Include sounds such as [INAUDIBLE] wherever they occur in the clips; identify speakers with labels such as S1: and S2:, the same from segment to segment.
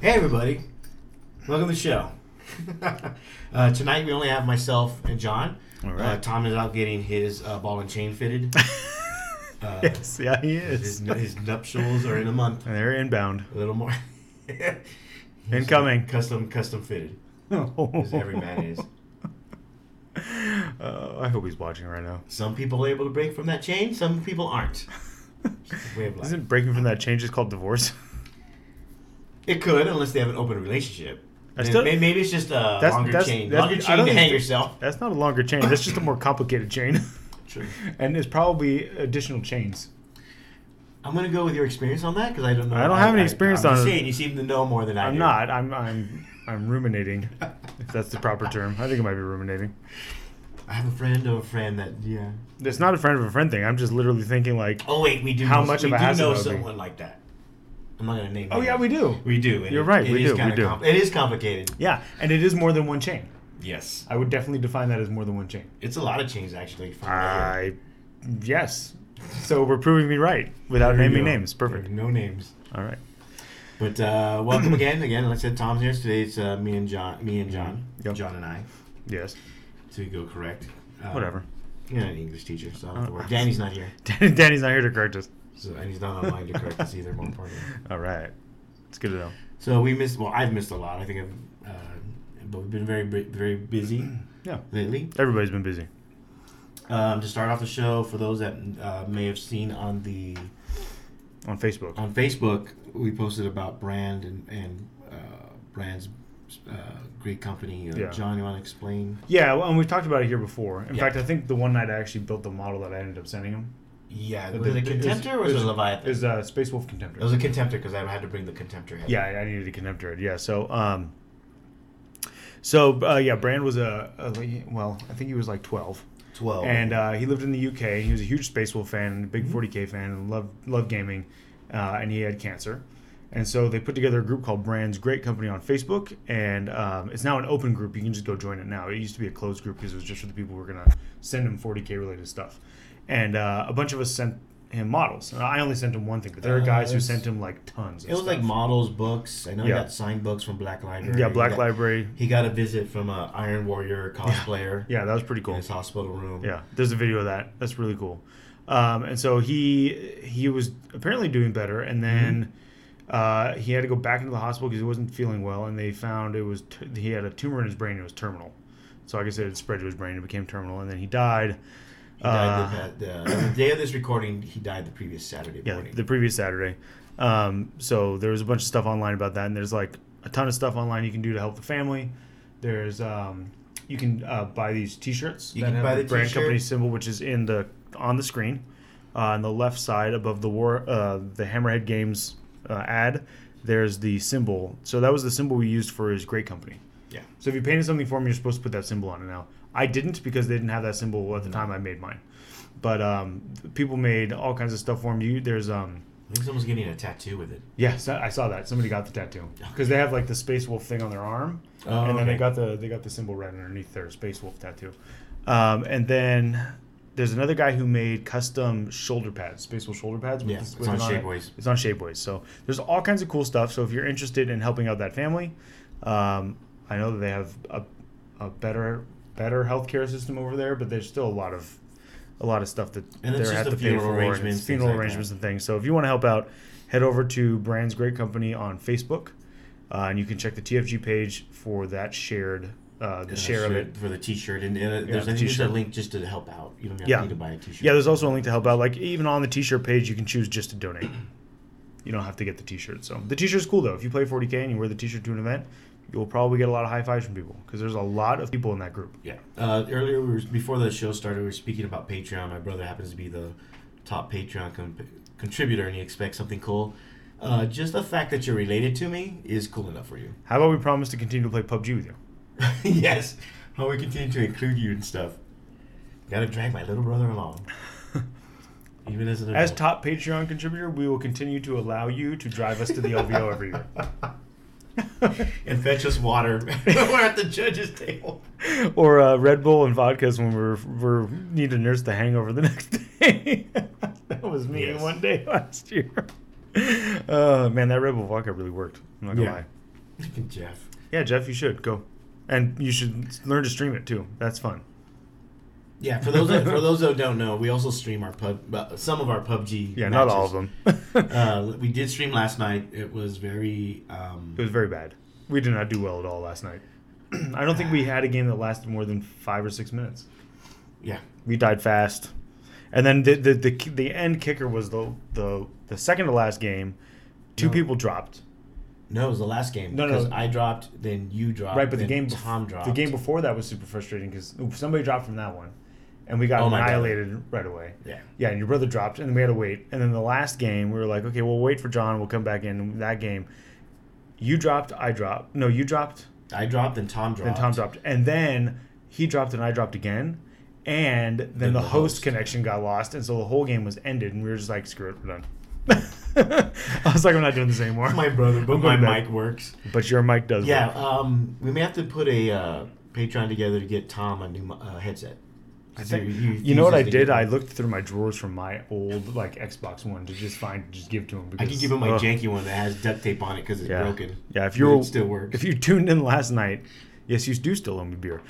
S1: Hey, everybody. Welcome to the
S2: [LAUGHS]
S1: show. uh, tonight, we only have myself and John.
S2: All
S1: Uh,
S2: right.
S1: Tom is out getting his uh, ball and chain
S2: [LAUGHS]
S1: fitted. Uh,
S2: yes, yeah, he
S1: his,
S2: is.
S1: his nuptials are in a
S2: [LAUGHS]
S1: month.
S2: And they're inbound.
S1: A little more.
S2: [LAUGHS] Incoming.
S1: Custom, custom fitted,
S2: [LAUGHS]
S1: as every man is.
S2: Uh, I hope he's watching right now.
S1: Some people are able to break from that chain. Some people
S2: [LAUGHS]
S1: aren't. It's a way of life.
S2: Isn't breaking from that change just called divorce? [LAUGHS]
S1: It could, unless they have an open relationship.
S2: I
S1: Then
S2: still-
S1: may- maybe it's just a
S2: That's-
S1: longer
S2: that's-
S1: chain,
S2: that's-
S1: longer
S2: I
S1: chain
S2: don't
S1: to
S2: think
S1: hang
S2: that- [LAUGHS]
S1: yourself.
S2: That's not a longer chain. That's just a more complicated chain. [LAUGHS]
S1: True.
S2: and it's probably additional chains.
S1: I'm gonna go with your experience on that because I don't know.
S2: I don't have any experience
S1: I'm
S2: on
S1: just
S2: it.
S1: saying, you seem to know more than I
S2: I'm
S1: do.
S2: not. I'm I'm I'm ruminating. If that's the proper term. I think it might be ruminating.
S1: I have a friend of a friend that yeah.
S2: It's not a friend of a friend thing. I'm just literally thinking like,
S1: Oh wait, we do.
S2: How
S1: know,
S2: much
S1: we
S2: of a
S1: do know
S2: hassle that would be.
S1: someone like that. I'm not gonna name.
S2: oh yeah,
S1: names.
S2: we do.
S1: We do. and
S2: You're
S1: it-
S2: right,
S1: it
S2: we
S1: is
S2: do, we
S1: kinda
S2: do.
S1: it is complicated.
S2: Yeah, and it is more than one chain.
S1: Yes,
S2: I would definitely define that as more than one chain.
S1: it's a lot of chains actually. from here.
S2: I, yes. So we're proving me right without
S1: There you
S2: naming
S1: go.
S2: names. Perfect.
S1: There are No names.
S2: All right.
S1: But uh, welcome again. Again, like I said, Tom's here today. It's uh, me and John. Me and John.
S2: Mm-hmm. Yep.
S1: John and I.
S2: Yes.
S1: To go correct. Uh,
S2: Whatever.
S1: You're not an English teacher, so I don't have to worry.
S2: Uh,
S1: Danny's not here,
S2: Dan- Danny's not here to correct us.
S1: so, and he's not online to correct us either. More importantly,
S2: All right. It's good to know.
S1: so we missed. Well, I've missed a lot. I think I've, uh, but we've been very, bu- very busy [CLEARS THROAT]
S2: Yeah.
S1: lately.
S2: Everybody's been busy.
S1: Um, to start off the show, for those that uh, may have seen on the
S2: On Facebook.
S1: on Facebook, we posted about Brand and and uh, Brand's uh, great company. Uh,
S2: Yeah.
S1: John, you want to explain?
S2: Yeah, well, and we've talked about it here before. In
S1: Yeah.
S2: fact, I think the one night I actually built the model that I ended up sending him
S1: Yeah,
S2: But
S1: was it a
S2: the- is-
S1: contemptor or was it
S2: is-
S1: a leviathan?
S2: is uh, Space Wolf
S1: It
S2: Contemptor.
S1: was a contemptor because I had to bring the contemptor. Head.
S2: Yeah, I I needed a contemptor. Yeah, so um, so uh, yeah, Brand was a, a well, I think he was like twelve.
S1: twelve.
S2: and uh, he lived in the UK. He was a huge Space Wolf fan, and a
S1: Mm-hmm.
S2: big 40k fan, and loved loved gaming. Uh, and he had cancer, and so they put together a group called Brands Great Company on Facebook, and um, it's now an open group. You can just go join it now. It used to be a closed group because it was just for the people who were gonna send him 40k related stuff. And uh, a bunch of us sent him models. And I only sent him one thing, but there are
S1: Uh,
S2: guys who
S1: it's-
S2: sent him like tons. Of
S1: it was like
S2: stuff.
S1: models, books. I know he
S2: Yeah.
S1: got signed books from Black Library.
S2: yeah,
S1: He
S2: Black
S1: got-
S2: Library.
S1: He got a visit from a Iron Warrior cosplayer
S2: Yeah, that was pretty
S1: in
S2: cool.
S1: his hospital room.
S2: Yeah, Um, there's a video of that. That's really cool. Um, and so he he was apparently doing better, and
S1: Mm-hmm.
S2: then uh, he had to go back into the hospital because he wasn't feeling well, and they found it was t- he had a tumor in his brain. It was terminal, so I guess it had spread to his brain. It became terminal, and then he died.
S1: He
S2: Uh,
S1: died the, the, the day of this recording. He died the previous Saturday
S2: Yeah,
S1: morning.
S2: the previous Saturday. Um, so there was a bunch of stuff online about that, and there's like a ton of stuff online you can do to help the family. There's um, you can uh, buy these T-shirts.
S1: You
S2: that
S1: can
S2: have
S1: buy the
S2: brand
S1: t-shirt.
S2: company symbol, which is in the on the screen uh, on the left side above the war uh, the Hammerhead Games uh, ad. There's the symbol. So that was the symbol we used for his great company.
S1: yeah.
S2: So if you painted something for me, you're supposed to put that symbol on it now. I didn't because they didn't have that symbol at the time I made mine. But um, people made all kinds of stuff for me. You, there's um,
S1: I think someone's getting a tattoo with it.
S2: yeah, so I saw that somebody got the tattoo because they have like the space wolf thing on their arm,
S1: Oh,
S2: and then
S1: okay.
S2: they got the they got the symbol right underneath their space wolf tattoo. Um, and then there's another guy who made custom shoulder pads, space wolf shoulder pads.
S1: Yeah,
S2: this-
S1: it's on
S2: it.
S1: Shapeways.
S2: It's on Shapeways. So there's all kinds of cool stuff. So if you're interested in helping out that family, um, I know that they have a, a better better healthcare system over there, but there's still a lot of a lot of stuff that
S1: And it's just
S2: they're at
S1: the
S2: the
S1: funeral
S2: funeral
S1: arrangements, things
S2: arrangements, funeral
S1: like that.
S2: arrangements and things. So if you want to help out, head over to Brands Great Company on Facebook, uh, and you can check the TFG page for that shared uh, the
S1: Uh,
S2: share of it.
S1: for the T-shirt, and uh, there's, I
S2: the
S1: think there's a
S2: t-shirt.
S1: link just to help out. You don't have
S2: Yeah.
S1: to buy a T-shirt.
S2: Yeah, there's also a link to help out. Like even on the T-shirt page, you can choose just to donate. You don't have to get the T-shirt. So the T-shirt's cool though. If you play 40k and you wear the T-shirt to an event, you'll probably get a lot of high fives from people because there's a lot of people in that group.
S1: Yeah. Uh, earlier, we were, before the show started, we were speaking about Patreon. My brother happens to be the top Patreon con- contributor, and he expects something cool. Uh, just the fact that you're related to me is cool enough for you.
S2: How about we promise to continue to play PUBG with you?
S1: [LAUGHS] yes. How we continue to include you and stuff. Gotta drag my little brother
S2: [LAUGHS]
S1: along. Even as an
S2: As
S1: adult.
S2: top Patreon contributor, we will continue to allow you to drive us to the LVO every year.
S1: [LAUGHS] and fetch us water. [LAUGHS] we're at the judge's table.
S2: or uh, Red Bull and vodkas when we're, we're need to nurse the hangover the [LAUGHS] next day. [LAUGHS] [LAUGHS] that was me
S1: Yes. [LAUGHS]
S2: [LAUGHS] one day last year. Uh, man, that Red Bull vodka really worked. I'm not gonna
S1: Yeah.
S2: lie.
S1: Jeff.
S2: Yeah, Jeff, you should go, and you should learn to stream it too. That's fun.
S1: Yeah, for those that, for those that don't know, we also stream our pub uh, some of our PUBG.
S2: Yeah, not
S1: matches.
S2: all of them.
S1: [LAUGHS] Uh, we did stream last night. It was very. Um,
S2: [LAUGHS] It was very bad. We did not do well at all last night. [CLEARS THROAT] I don't think we had a game that lasted more than five or six minutes.
S1: yeah,
S2: We died fast, and then the the the, the end kicker was the the the second to last game. Two
S1: No.
S2: people dropped.
S1: no, it was the last game.
S2: No, no.
S1: 'cause I dropped, then you dropped.
S2: right, but the
S1: then
S2: game bef-
S1: Tom dropped.
S2: the game before that was super frustrating because somebody dropped from that one, and we got
S1: Oh my God.
S2: annihilated right away.
S1: Yeah.
S2: Yeah, and your brother dropped, and we had to wait. And then the last game, we were like, okay, we'll wait for John. We'll come back in that game. You dropped. I dropped. No, you dropped.
S1: I dropped, then Tom dropped.
S2: Then Tom dropped, and then he dropped, and I dropped again. And then,
S1: Then
S2: the,
S1: the
S2: host,
S1: host.
S2: connection got lost, and so the whole game was ended. And we were just like, "Screw it, we're done." [LAUGHS] I was like, "I'm not doing this anymore."
S1: [LAUGHS] My brother, but
S2: I'm
S1: my
S2: going back.
S1: mic works.
S2: [LAUGHS] but your mic does.
S1: Yeah,
S2: work.
S1: um, we may have to put a uh, Patreon together to get Tom a new mi- uh, headset.
S2: I
S1: So
S2: think-
S1: he- he
S2: you know what I
S1: refuses to
S2: did?
S1: give-
S2: I looked through my drawers from my old like Xbox One to just find, just give to him.
S1: I
S2: Because,
S1: could give him my
S2: ugh.
S1: janky one that has duct tape on it because it's
S2: Yeah.
S1: broken.
S2: Yeah, if
S1: But
S2: you're
S1: it still works.
S2: If you tuned in last night, yes, you do still owe me beer.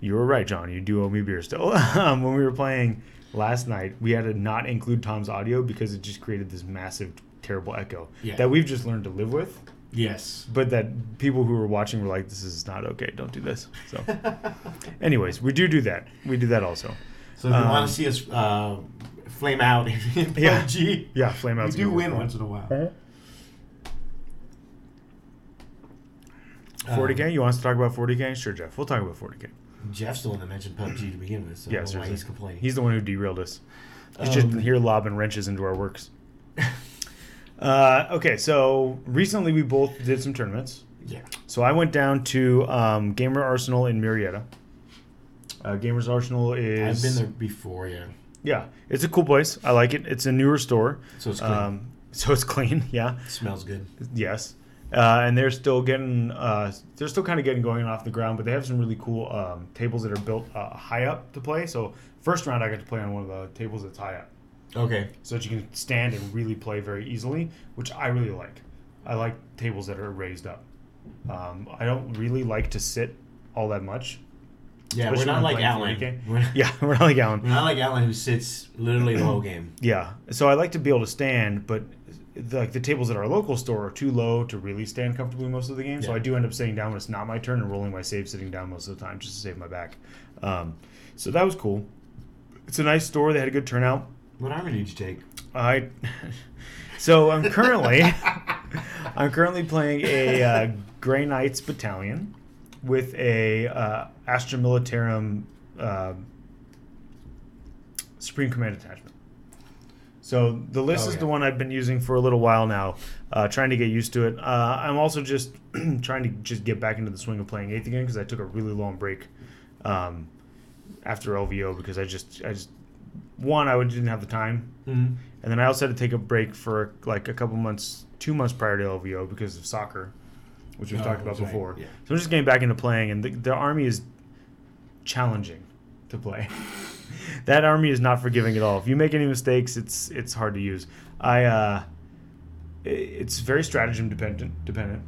S2: You were right, John. You do owe me beer still. [LAUGHS] um, when we were playing last night, we had to not include Tom's audio because it just created this massive, terrible echo
S1: Yeah.
S2: that we've just learned to live with.
S1: yes.
S2: But that people who were watching were like, "This is not okay. Don't do this."
S1: [LAUGHS]
S2: So, anyways, we do do that. We do that also.
S1: So if you
S2: Um,
S1: want to see us uh, flame out in [LAUGHS]
S2: Yeah.
S1: PUBG,
S2: Yeah, flame
S1: we
S2: outs.
S1: do win once in a while. Um,
S2: 40k. You want us to talk about 40k? Sure, Jeff. We'll talk about 40k.
S1: Jeff's the one that mentioned PUBG to begin with, so I
S2: Yeah,
S1: don't know why
S2: seriously.
S1: he's complaining.
S2: He's the one who derailed us. He's
S1: Um,
S2: just here lobbing wrenches into our works. uh, okay, so recently we both did some tournaments.
S1: yeah.
S2: So I went down to um, Gamer Arsenal in Marietta. Uh, Gamers Arsenal
S1: I've
S2: is
S1: been there before, yeah.
S2: Yeah, it's a cool place. I like it. It's a newer store,
S1: So it's clean.
S2: um, [LAUGHS] so it's clean. Yeah,
S1: it smells good.
S2: yes. Uh, and they're still getting, uh, they're still kind of getting going off the ground, but they have some really cool um, tables that are built uh, high up to play. So first round, I got to play on one of the tables that's high up
S1: Okay.
S2: so that you can stand and really play very easily, which I really like. I like tables that are raised up. Um, I don't really like to sit all that much.
S1: Yeah, we're
S2: especially
S1: not
S2: when
S1: like
S2: I'm
S1: Alan.
S2: playing 40K.
S1: We're not,
S2: Yeah, [LAUGHS] we're not like
S1: we're
S2: Alan.
S1: not like Alan who sits literally the whole game.
S2: Yeah, so I like to be able to stand, but the, like the tables at our local store are too low to really stand comfortably most of the game. So
S1: Yeah.
S2: I do end up sitting down when it's not my turn and rolling my save sitting down most of the time just to save my back. Um, so that was cool. It's a nice store. They had a good turnout.
S1: What armor did you take?
S2: I [LAUGHS] so I'm currently
S1: [LAUGHS]
S2: I'm currently playing a uh, Grey Knights battalion with a uh, Astra Militarum uh, Supreme Command attachment. So the list
S1: Oh,
S2: is
S1: yeah.
S2: the one I've been using for a little while now, uh, trying to get used to it. Uh, I'm also just [CLEARS THROAT] trying to just get back into the swing of playing Eighth again because I took a really long break um, after LVO because I just I just one I didn't have the time
S1: Mm-hmm.
S2: and then I also had to take a break for like a couple months, two months prior to LVO because of soccer, which we've
S1: Oh,
S2: talked about
S1: that's right,
S2: before.
S1: yeah.
S2: So I'm just getting back into playing, and the, the army is challenging to play. [LAUGHS] that army is not forgiving at all. If you make any mistakes, it's it's hard to use. I uh, i- it's very stratagem dependent. Dependent.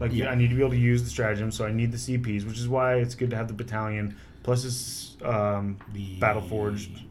S2: Like
S1: Yeah.
S2: I need to be able to use the stratagem, so I need the CPs, which is why it's good to have the battalion. Plus, it's um,
S1: The
S2: battle forged.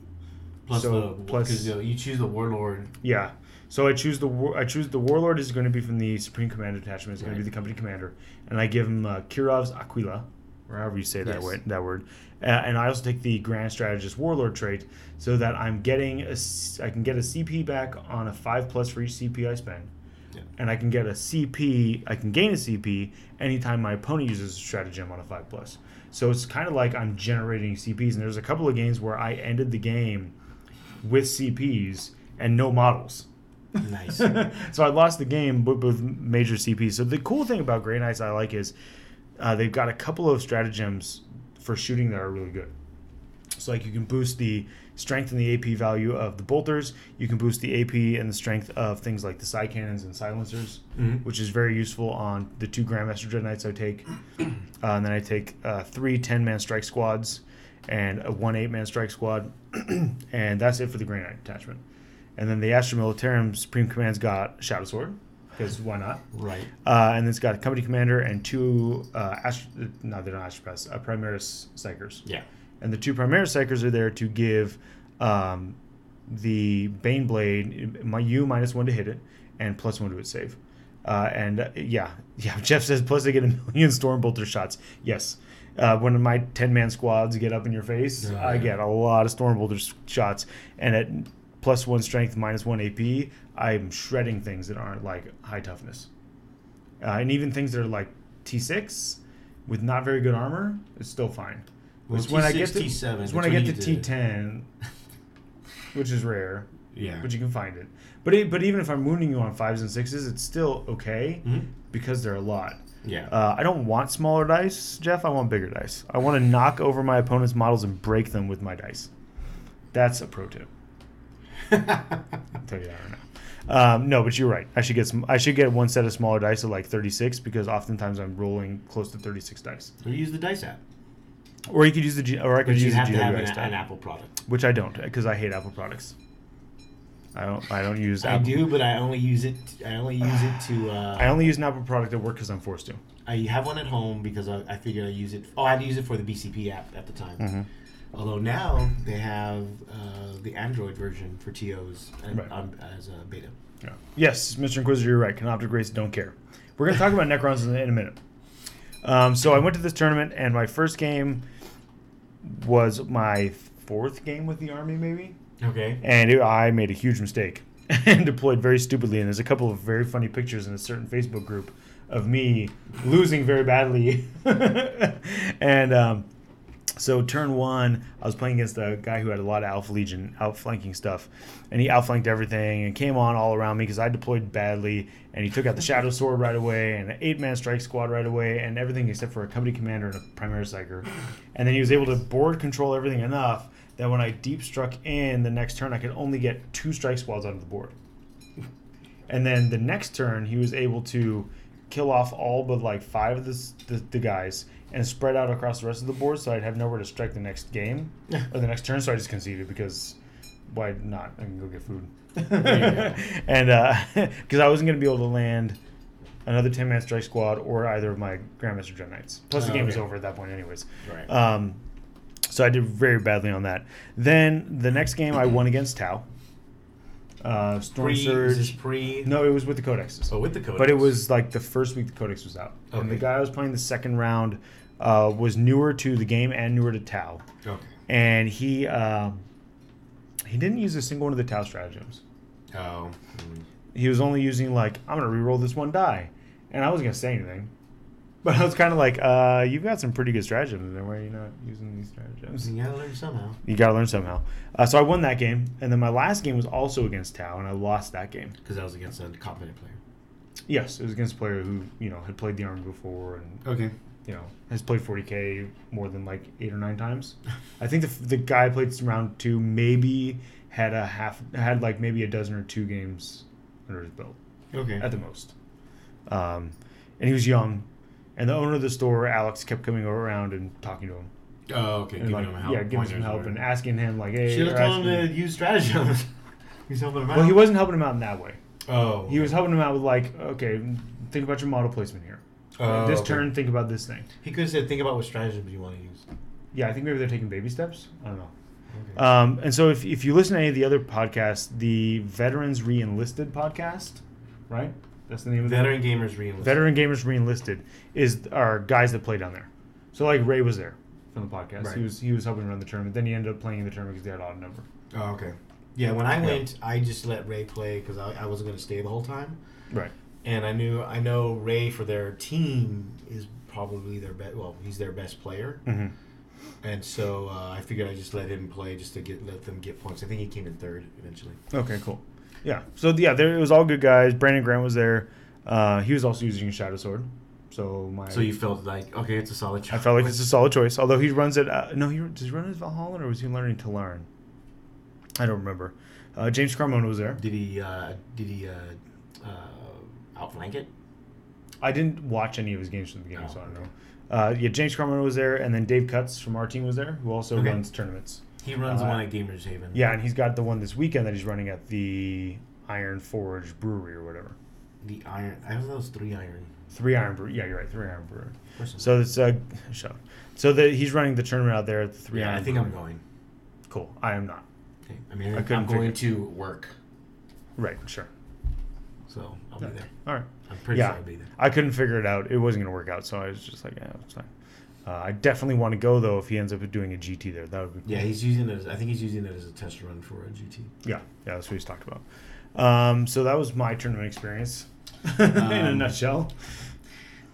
S1: Plus
S2: So,
S1: the
S2: plus-
S1: because you choose the warlord.
S2: Yeah. So I choose the war- I choose the warlord is going to be from the Supreme Command Detachment. It's going to
S1: Right.
S2: be the company commander, and I give him uh, Kirov's Aquila, or however you say that
S1: Yes.
S2: word. That word. Uh, and I also take the Grand Strategist Warlord trait, so that I'm getting a s- I can get a CP back on a five plus for each CP I spend,
S1: Yeah.
S2: and I can get a CP I can gain a CP anytime my opponent uses a stratagem on a five plus. So it's kind of like I'm generating CPs, and there's a couple of games where I ended the game with CPs and no models. [LAUGHS]
S1: Nice. Mm-hmm.
S2: so I lost the game with, with major CP. So the cool thing about Grey Knights I like is uh, they've got a couple of stratagems for shooting that are really good. So like you can boost the strength and the AP value of the bolters. You can boost the AP and the strength of things like the side cannons and silencers,
S1: Mhm.
S2: which is very useful on the two Grandmaster Dread Knights I take. uh, and then I take uh, three 10-man strike squads and a one 8-man strike squad. [CLEARS THROAT] and that's it for the Grey Knight detachment. And then the Astra Militarum Supreme Command's got Shadow Sword. because why not?
S1: Right.
S2: Uh, and it's got a company commander and two uh, astro- no, they're not astropaths, uh, Primaris psychers.
S1: Yeah.
S2: And the two Primaris psychers are there to give um, the Bane Blade my you minus one to hit it and plus one to its save. Uh, and uh, yeah, [LAUGHS] yeah. Jeff says plus they get a million Stormbolter shots. Yes. Uh, when my ten man squads get up in your face,
S1: Oh,
S2: I
S1: yeah.
S2: get a lot of Stormbolter s- shots. And at plus one strength, minus one AP, I'm shredding things that aren't like high toughness uh, and even things that are like T6 with not very good armor, it's still fine.
S1: Well,
S2: It's when I get
S1: T6,
S2: to
S1: T7,
S2: it's when I
S1: that's when
S2: get to
S1: you need to-
S2: T10, which is rare,
S1: [LAUGHS] Yeah.
S2: but you can find it. But it, but even if I'm wounding you on fives and sixes, it's still okay
S1: Mhm.
S2: because they're a lot.
S1: Yeah. [LAUGHS]
S2: Uh, I don't want smaller dice, Jeff. I want bigger dice. I want to knock over my opponent's models and break them with my dice. That's a pro tip. I'll tell you that right now. Um, no, but you're right. I should get some. I should get one set of smaller dice of like 36 because oftentimes I'm rolling close to 36 dice.
S1: or use the dice app.
S2: Or you could use the G, or I
S1: But
S2: could
S1: you
S2: use the
S1: have to have an,
S2: GWS
S1: an
S2: die,
S1: Apple product.
S2: which I don't because I hate Apple products. I don't. I don't use.
S1: I
S2: Apple.
S1: do, but I only use it. I only use it to. Uh,
S2: I only use an Apple product at work because I'm forced to.
S1: I have one at home because I, I figured I use it. Oh, I had to use it for the BCP app at the time.
S2: Mm-hmm.
S1: Although now they have uh, the Android version for TOs and,
S2: Right.
S1: um, as a beta.
S2: Yeah. Yes, Mr. Inquisitor, you're right. Canoptic race don't care. We're going to talk about Necrons in, in a minute. Um, so I went to this tournament, and my first game was my fourth game with the army, maybe,
S1: Okay.
S2: and it, I made a huge mistake [LAUGHS] and deployed very stupidly. And there's a couple of very funny pictures in a certain Facebook group of me losing very badly, [LAUGHS] and. Um, so turn one, I was playing against a guy who had a lot of Alpha Legion outflanking stuff, and he outflanked everything and came on all around me because I deployed badly, and he took out the Shadow Sword right away and an eight-man strike squad right away and everything except for a company commander and a primary psyker, and then he was able to board control everything enough that when I deep struck in the next turn, I could only get two strike squads onto the board. And then the next turn, he was able to kill off all but like five of the, s- the, the guys and spread out across the rest of the board so I'd have nowhere to strike the next game or the next turn. So I just conceded because why not? I can go
S1: [LAUGHS]
S2: get food. [LAUGHS]
S1: There
S2: and [LAUGHS] because I wasn't going to be able to land another 10 man strike squad or either of my Grandmaster Dread Knights. Plus, the
S1: Oh,
S2: game was
S1: okay.
S2: over at that point, anyways.
S1: Right.
S2: Um, so I did very badly on that. Then the next game I won against Tau. Uh, Storm
S1: pre
S2: Surge.
S1: is this pre?
S2: No, it was with the codexes.
S1: Oh, with the code.
S2: But it was like the first week the codex was out. And the
S1: Okay.
S2: guy I was playing the second round uh, was newer to the game and newer to Tau.
S1: Okay.
S2: And he um, he didn't use a single one of the Tau stratagems.
S1: Oh. mm.
S2: He was only using like, I'm gonna reroll this one die. And I wasn't gonna say anything. [LAUGHS] But I was kinda like, uh, you've got some pretty good stratagems there. Why are you not using these stratagems?
S1: You gotta learn somehow.
S2: You gotta learn somehow. Uh, so I won that game, and then my last game was also against Tau, and I lost that game.
S1: Because I was against a competent player.
S2: Yes, it was against a player who you know had played the army before and
S1: Okay.
S2: you know has played 40k more than like eight or nine times. I think the, the guy I played round two maybe had a half had like maybe a dozen or two games under his belt
S1: Okay.
S2: at the most. Um, and he was young, and the owner of the store Alex kept coming around and talking to him
S1: oh, okay.
S2: and
S1: Giving
S2: like
S1: him help.
S2: yeah, giving him some help and asking him like hey.
S1: Should have
S2: or
S1: told
S2: asking-
S1: him to use stratagems. [LAUGHS] He's helping him out.
S2: well, he wasn't helping him out in that way.
S1: Oh.
S2: He was helping him out with like, okay, think about your model placement here.
S1: Oh,
S2: this
S1: okay.
S2: turn, think about this thing.
S1: He could have said, "Think about what stratagems you want to use."
S2: Yeah, I think maybe they're taking baby steps. I don't know.
S1: Okay.
S2: Um, and so if, if you listen to any of the other podcasts, the Veterans Reenlisted podcast, right? That's the name of
S1: Um, Veteran gamers reenlisted.
S2: the Veteran Gamers Reenlisted is our guys that play down there. So like Ray was there from the podcast.
S1: Right.
S2: He was he was helping run the tournament. Then he ended up playing in the tournament because they had an odd number.
S1: Oh, okay. Yeah, when I
S2: Yeah.
S1: went, I just let Ray play because I, I wasn't going to stay the whole time,
S2: Right.
S1: and I knew I know Ray for their team is probably their best. Well, he's their best player,
S2: Mhm.
S1: and so uh, I figured I just let him play just to get let them get points. I think he came in third eventually.
S2: Okay, cool. Yeah. So yeah, there it was all good guys. Brandon Grant was there. Uh, he was also using a shadow sword. So my
S1: So you felt like okay, it's a solid.
S2: I felt like it's a solid choice. Although he runs it. Uh, no, he does he run it as Valhalla or was he learning to learn? I don't remember. Uh, James Carmona was there.
S1: Did he? Uh, did he? Uh, uh, outflank it.
S2: I didn't watch any of his games from the beginning,
S1: Oh,
S2: so I don't
S1: okay.
S2: know. Uh, yeah, James Carmona was there, and then Dave Cuts from our team was there, who also
S1: Okay. Mm-hmm.
S2: runs tournaments.
S1: He runs the
S2: Uh,
S1: one at Gamers Haven.
S2: Yeah, and he's got the one this weekend that he's running at the Iron Forge Brewery or whatever.
S1: The Iron. I thought it was Three Iron.
S2: Three Iron Brewer. Yeah, you're right. Three Iron Brewer.
S1: or something.
S2: So it's uh, shut up. So that he's running the tournament out there at the Three
S1: yeah,
S2: Iron.
S1: I think I'm
S2: Brewery.
S1: going.
S2: Cool. I am not.
S1: Okay. I mean, I
S2: I couldn't
S1: am going
S2: figure
S1: to work,
S2: Right. Sure.
S1: so I'll be
S2: Okay.
S1: there.
S2: All right.
S1: I'm pretty
S2: Yeah.
S1: sure I'll be there.
S2: I couldn't figure it out. It wasn't gonna work out. So I was just like, yeah, it's fine. Uh, I definitely want to go though. If he ends up doing a GT there, that would be cool.
S1: Yeah, he's using it. As, I think he's using it as a test run for a GT.
S2: Yeah, yeah, that's what he's talked about. Um, so that was my tournament experience [LAUGHS] in a
S1: Um,
S2: nutshell.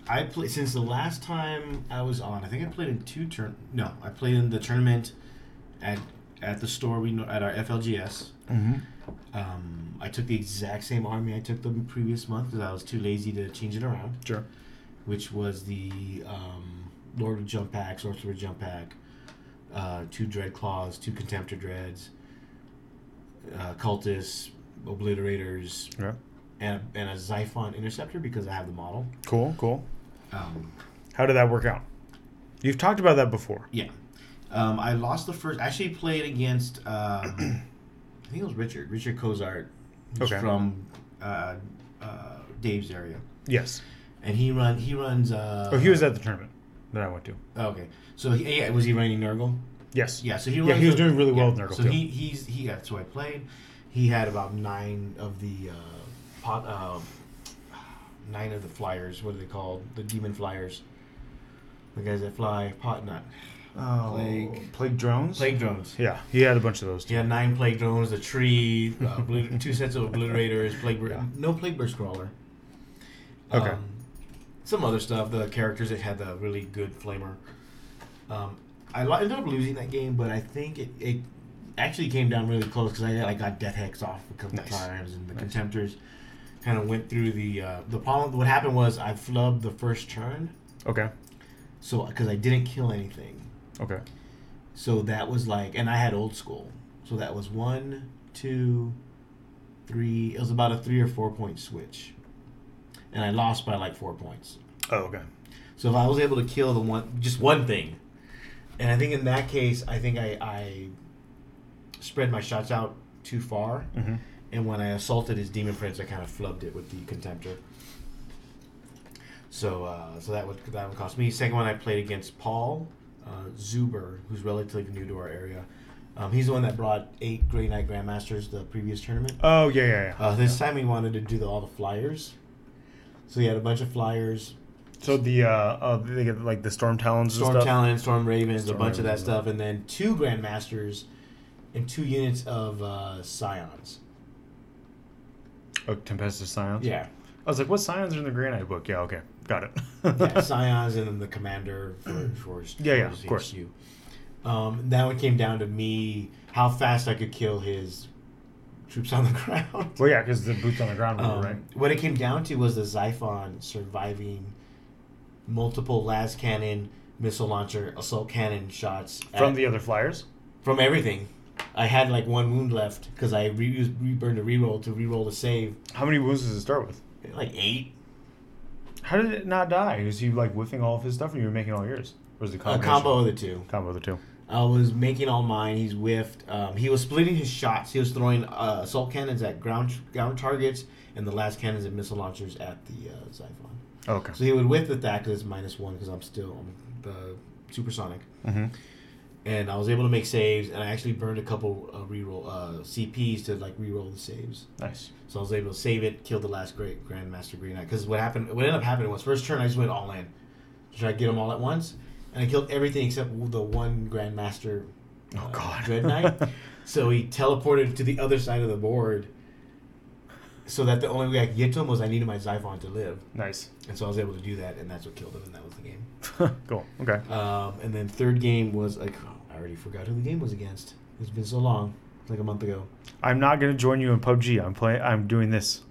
S1: I play since the last time I was on. I think I played in two turn. No, I played in the tournament at at the store we know at our FLGS.
S2: Mm-hmm.
S1: Um, I took the exact same army I took the previous month because I was too lazy to change it around,
S2: Sure.
S1: which was the um, Lord of Jump Pack, Sorcerer Jump Pack, uh, two Dread Claws, two Contemptor Dreads, uh, Cultists, Obliterators,
S2: Yeah.
S1: and, and a Xiphon Interceptor because I have the model.
S2: Cool. Cool.
S1: Um,
S2: How did that work out? You've talked about that before.
S1: yeah. Um, I lost the first. Actually, played against. Um, I think it was Richard. Richard Cozart, who's
S2: Okay.
S1: from uh, uh, Dave's area.
S2: Yes.
S1: and he run he runs. Uh,
S2: Oh, he was at the tournament that I went to.
S1: Okay, so he, yeah, was he running Nurgle?
S2: Yes.
S1: Yeah, so he
S2: Yeah,
S1: runs
S2: he was
S1: a-
S2: doing really well
S1: yeah,
S2: with Nurgle
S1: So
S2: too.
S1: he he's he that's who I played. He had about nine of the uh, pot, uh, nine of the flyers. What are they called? The demon flyers. The guys that fly pot nut
S2: Oh,
S1: Plague-
S2: plague drones.
S1: plague drones.
S2: Yeah, he had a bunch of those.
S1: He had nine plague drones, a tree, uh, obliter- two sets of obliterators, plague bird,
S2: Yeah.
S1: no plague burst crawler. Um,
S2: Okay.
S1: some other stuff. The characters that had the really good flamer. Um, I lo- ended up losing that game, but I think it, it actually came down really close because I, I got death hex off a couple
S2: Nice.
S1: times, and the
S2: Nice.
S1: contemptors kind of went through the uh, the problem. What happened was I flubbed the first turn,
S2: Okay.
S1: so because I didn't kill anything,
S2: Okay.
S1: so that was like, and I had old school. So that was one, two, three. It was about a three or four point switch, and I lost by like four points.
S2: Oh, okay.
S1: So if I was able to kill the one, just one thing, and I think in that case, I think I, I spread my shots out too far,
S2: hmm
S1: and when I assaulted his demon prince, I kind of flubbed it with the contemptor. So, uh, so that would that would cost me. Second one I played against Paul uh, Zuber, who's relatively new to our area. Um, he's the one that brought eight Grey Knight Grandmasters the previous tournament.
S2: Oh, yeah, yeah, yeah.
S1: Uh, this time he wanted to do the, all the flyers, so he had a bunch of flyers.
S2: so the uh, uh, they get like the storm talons and
S1: Storm
S2: stuff.
S1: Talon, Storm Ravens,
S2: Storm
S1: a bunch of that
S2: Ravens, yeah.
S1: stuff, and then two Grandmasters and two units of uh, Scions.
S2: Oh, Tempestus Scions.
S1: Yeah,
S2: I was like, what scions are in the Grey Knight book? Yeah, okay, got it. [LAUGHS]
S1: yeah Scions and then the Commander for, for
S2: Mm. Yeah, yeah,
S1: for
S2: of course.
S1: CSU. Um, that one came down to me how fast I could kill his troops on the [LAUGHS] ground.
S2: Well, yeah, because the boots on the ground were
S1: Um,
S2: right.
S1: What it came down to was the Xiphon surviving multiple las cannon, missile launcher, assault cannon shots
S2: From
S1: at-
S2: the other flyers.
S1: from everything. I had like one wound left because I reused, reburned a reroll to reroll the save.
S2: How many wounds does it start with?
S1: Like eight.
S2: How did it not die? Was he like whiffing all of his stuff, or you were making all yours? Or was the
S1: A
S2: combination?
S1: combo of the two.
S2: Combo of the two.
S1: I was making all mine. He's whiffed. Um, he was splitting his shots. He was throwing uh, assault cannons at ground ground targets and the last cannons and missile launchers at the uh, Xiphon.
S2: Oh, Okay.
S1: So he would whiff at that because it's minus one because I'm still I'm the supersonic.
S2: Mm-hmm.
S1: And I was able to make saves, and I actually burned a couple uh, reroll uh, CPs to like reroll the saves.
S2: Nice.
S1: So I was able to save it, kill the last great Grandmaster Green Knight. Because what happened, what ended up happening was first turn I just went all in, tried to get them all at once, and I killed everything except the one Grandmaster
S2: Oh, God.
S1: Dread Knight. so he teleported to the other side of the board, so that the only way I could get to him was I needed my Xiphon to live,
S2: [LAUGHS] Nice. [LAUGHS]
S1: and so I was able to do that, and that's what killed him, and that was the game.
S2: cool. Okay.
S1: Um, and then third game was like I already forgot who the game was against. It's been so long, It's like a month ago.
S2: I'm not gonna join you in PUBG. I'm playing. I'm doing this.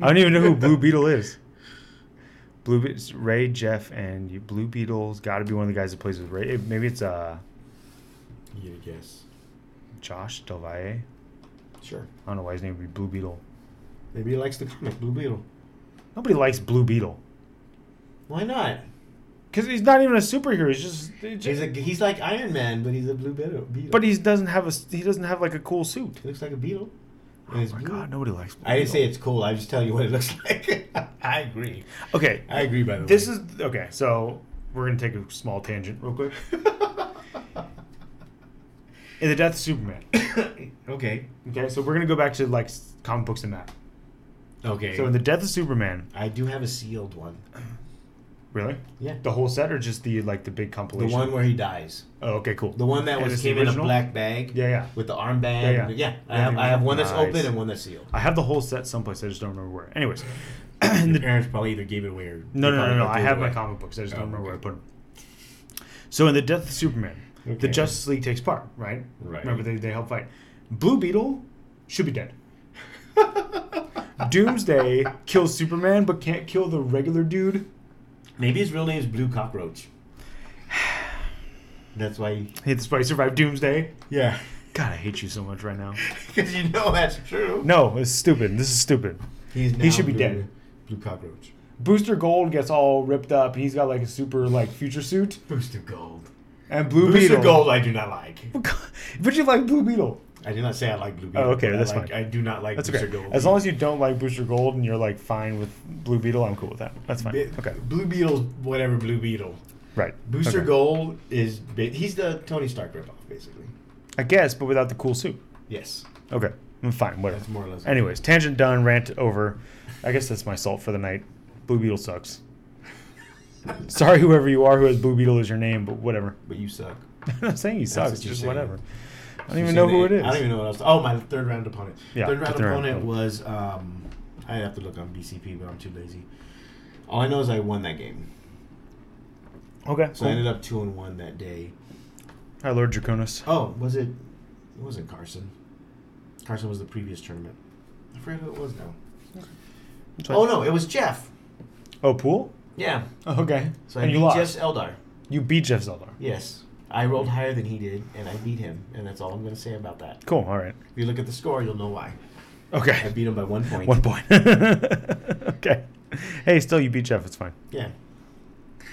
S2: I don't even know who
S1: [LAUGHS]
S2: Blue Beetle is. Blue Be- it's Ray, Jeff, and you- Blue Beetle's got to be one of the guys that plays with Ray. Maybe it's uh
S1: You get a guess?
S2: Josh Del Valle.
S1: Sure.
S2: I don't know why his name would be Blue Beetle.
S1: Maybe he likes the comic Blue Beetle.
S2: Nobody likes Blue Beetle
S1: Why not?
S2: because he's not even a superhero. He's just,
S1: He's,
S2: he's just
S1: a, he's like Iron Man, but he's a blue beetle. beetle.
S2: but he doesn't have a he doesn't have like a cool suit.
S1: he looks like a beetle. And
S2: Oh
S1: it's
S2: my
S1: blue.
S2: god, nobody likes. Blue
S1: I didn't
S2: Beetle.
S1: say it's cool. I'm just telling you what it looks [LAUGHS] like. I agree.
S2: Okay,
S1: I agree. By the
S2: this
S1: way,
S2: is okay. So we're gonna take a small tangent
S1: [LAUGHS]
S2: real quick. In the death of Superman.
S1: okay.
S2: Okay, so we're gonna go back to like s- comic books and that.
S1: Okay.
S2: So in the death of Superman,
S1: I do have a sealed one.
S2: really,
S1: Yeah.
S2: the whole set or just the like the big
S1: The
S2: compilation?
S1: one where he dies.
S2: Oh, okay, cool.
S1: The one that
S2: And
S1: was
S2: it's the
S1: came in a
S2: original?
S1: black bag.
S2: Yeah, yeah.
S1: With the armband. Yeah.
S2: Yeah, yeah.
S1: I have I have one that's
S2: Nice.
S1: open and one that's sealed.
S2: I have the whole set someplace. I just don't remember where. Anyways, [CLEARS THROAT]
S1: Your parents probably either gave it away or
S2: no,
S1: they
S2: no, no,
S1: probably
S2: no.
S1: threw
S2: I
S1: it
S2: have my
S1: away.
S2: comic books. I just
S1: Oh,
S2: don't remember where I
S1: okay.
S2: put them. So in the death of Superman, the
S1: Okay.
S2: Justice League takes part, right?
S1: Right.
S2: Remember they they help fight. Blue Beetle should be dead. [LAUGHS] Doomsday kills Superman but can't kill the regular dude.
S1: Maybe his real name is Blue Cockroach. [SIGHS] That's why. He,
S2: Hey, that's why he survived Doomsday.
S1: [LAUGHS] yeah.
S2: God, I hate you so much right now.
S1: Because you know that's true.
S2: No, it's stupid. This is stupid.
S1: He's
S2: He should
S1: now
S2: be
S1: Blue-
S2: dead.
S1: Blue Cockroach.
S2: Booster Gold gets all ripped up. He's got like a super like future suit.
S1: Booster Gold.
S2: And Blue
S1: Booster
S2: Beetle.
S1: Gold, I do not like.
S2: [LAUGHS] But you like Blue Beetle.
S1: I did not say I like Blue Beetle.
S2: Oh, okay,
S1: but I
S2: that's
S1: like-
S2: fine.
S1: I do not like
S2: That's
S1: Booster
S2: okay.
S1: Gold.
S2: As long as you don't like Booster Gold and you're like fine with Blue Beetle, I'm cool with that. That's fine.
S1: Bi-
S2: Okay.
S1: Blue Beetle's whatever Blue Beetle.
S2: Right.
S1: Booster
S2: Okay.
S1: Gold is ba- he's the Tony Stark ripoff, basically.
S2: I guess, but without the cool suit.
S1: Yes,
S2: Okay. I'm fine. Whatever.
S1: that's more or less. [LAUGHS]
S2: Anyways, tangent done. Rant over. I guess that's my salt for the night. Blue
S1: [LAUGHS]
S2: Beetle sucks. Sorry, whoever you are who has Blue Beetle as your name, but whatever. [LAUGHS]
S1: But you suck.
S2: I'm not saying he
S1: what
S2: sucks.
S1: you're
S2: Just
S1: saying.
S2: whatever. I don't even know who it is.
S1: I don't even know what else. Oh, my third round opponent.
S2: Yeah,
S1: third round
S2: third round
S1: opponent
S2: opponent.
S1: was. Um, I have to look on BCP, but I'm too lazy. All I know is I won that game,
S2: Okay.
S1: so I ended up two and one that day.
S2: Hi, Lord Draconis.
S1: Oh, was it? It wasn't Carson. Carson was the previous tournament. I forget who it was now.
S2: It's fine.
S1: Oh no, it was Jeff.
S2: Oh, pool.
S1: Yeah.
S2: Oh, okay.
S1: So I
S2: and you
S1: beat
S2: lost.
S1: Jeff Eldar.
S2: You beat Jeff Zeldar.
S1: Yes. I rolled higher than he did, and I beat him, and that's all I'm going to say about that.
S2: Cool. All right.
S1: If you look at the score, you'll know why. I
S2: Okay.
S1: beat him by one point.
S2: [LAUGHS] One point. okay. Hey, still you beat Jeff. It's fine.
S1: Yeah.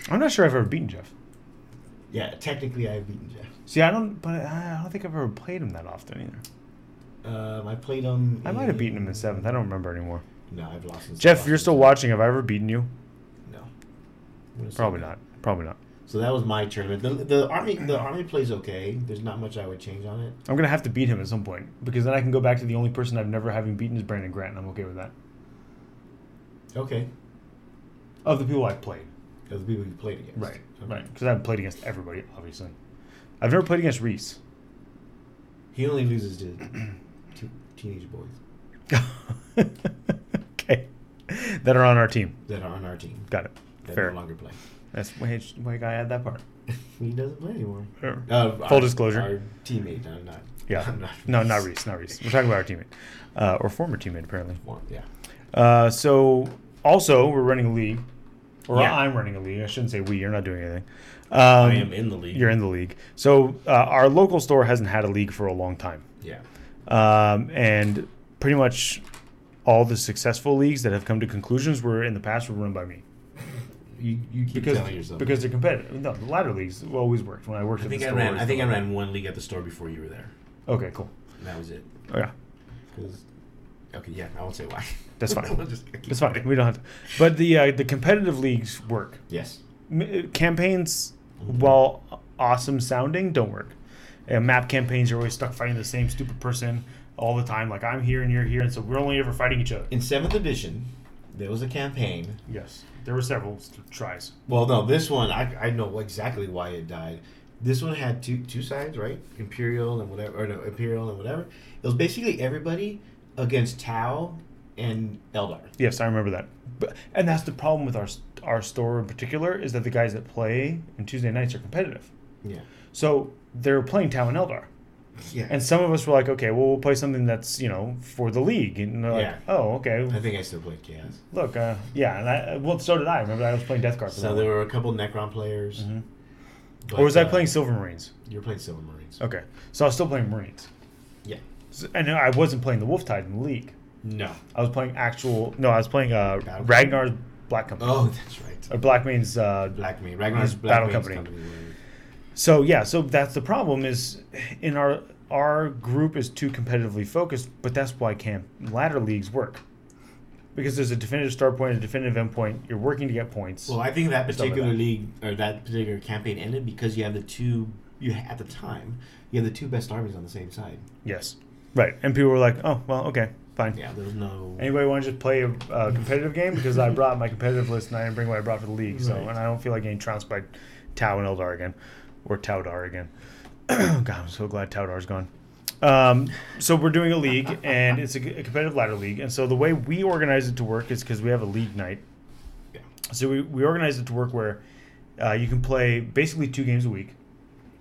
S2: I'm not sure I've ever beaten Jeff.
S1: Yeah, technically I've beaten Jeff.
S2: See, I don't, but I I don't think I've ever played him that often either.
S1: Um, I played him.
S2: I might have beaten him in seventh. I don't remember anymore.
S1: No, I've lost. in-
S2: Jeff,
S1: lost
S2: if you're
S1: in-
S2: still watching. Have I ever beaten you?
S1: No. I'm gonna say
S2: Probably
S1: no.
S2: not. Probably not.
S1: So that was my tournament. The, the army the army plays okay. There's not much I would change on it.
S2: I'm gonna have to beat him at some point because then I can go back to the only person I've never having beaten is Brandon Grant, and I'm okay with that.
S1: Okay.
S2: Of the people I've played,
S1: Because the people you played against.
S2: right,
S1: Okay.
S2: right, because I've played against everybody, obviously. I've never played against Reese.
S1: He only loses to [CLEARS THROAT] two teenage boys
S2: [LAUGHS] okay, that are on our team.
S1: that are on our team
S2: Got it.
S1: that
S2: Fair.
S1: no longer play. [LAUGHS]
S2: That's why why I add that part.
S1: He doesn't play anymore.
S2: Whatever.
S1: Uh,
S2: Full
S1: our-
S2: disclosure.
S1: Our teammate, no, not. [LAUGHS]
S2: yeah.
S1: not
S2: No, not Reese. Not Reese. We're talking about our teammate, uh, or former teammate apparently.
S1: One, yeah.
S2: Uh, so also we're running a league, or
S1: Yeah.
S2: I'm running a league. I shouldn't say we. You're not doing anything. Um,
S1: I am in the league.
S2: You're in the league. So uh, our local store hasn't had a league for a long time,
S1: yeah.
S2: um, and pretty much all the successful leagues that have come to conclusions were in the past were run by me
S1: You, you keep
S2: because
S1: telling yourself.
S2: because they're competitive. No, the latter leagues always worked when I worked.
S1: I
S2: at
S1: think
S2: the
S1: I
S2: store,
S1: ran.
S2: it
S1: I think I
S2: was
S1: ran one league at the store before you were there.
S2: the- Okay, cool.
S1: And that was it.
S2: Oh, yeah,
S1: 'Cause- okay, yeah, I won't say why. [LAUGHS]
S2: That's fine.
S1: We'll just keep
S2: it's fine.
S1: going.
S2: We don't have to. But the uh, the competitive leagues work.
S1: Yes.
S2: M- uh, campaigns,
S1: Mm-hmm.
S2: while awesome sounding, don't work. And map campaigns, you're always stuck fighting the same stupid person all the time. Like I'm here and you're here, and so we're only ever fighting each other.
S1: In seventh edition, there was a campaign.
S2: Yes, there were several s- tries.
S1: Well, no, this one I, I know exactly why it died. This one had two two sides, right? Imperial and whatever, or no, Imperial and whatever. It was basically everybody against Tau and Eldar.
S2: Yes, I remember that. But, and that's the problem with our s- our store in particular is that the guys that play on Tuesday nights are competitive.
S1: Yeah.
S2: So they're playing Tau and Eldar.
S1: Yeah.
S2: And some of us were like, okay, well, we'll play something that's, you know, for the league. And they're like,
S1: Yeah.
S2: oh, okay.
S1: I think I still played Chaos.
S2: Look, uh, yeah. And I, well, so did I. Remember, I was playing Death Guard. for
S1: So
S2: that
S1: there
S2: one.
S1: were a couple Necron players.
S2: Mhm.
S1: but,
S2: Or was I
S1: uh,
S2: playing Silver Marines?
S1: You were playing Silver Marines.
S2: Okay. So I was still playing Marines.
S1: Yeah.
S2: So, and I wasn't playing the Wolf Tide in the league.
S1: No.
S2: I was playing actual. No, I was playing uh,
S1: Battle-
S2: Ragnar's Black Company.
S1: Oh, that's right.
S2: Or Black Means. Uh,
S1: Black Me. Ragnar's
S2: His
S1: Black
S2: battle
S1: Mane's
S2: company.
S1: company.
S2: So, yeah, so that's the problem is in our. our group is too competitively focused, but that's why camp ladder leagues work. Because there's a definitive start point, a definitive end point. You're working to get points.
S1: Well, I think that
S2: Stuff like
S1: particular
S2: that.
S1: league or that particular campaign ended because you have the two. You at the time you had the two best armies on the same side.
S2: yes. Right. And people were like, oh, well, okay, fine.
S1: Yeah, there was no.
S2: Anybody want to just play a, a competitive game? Because I brought my competitive list and I didn't bring what I brought for the league. So,
S1: Right.
S2: and I don't feel like getting trounced by Tau and Eldar again, or Taudar again. [CLEARS THROAT] God, I'm so glad Taudar's gone. Um, so we're doing a league, and it's a, g- a competitive ladder league. And so the way we organize it to work is because we have a league night.
S1: Yeah.
S2: So we, we organize it to work where uh, you can play basically two games a week,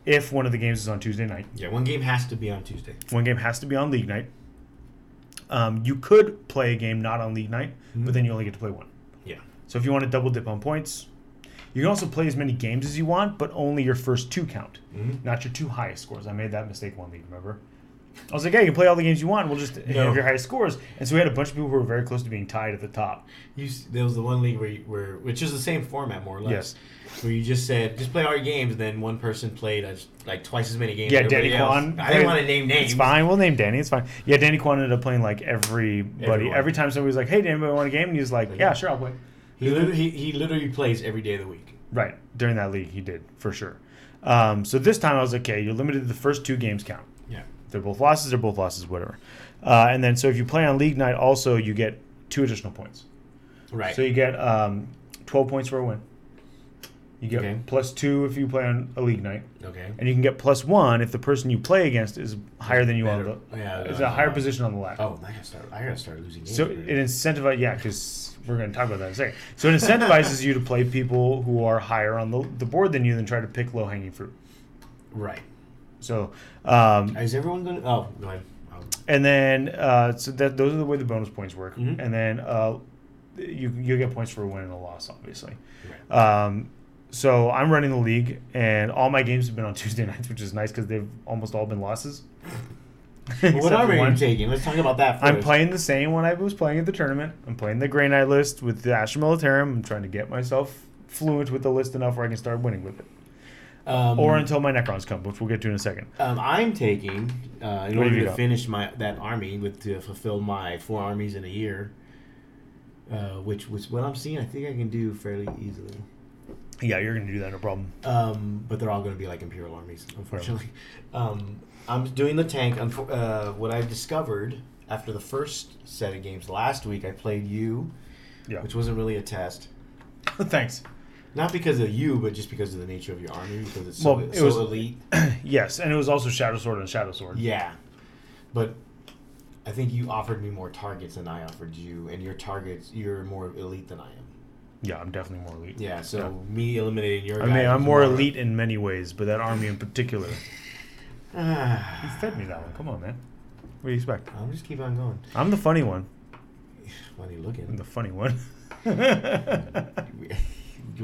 S2: if one of the games is on Tuesday night.
S1: Yeah, one game has to be on Tuesday.
S2: One game has to be on league night. Um, you could play a game not on league night,
S1: Hmm.
S2: but then you only get to play one.
S1: Yeah.
S2: So if you want to double dip on points, you can also play as many games as you want, but only your first two count,
S1: Mhm.
S2: not your two highest scores. I made that mistake one league, remember? I was like, yeah, you can play all the games you want. We'll just have your highest scores. And so we had a bunch of people who were very close to being tied at the top.
S1: You s- there was the one league where, you, where which is the same format more or less.
S2: Yes.
S1: Where you just said just play all your games, and then one person played uh, like twice as many games.
S2: Yeah,
S1: as everybody
S2: Danny
S1: else.
S2: Kwan.
S1: I didn't want to name names.
S2: It's fine. We'll name Danny. It's fine. Yeah, Danny Kwan ended up playing like everybody.
S1: Everyone.
S2: Every time somebody was like, hey, did anybody want a game? And he was like, yeah, sure, I'll play.
S1: He literally, he, he literally plays every day of the week.
S2: Right. During that league, he did for sure. Um, so this time I was like, okay, you're limited to the first two games count.
S1: Yeah.
S2: They're both losses, they're both losses, whatever. Uh, and then so if you play on league night, also you get two additional points.
S1: Right.
S2: So you get um, 12 points for a win. You get
S1: Okay.
S2: plus two if you play on a league night,
S1: okay.
S2: and you can get plus one if the person you play against is higher than you
S1: Better-
S2: on the
S1: yeah,
S2: is
S1: uh,
S2: a higher position on the ladder.
S1: Oh, I gotta start. I gotta start losing games.
S2: So it incentivizes, yeah, because we're going to talk about that in a second. So it incentivizes you to play people who are higher on the, the board than you, than try to pick low hanging fruit.
S1: right.
S2: So, um,
S1: Is everyone gonna? Oh, go ahead. Um,
S2: and then uh, so that those are the way the bonus points work,
S1: Mhm.
S2: and then uh, you you get points for a win and a loss, obviously.
S1: right.
S2: Um, so I'm running the league, and all my games have been on [LAUGHS] Tuesday nights, which is nice because they've almost all been losses. Except
S1: what
S2: for
S1: are
S2: one.
S1: you taking? Let's talk about that 1st
S2: I'm playing the same one I was playing at the tournament. I'm playing the Grey Knight list with the Astra Militarum. I'm trying to get myself fluent with the list enough where I can start winning with it.
S1: Um,
S2: Or until my Necrons come, which we'll get to in a second.
S1: um, I'm taking uh, in
S2: What have
S1: order
S2: you
S1: to
S2: got?
S1: finish my that army with to fulfill my four armies in a year. Uh, which was what I'm seeing. I think I can do fairly easily.
S2: Yeah, you're going to do that, no problem.
S1: Um, but they're all going to be like imperial armies,
S2: Oh,
S1: unfortunately. [LAUGHS] Um, I'm doing the tank. Unfor- uh, what I discovered after the first set of games last week, I played you,
S2: Yeah.
S1: which wasn't really a test.
S2: [LAUGHS] Thanks. [CLEARS THROAT]
S1: Not because of you, but just because of the nature of your army, because it's so,
S2: Well,
S1: it's
S2: it
S1: so
S2: was- [LAUGHS]
S1: elite.
S2: Yes, and it was also Shadow Sword and Shadow Sword.
S1: Yeah, but I think you offered me more targets than I offered you, and your targets you're more elite than I am.
S2: Yeah, I'm definitely more elite.
S1: Yeah, so me eliminating your.
S2: I mean, I'm more elite in many ways, but that army in particular. you
S1: Ah,
S2: fed me that one. Come on, man. What do you expect?
S1: I'll just keep on going. [SIGHS]
S2: I'm the funny one.
S1: Why are you
S2: I'm
S1: looking?
S2: the funny one. [LAUGHS]
S1: [LAUGHS] you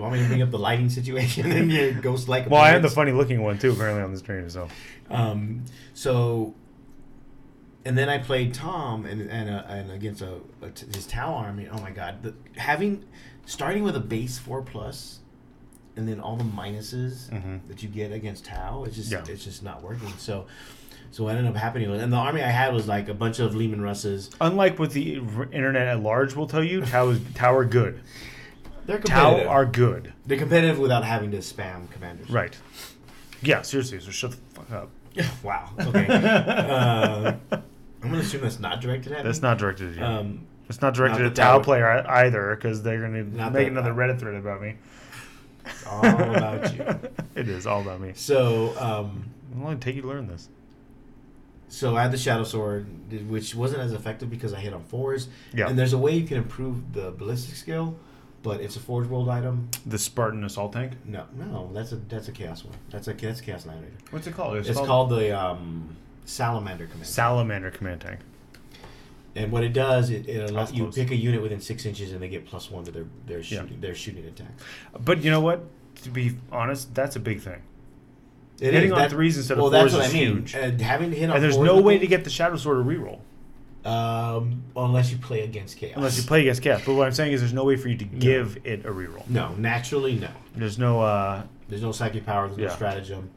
S1: want me to bring up the lighting situation [LAUGHS] and your ghost like?
S2: well, I am the funny looking one too, apparently on this stream. So
S1: Um, so, and then I played Tom and and, uh, and against a, a t- his Tau army. Oh my god, the, having starting with a base four plus, and then all the minuses
S2: Mhm.
S1: that you get against Tau, it's just
S2: Yeah.
S1: it's just not working. So. So what ended up happening was, and the army I had was like a bunch of Lehman Russes.
S2: unlike what the r- internet at large will tell you, Tau is Tau are good.
S1: They're competitive.
S2: Tau are good.
S1: They're competitive without having to spam commanders.
S2: Right. Yeah, seriously. So shut the fuck up.
S1: [LAUGHS] wow.
S2: [LAUGHS]
S1: Okay. uh, I'm gonna assume that's not directed at
S2: That's
S1: me.
S2: not directed at you.
S1: Um,
S2: it's not directed
S1: not
S2: at
S1: the
S2: Tau
S1: Tau-
S2: player ei- either, because they're gonna
S1: Not
S2: make
S1: the-
S2: another Reddit thread about me.
S1: it's all about you.
S2: [LAUGHS] it is all about me.
S1: So, um,
S2: How long did it take you to learn this?
S1: so I had the shadow sword, did- which wasn't as effective because I hit on fours.
S2: Yeah.
S1: And there's a way you can improve the ballistic skill, but it's a forge world item.
S2: The Spartan assault tank.
S1: No, no, that's a that's a chaos one. That's a that's a chaos knight. Rider.
S2: What's it called?
S1: It's called the um, salamander command.
S2: Salamander command tank.
S1: and what it does, it, it allows
S2: That's
S1: you
S2: close.
S1: pick a unit within six inches, and they get plus one to their their
S2: Yeah.
S1: shooting their shooting attack.
S2: But you know what? To be honest, that's a big thing.
S1: It
S2: Hitting on
S1: that-
S2: threes instead of
S1: well,
S2: fours
S1: that's what
S2: is
S1: I mean.
S2: huge.
S1: And having to hit on
S2: And there's
S1: fours
S2: no
S1: with
S2: way
S1: them,
S2: to get the Shadow Sword to reroll
S1: um, unless you play against chaos.
S2: unless you play against Chaos. But what I'm saying is, there's no way for you to give it a reroll.
S1: No, naturally, no.
S2: There's no. uh
S1: There's no psychic power. There's
S2: Yeah.
S1: no stratagem.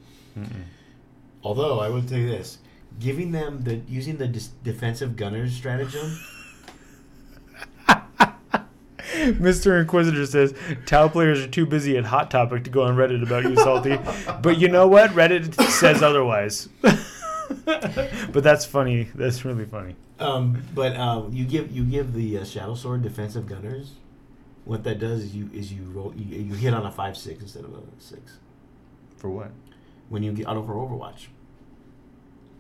S1: Although I would say this: giving them the using the dis- defensive gunners
S2: [LAUGHS]
S1: stratagem.
S2: Mr. Inquisitor says Tau players are too busy at Hot Topic to go on Reddit about you, [LAUGHS] Salty. but you know what? Reddit says [LAUGHS] otherwise. but that's funny. That's really funny.
S1: Um, but um, you give you give the uh, shadow sword defensive gunners. What that does is you is you roll you, you hit on a five six instead of a six
S2: For what?
S1: when you get auto for Overwatch.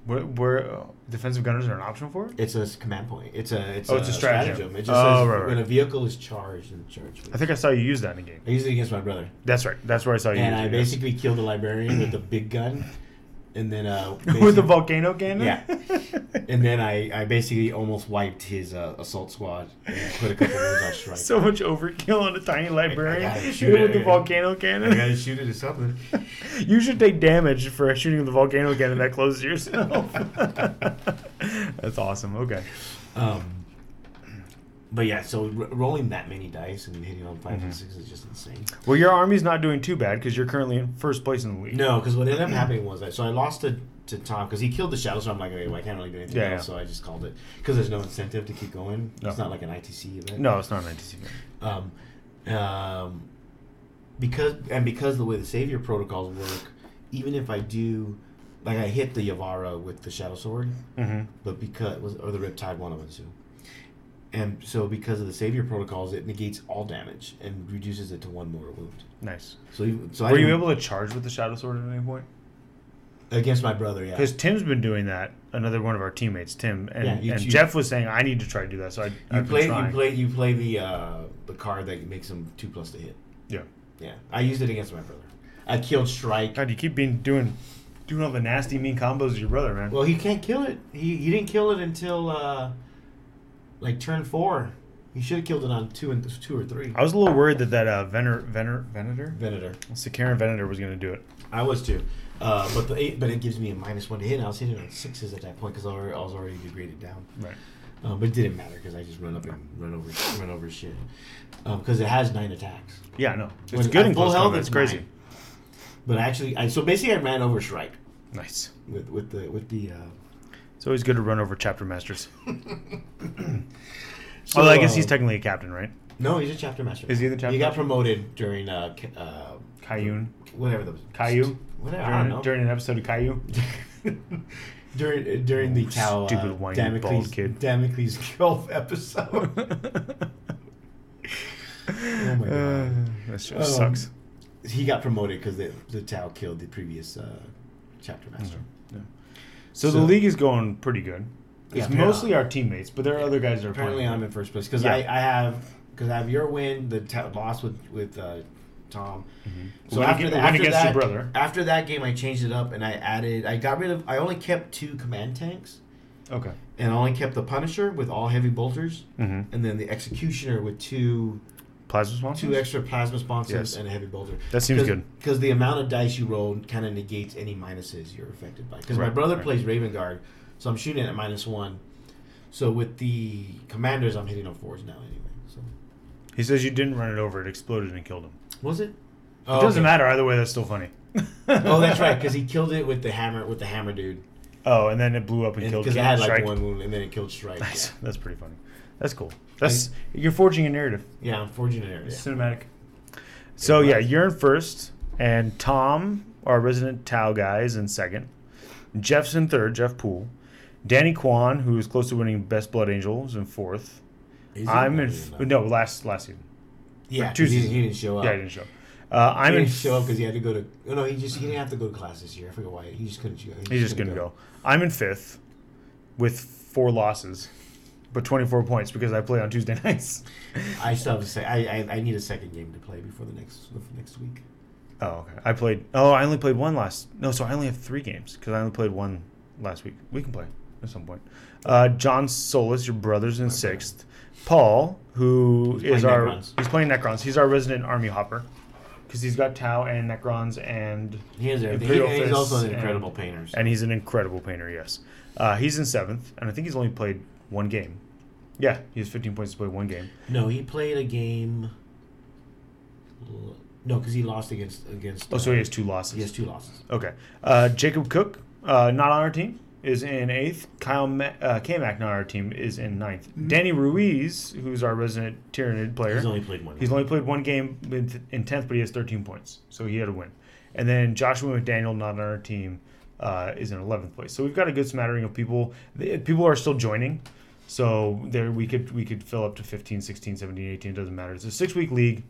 S2: Where, where uh, defensive gunners are an option for? it?
S1: It's a s- command point. It's a it's,
S2: Oh,
S1: a,
S2: it's a
S1: stratagem.
S2: stratagem.
S1: It just
S2: Oh,
S1: says
S2: right, right.
S1: when a vehicle is charged and charged. With.
S2: I think I saw you use that in a game.
S1: I used it against my brother,
S2: That's right. That's where I saw you.
S1: and I
S2: use it, yes.
S1: basically killed the librarian with a big gun, and then uh,
S2: [LAUGHS] with the
S1: basic-
S2: volcano cannon.
S1: Yeah. and then I, I basically almost wiped his uh, assault squad and put a couple wounds
S2: [LAUGHS]
S1: on strike.
S2: so much overkill on a tiny librarian
S1: gotta shoot it,
S2: [LAUGHS] with the
S1: I gotta-
S2: volcano
S1: I
S2: cannon.
S1: gotta shoot it or something.
S2: [LAUGHS] You should take damage for shooting the volcano cannon that close to yourself. [LAUGHS] That's awesome. Okay.
S1: Um, but yeah, so r- rolling that many dice and hitting on 5 and
S2: Mhm.
S1: six is just insane.
S2: Well, your army's not doing too bad because you're currently in first place in the league.
S1: No, because what ended
S2: Mm-hmm.
S1: up happening was that so I lost to to Tom because he killed the shadow, so I'm like, okay, well, I can't really do anything
S2: Yeah,
S1: else,
S2: yeah.
S1: so I just called it because there's no incentive to keep going.
S2: No.
S1: It's not like an ITC event.
S2: No, it's not an NTC. game.
S1: Um, um, because and because the way the savior protocols work, even if I do, like I hit the Yavara with the shadow sword,
S2: Mhm.
S1: but because was or the Riptide one of them too. And so, because of the savior protocols, it negates all damage and reduces it to one mortal wound.
S2: Nice.
S1: So, even, so I
S2: Were you
S1: didn't-
S2: able to charge with the shadow sword at any point?
S1: against my brother? Yeah,
S2: Because Tim's been doing that. Another one of our teammates, Tim, and,
S1: Yeah, you-
S2: and
S1: you-
S2: Jeff was saying I need to try to do that. So I
S1: you
S2: I've
S1: play
S2: been trying.
S1: you play you play the uh, the card that makes them two plus to hit.
S2: Yeah.
S1: Yeah, I used it against my brother. I killed Strike.
S2: God, you keep being doing doing all the nasty mean combos with your brother, man.
S1: Well, he can't kill it. He he didn't kill it until uh, like turn four. He should have killed it on two and two or three.
S2: I was a little worried that that uh, Vener Vener Venator,
S1: Venator.
S2: Sakaran Venator was going to do it.
S1: I was too, uh, but the eight, but it gives me a minus one to hit. And I was hitting on sixes at that point because I, alre- I was already degraded down.
S2: Right.
S1: Uh, but it didn't matter because I just run up and run over run over shit because it has nine attacks.
S2: Yeah, no, it's
S1: When
S2: good
S1: at
S2: in
S1: full
S2: close
S1: health,
S2: combat. It's crazy.
S1: nine. But actually, I so basically I ran over Shrike
S2: Nice.
S1: with with the with the. Uh,
S2: It's always good to run over
S1: [LAUGHS]
S2: chapter masters.
S1: so,
S2: Although Oh, I guess
S1: uh,
S2: he's technically a captain, right?
S1: No, he's a chapter master.
S2: Is he the chapter
S1: He got
S2: master?
S1: promoted during uh, Ca- uh
S2: Kayun.
S1: whatever the
S2: Caillou?
S1: Whatever. I don't know. [LAUGHS]
S2: During, during an episode of Caillou. [LAUGHS]
S1: during during the Tao uh,
S2: oh, Stupid whiny bald
S1: Damocles
S2: kid.
S1: Damocles [LAUGHS] Golf episode.
S2: [LAUGHS]
S1: oh my
S2: Uh,
S1: god.
S2: [SIGHS] that shit
S1: Um,
S2: sucks.
S1: He got promoted because the the Tao killed the previous uh, chapter master.
S2: Yeah. So, the
S1: So-
S2: league is going pretty good.
S1: Yeah,
S2: It's
S1: apparently-
S2: mostly our teammates, but there are other guys that are
S1: Apparently,
S2: playing.
S1: I'm in first place because
S2: Yeah.
S1: I, I have because I have your win, the ta- loss with with uh, Tom. So
S2: Mm-hmm. Win
S1: after,
S2: against-
S1: the,
S2: win
S1: after
S2: against
S1: that,
S2: your brother.
S1: after that game, I changed it up and I added. I got rid of. I only kept two command tanks
S2: Okay.
S1: and I only kept the Punisher with all heavy bolters
S2: Mm-hmm.
S1: and then the Executioner with two
S2: Plasma sponsors?
S1: two extra plasma sponsors
S2: Mm-hmm. Yes.
S1: and a heavy bolter.
S2: That seems good.
S1: Because the amount of dice you roll kind of negates any minuses you're affected by. Because my
S2: Right,
S1: brother
S2: right.
S1: plays Raven Guard, so I'm shooting at minus one. So with the commanders, I'm hitting on fours now anyway. So
S2: He says you didn't run it over; it exploded and killed him.
S1: was it?
S2: It
S1: Oh,
S2: doesn't
S1: okay.
S2: matter either way. That's still funny.
S1: [LAUGHS] Oh, that's
S2: [LAUGHS]
S1: right, because he killed it with the hammer with the hammer dude.
S2: Oh, and then it blew up and, killed.
S1: Because it had like
S2: Strike.
S1: one wound, and then it killed Strike.
S2: [LAUGHS] Nice. That's pretty funny. That's cool. That's you're forging a narrative.
S1: Yeah, yeah I'm forging an area.
S2: It's cinematic. So yeah, you're in first, and Tom, our resident Tao guy, is in second. Jeff's in third. Jeff Poole. Danny Kwan, who is close to winning Best Blood Angel, is in fourth.
S1: Is he
S2: I'm
S1: not
S2: in
S1: really
S2: f-
S1: not?
S2: no last last season.
S1: Yeah, 'cause
S2: Tuesday.
S1: He, he didn't show up.
S2: Yeah, I didn't show. up. Uh, I'm
S1: he
S2: in
S1: didn't show up because he had to go to. Oh, no, he just he didn't have to go to class this year. I forget why. He just couldn't go.
S2: He's just gonna go. I'm in fifth with four losses, but 24 points because I play on Tuesday [LAUGHS] nights.
S1: I still have to say I, I I need a second game to play before the next the next week.
S2: Oh, okay. I played. Oh, I only played one last. No, so I only have three games because I only played one last week. We can play at some point. Uh, John Solis, your brother's in sixth. Paul, who
S1: He's
S2: is
S1: playing
S2: our
S1: Necrons.
S2: he's playing Necrons. He's our resident army hopper because he's got Tau and Necrons and
S1: He is everything.
S2: Imperial
S1: He- he's
S2: Fists
S1: also an
S2: and-
S1: incredible painter. so-
S2: and he's an incredible painter. Yes, uh, he's in seventh, and I think he's only played one game. Yeah, he has 15 points to play one game.
S1: no, he played a game. No, because he lost against against.
S2: Oh, so
S1: uh,
S2: he has two losses.
S1: he has two losses.
S2: Okay, uh, Jacob Cook, uh, not on our team. is in eighth. Kyle Ma- uh, K. McNaughton, team, is in ninth. Danny Ruiz, who's our resident Tyranid player,
S1: He's only played one.
S2: Mm-hmm. He's only played one game in in tenth, but he has thirteen points, so he had a win. And then Joshua McDaniel, not on our team, uh, is in eleventh place. So we've got a good smattering of people. The- People are still joining, so there we could we could fill up to 15, 16, 17, 18. It doesn't matter. It's a six week league.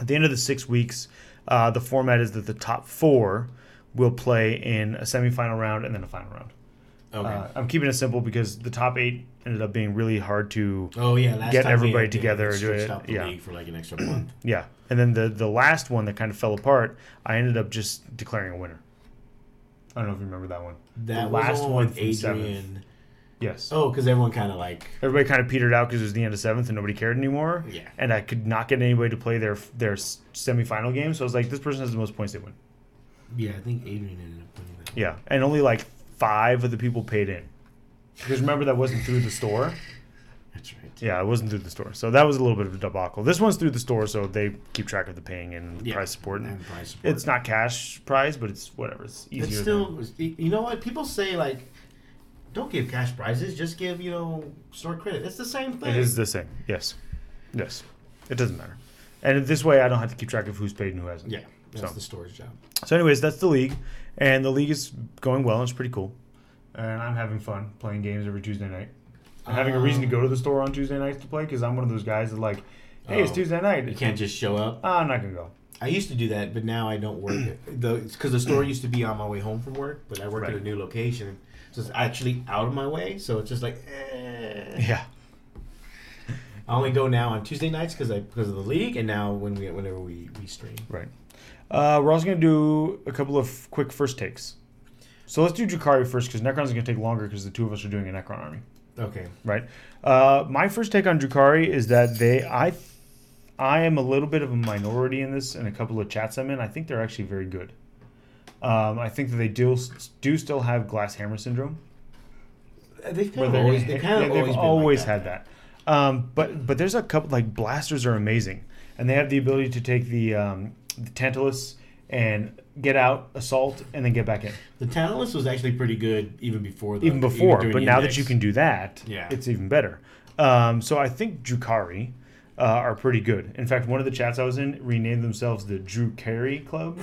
S2: At the end of the six weeks, uh, the format is that the top four will play in a semifinal round and then a final round.
S1: okay.
S2: Uh, I'm keeping it simple because the top eight ended up being really hard to
S1: oh yeah, last
S2: get
S1: time we
S2: everybody
S1: had- they
S2: together and do
S1: stretched
S2: it,
S1: out the
S2: yeah.
S1: league for like an
S2: [CLEARS THROAT]
S1: extra month.
S2: Yeah, and then the the last one that kind of fell apart, I ended up just declaring a winner. I don't know if you remember that one.
S1: That
S2: the
S1: last one with
S2: from
S1: Adrian.
S2: seventh. Yes.
S1: Oh, because everyone kind of like
S2: Everybody kind of petered out because it was the end of seventh and nobody cared anymore.
S1: Yeah.
S2: And I could not get anybody to play their their s- semifinal game, so I was like, this person has the most points, they win.
S1: yeah, I think Adrian ended up winning that.
S2: Yeah, and only like five of the people paid in, because remember that wasn't through the store.
S1: That's right.
S2: Yeah, it wasn't through the store, so that was a little bit of a debacle. This one's through the store, so they keep track of the paying and the
S1: Yeah.
S2: prize support. And
S1: And prize support.
S2: It's not cash prize, but it's whatever. It's easier.
S1: It's
S2: than-
S1: still, you know what people say like, don't give cash prizes, just give you know store credit. It's the same thing.
S2: It is the same. Yes. Yes. It doesn't matter. And this way, I don't have to keep track of who's paid and who hasn't.
S1: Yeah, that's
S2: So.
S1: the store's job.
S2: So, anyways, that's the league, and the league is going well. and It's pretty cool, and I'm having fun playing games every Tuesday night. I'm having a reason to go to the store on Tuesday nights to play because I'm one of those guys that like, hey, it's
S1: Oh.
S2: Tuesday night.
S1: You can't just show up.
S2: Ah, I'm not
S1: [LAUGHS]
S2: gonna go.
S1: I used to do that, but now I don't work it. The because the store used to be on my way home from work, but I work at
S2: Right.
S1: a new location, so it's actually out of my way. So it's just like, eh.
S2: Yeah.
S1: I only go now on Tuesday nights because I because of the league, and now when we whenever we we stream.
S2: Right. Uh, we're also going to do a couple of quick first takes. So let's do Jakari first because Necron's going to take longer because the two of us are doing a Necron army,
S1: Okay.
S2: right? Uh, my first take on Jakari is that they, I, I am a little bit of a minority in this, and a couple of chats I'm in. I think they're actually very good. Um, I think that they do do still have glass hammer syndrome.
S1: They've
S2: Where
S1: kind of
S2: they're
S1: always,
S2: gonna
S1: they
S2: hit-
S1: kind
S2: yeah,
S1: of always,
S2: they've
S1: been
S2: always
S1: like
S2: had that. Um, but but there's a couple like blasters are amazing, and they have the ability to take the, um, the tantalus and get out, assault, and then get back in.
S1: The Tantalus was actually pretty good even before. The,
S2: Even before,
S1: during
S2: but now
S1: Index.
S2: that you can do that,
S1: Yeah.
S2: it's even better. Um, so I think Drukari uh, are pretty good. In fact, one of the chats I was in renamed themselves the Drew Carey
S1: [LAUGHS]
S2: Club.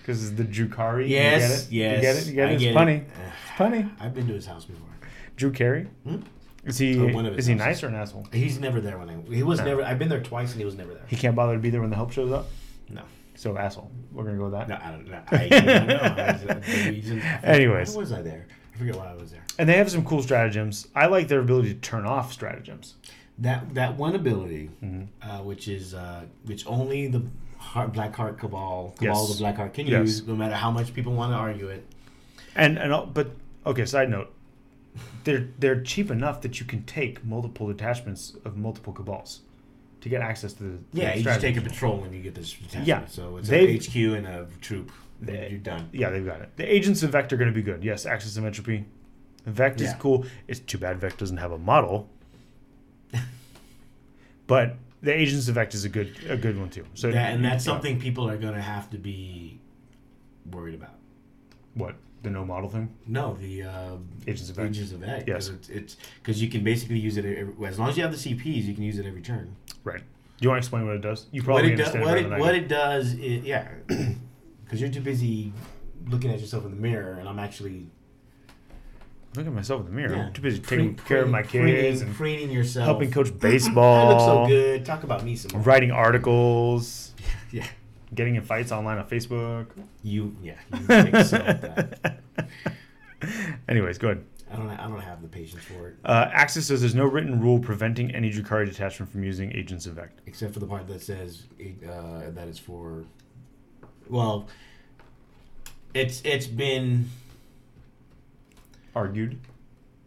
S2: Because it's the Drukari.
S1: Yes,
S2: you get
S1: yes,
S2: it? You get it? You get it?
S1: I
S2: It's
S1: get it.
S2: funny. It's funny.
S1: I've been to his house before.
S2: Drew Carey?
S1: Hmm?
S2: Is he
S1: Oh, one of his
S2: is he
S1: houses.
S2: nice or an asshole?
S1: He's never there when I. He was never. I've been there twice and he was never there.
S2: He can't bother to be there when the help shows up.
S1: No,
S2: So asshole. We're gonna go with that.
S1: no, I don't know. I, I don't know. I was, uh, maybe he's in- I forget-
S2: Anyways.
S1: why was I there? I forget why I was there.
S2: And they have some cool stratagems. I like their ability to turn off stratagems.
S1: That that one ability,
S2: Mm-hmm.
S1: uh, which is uh, which only the Heart, Black Heart Cabal, Cabal
S2: Yes.
S1: of the Black Heart can
S2: Yes.
S1: use, no matter how much people want to argue it.
S2: And and all- but okay, side note. They're they're cheap enough that you can take multiple detachments of multiple cabals to get access to the to
S1: Yeah,
S2: the
S1: you just take
S2: stratagems.
S1: a patrol and you get this. Detachment.
S2: Yeah.
S1: so it's
S2: They've-
S1: an HQ and a troop.
S2: They-
S1: You're done.
S2: Yeah, they've got it. The agents of Vect are going to be good. Yes, Axis of Entropy. Vect is
S1: Yeah.
S2: cool. It's too bad Vect doesn't have a
S1: [LAUGHS]
S2: model. but the agents of Vect is a good a good one too. So
S1: That, and that's
S2: yeah.
S1: something people are going to have to be worried about.
S2: What the no model thing?
S1: No, the uh,
S2: Agents of Vect.
S1: Agents of Act.
S2: Yes.
S1: it's because you can basically use it every, as long as you have the CPs, you can use it every turn.
S2: Right. Do you want to explain what it does? You
S1: What
S2: probably
S1: it, do,
S2: understand
S1: what,
S2: better
S1: it,
S2: than I
S1: what
S2: do.
S1: it does, is, yeah, [CLEARS THROAT] because you're too busy looking at yourself in the mirror, and I'm actually
S2: Look at myself in the mirror.
S1: yeah,
S2: I'm too busy
S1: pre-
S2: taking care of
S1: preening-
S2: my
S1: preening-
S2: kids and
S1: preening yourself,
S2: helping coach
S1: I
S2: baseball.
S1: look so good. Talk about me some more.
S2: Writing articles,
S1: [LAUGHS] Yeah,
S2: getting in fights online on
S1: [LAUGHS]
S2: Facebook.
S1: you. Yeah, you make
S2: [LAUGHS]
S1: so bad.
S2: Anyways, go ahead.
S1: I don't. I don't have the patience for it,
S2: Uh, Axis says there's no written rule preventing any Drukari detachment from using Agents of Vect.
S1: except for the part that says uh, that it's for. Well, it's it's been
S2: Argued.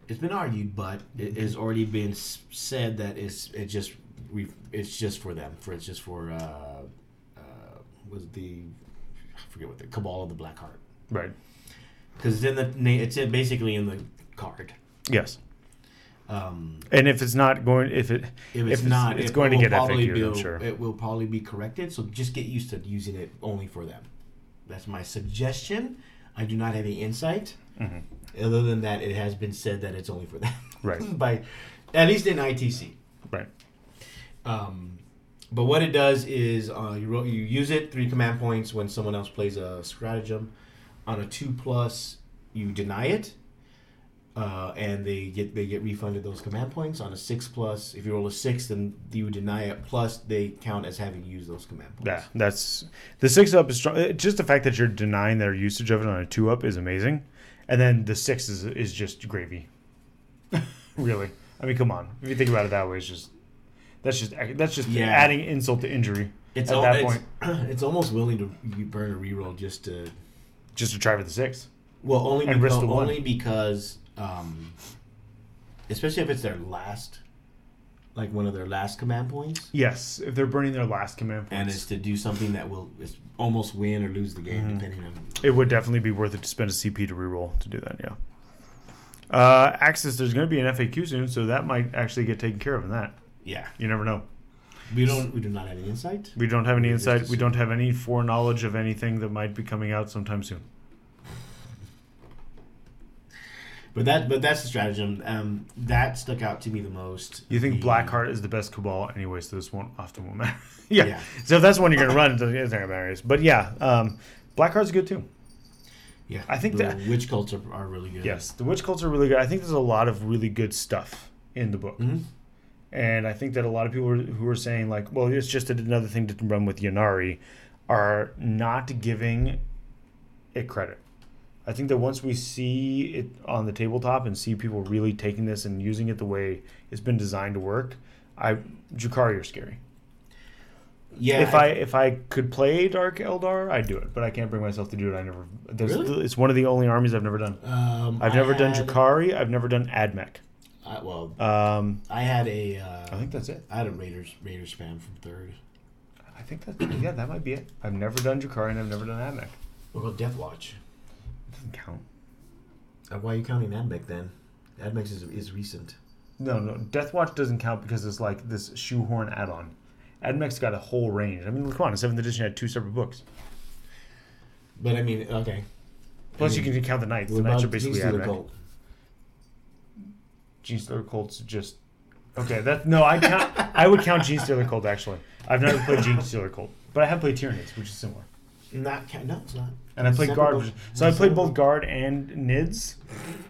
S1: it's been argued, but it has already been s- said that it's it just we it's just for them for it's just for uh, uh, was the I forget what the cabal of the black heart
S2: Right.
S1: because in the na- it's in, basically in the card.
S2: Yes.
S1: Um,
S2: And if it's not going, if it,
S1: if it's
S2: if
S1: not,
S2: it's,
S1: it
S2: going to
S1: will
S2: get
S1: probably
S2: FAQ'd, I'm
S1: be-
S2: sure.
S1: it will probably be corrected. So just get used to using it only for them. That's my suggestion. I do not have any insight.
S2: Mhm.
S1: Other than that, it has been said that it's only for them.
S2: Right.
S1: [LAUGHS] By, at least in ITC.
S2: Right.
S1: Um, but what it does is uh, you ro- you use it three command points when someone else plays a stratagem. On a two plus, you deny it, uh, and they get they get refunded those command points. On a six plus, if you roll a six, then you deny it. Plus, they count as having used those command points.
S2: Yeah, that's the six up is strong. uh, Just the fact that you're denying their usage of it on a two up is amazing, and then the six is is just gravy. [LAUGHS] really, I mean, come on. If you think about it that way, it's just that's just that's just
S1: Yeah.
S2: adding insult to injury
S1: It's
S2: at
S1: al-
S2: that
S1: it's,
S2: point,
S1: [CLEARS THROAT] it's almost willing to you burn a reroll just to
S2: just to try for the six.
S1: well only
S2: And risk
S1: because,
S2: the one.
S1: only because um, especially if it's their last like one of their last command points.
S2: Yes, if they're burning their last command
S1: and
S2: points,
S1: it's to do something that will it's almost win or lose the game
S2: Mhm.
S1: depending on
S2: it would definitely be worth it to spend a CP to reroll to do that. Yeah. Uh, Axis, there's going to be an FAQ soon, so that might actually get taken care of in that.
S1: yeah
S2: You never know.
S1: we don't we do not have any insight
S2: We don't have any
S1: We just
S2: insight. We
S1: assume.
S2: don't have any foreknowledge of anything that might be coming out sometime soon.
S1: but that but that's the stratagem um that stuck out to me the most
S2: You think
S1: The-
S2: Blackheart is the best Cabal anyway, so this won't often won't matter. [LAUGHS] yeah.
S1: Yeah.
S2: So if that's one you're gonna run, it doesn't it's not gonna matter. But yeah, um, Blackheart's good too.
S1: yeah
S2: I think
S1: the
S2: that-
S1: witch cults are, are really good
S2: Yes, the witch cults are really good. I think there's a lot of really good stuff in the book,
S1: Mhm.
S2: and I think that a lot of people are- who are saying like, well, it's just another thing to run with Yanari, are not giving it credit. I think that once we see it on the tabletop and see people really taking this and using it the way it's been designed to work, I Jukari are scary.
S1: yeah
S2: if I if I could play Dark Eldar, I'd do it, but I can't bring myself to do it. I never. There's,
S1: Really?
S2: It's one of the only armies I've never done.
S1: um,
S2: I've never
S1: I
S2: done
S1: had-
S2: Jukari. I've never done Admech.
S1: I, well
S2: Um,
S1: I had a uh,
S2: I think that's it.
S1: I had a Raiders Raiders spam from third
S2: I think that yeah, that might be it. I've never done Jukari and I've never done Admech.
S1: what about Death Watch
S2: Doesn't count.
S1: uh, why are you counting Admech then Admech is, is recent
S2: No, no, Death Watch doesn't count because it's like this shoehorn add-on. Admech's got a whole range. I mean, come on, seventh edition had two separate books.
S1: but I mean okay
S2: Plus,
S1: I mean,
S2: you can count the knights.
S1: what
S2: The
S1: about
S2: knights are basically
S1: Jinx to the
S2: Admech.
S1: Cult?
S2: Gene Stealer Colt's just okay. That no, I count. I would count Gene Stealer Colt actually. I've never played Gene Stealer Colt, but I have played Tyranids, which is similar.
S1: Not ca- no, it's not.
S2: And I played
S1: Separate
S2: guard,
S1: both-
S2: so I played
S1: separate
S2: both guard and Nids.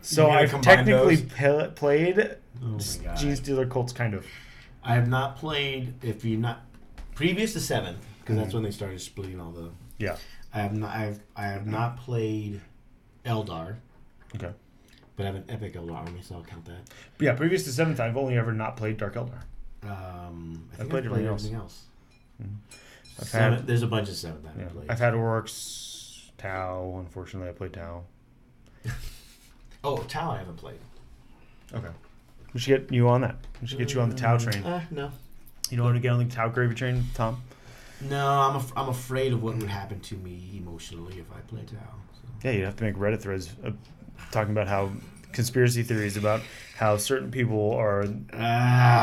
S2: So
S1: You gotta
S2: I've
S1: combine
S2: technically
S1: those.
S2: pe- played
S1: Oh my
S2: s-
S1: God.
S2: Gene Stealer Colts, kind of.
S1: I have not played. If you're not previous to seventh, because that's
S2: Mm-hmm.
S1: when they started splitting all the.
S2: Yeah.
S1: I have not. I've I have not played Eldar,
S2: Okay.
S1: but I have an epic Eldar army, so I'll count that.
S2: But yeah, previous to seventh, I've only ever not played Dark Eldar.
S1: Um, I think I
S2: played
S1: played,
S2: everything else. Mm-hmm.
S1: everything else.
S2: I've
S1: Seventh-
S2: had
S1: there's a bunch of seventh I haven't
S2: yeah,
S1: played.
S2: I've had Oryx, Tau. Unfortunately, I played Tau.
S1: oh, Tau I haven't played.
S2: Okay. We should get you on that. We should get you on the Tau train.
S1: Uh, no,
S2: You don't want to get on the Tau gravy train, Tom?
S1: no, I'm af- I'm afraid of what would happen to me emotionally if I play Tau. So.
S2: Yeah, you'd have to make Reddit threads uh, talking about how conspiracy theories about how certain people are.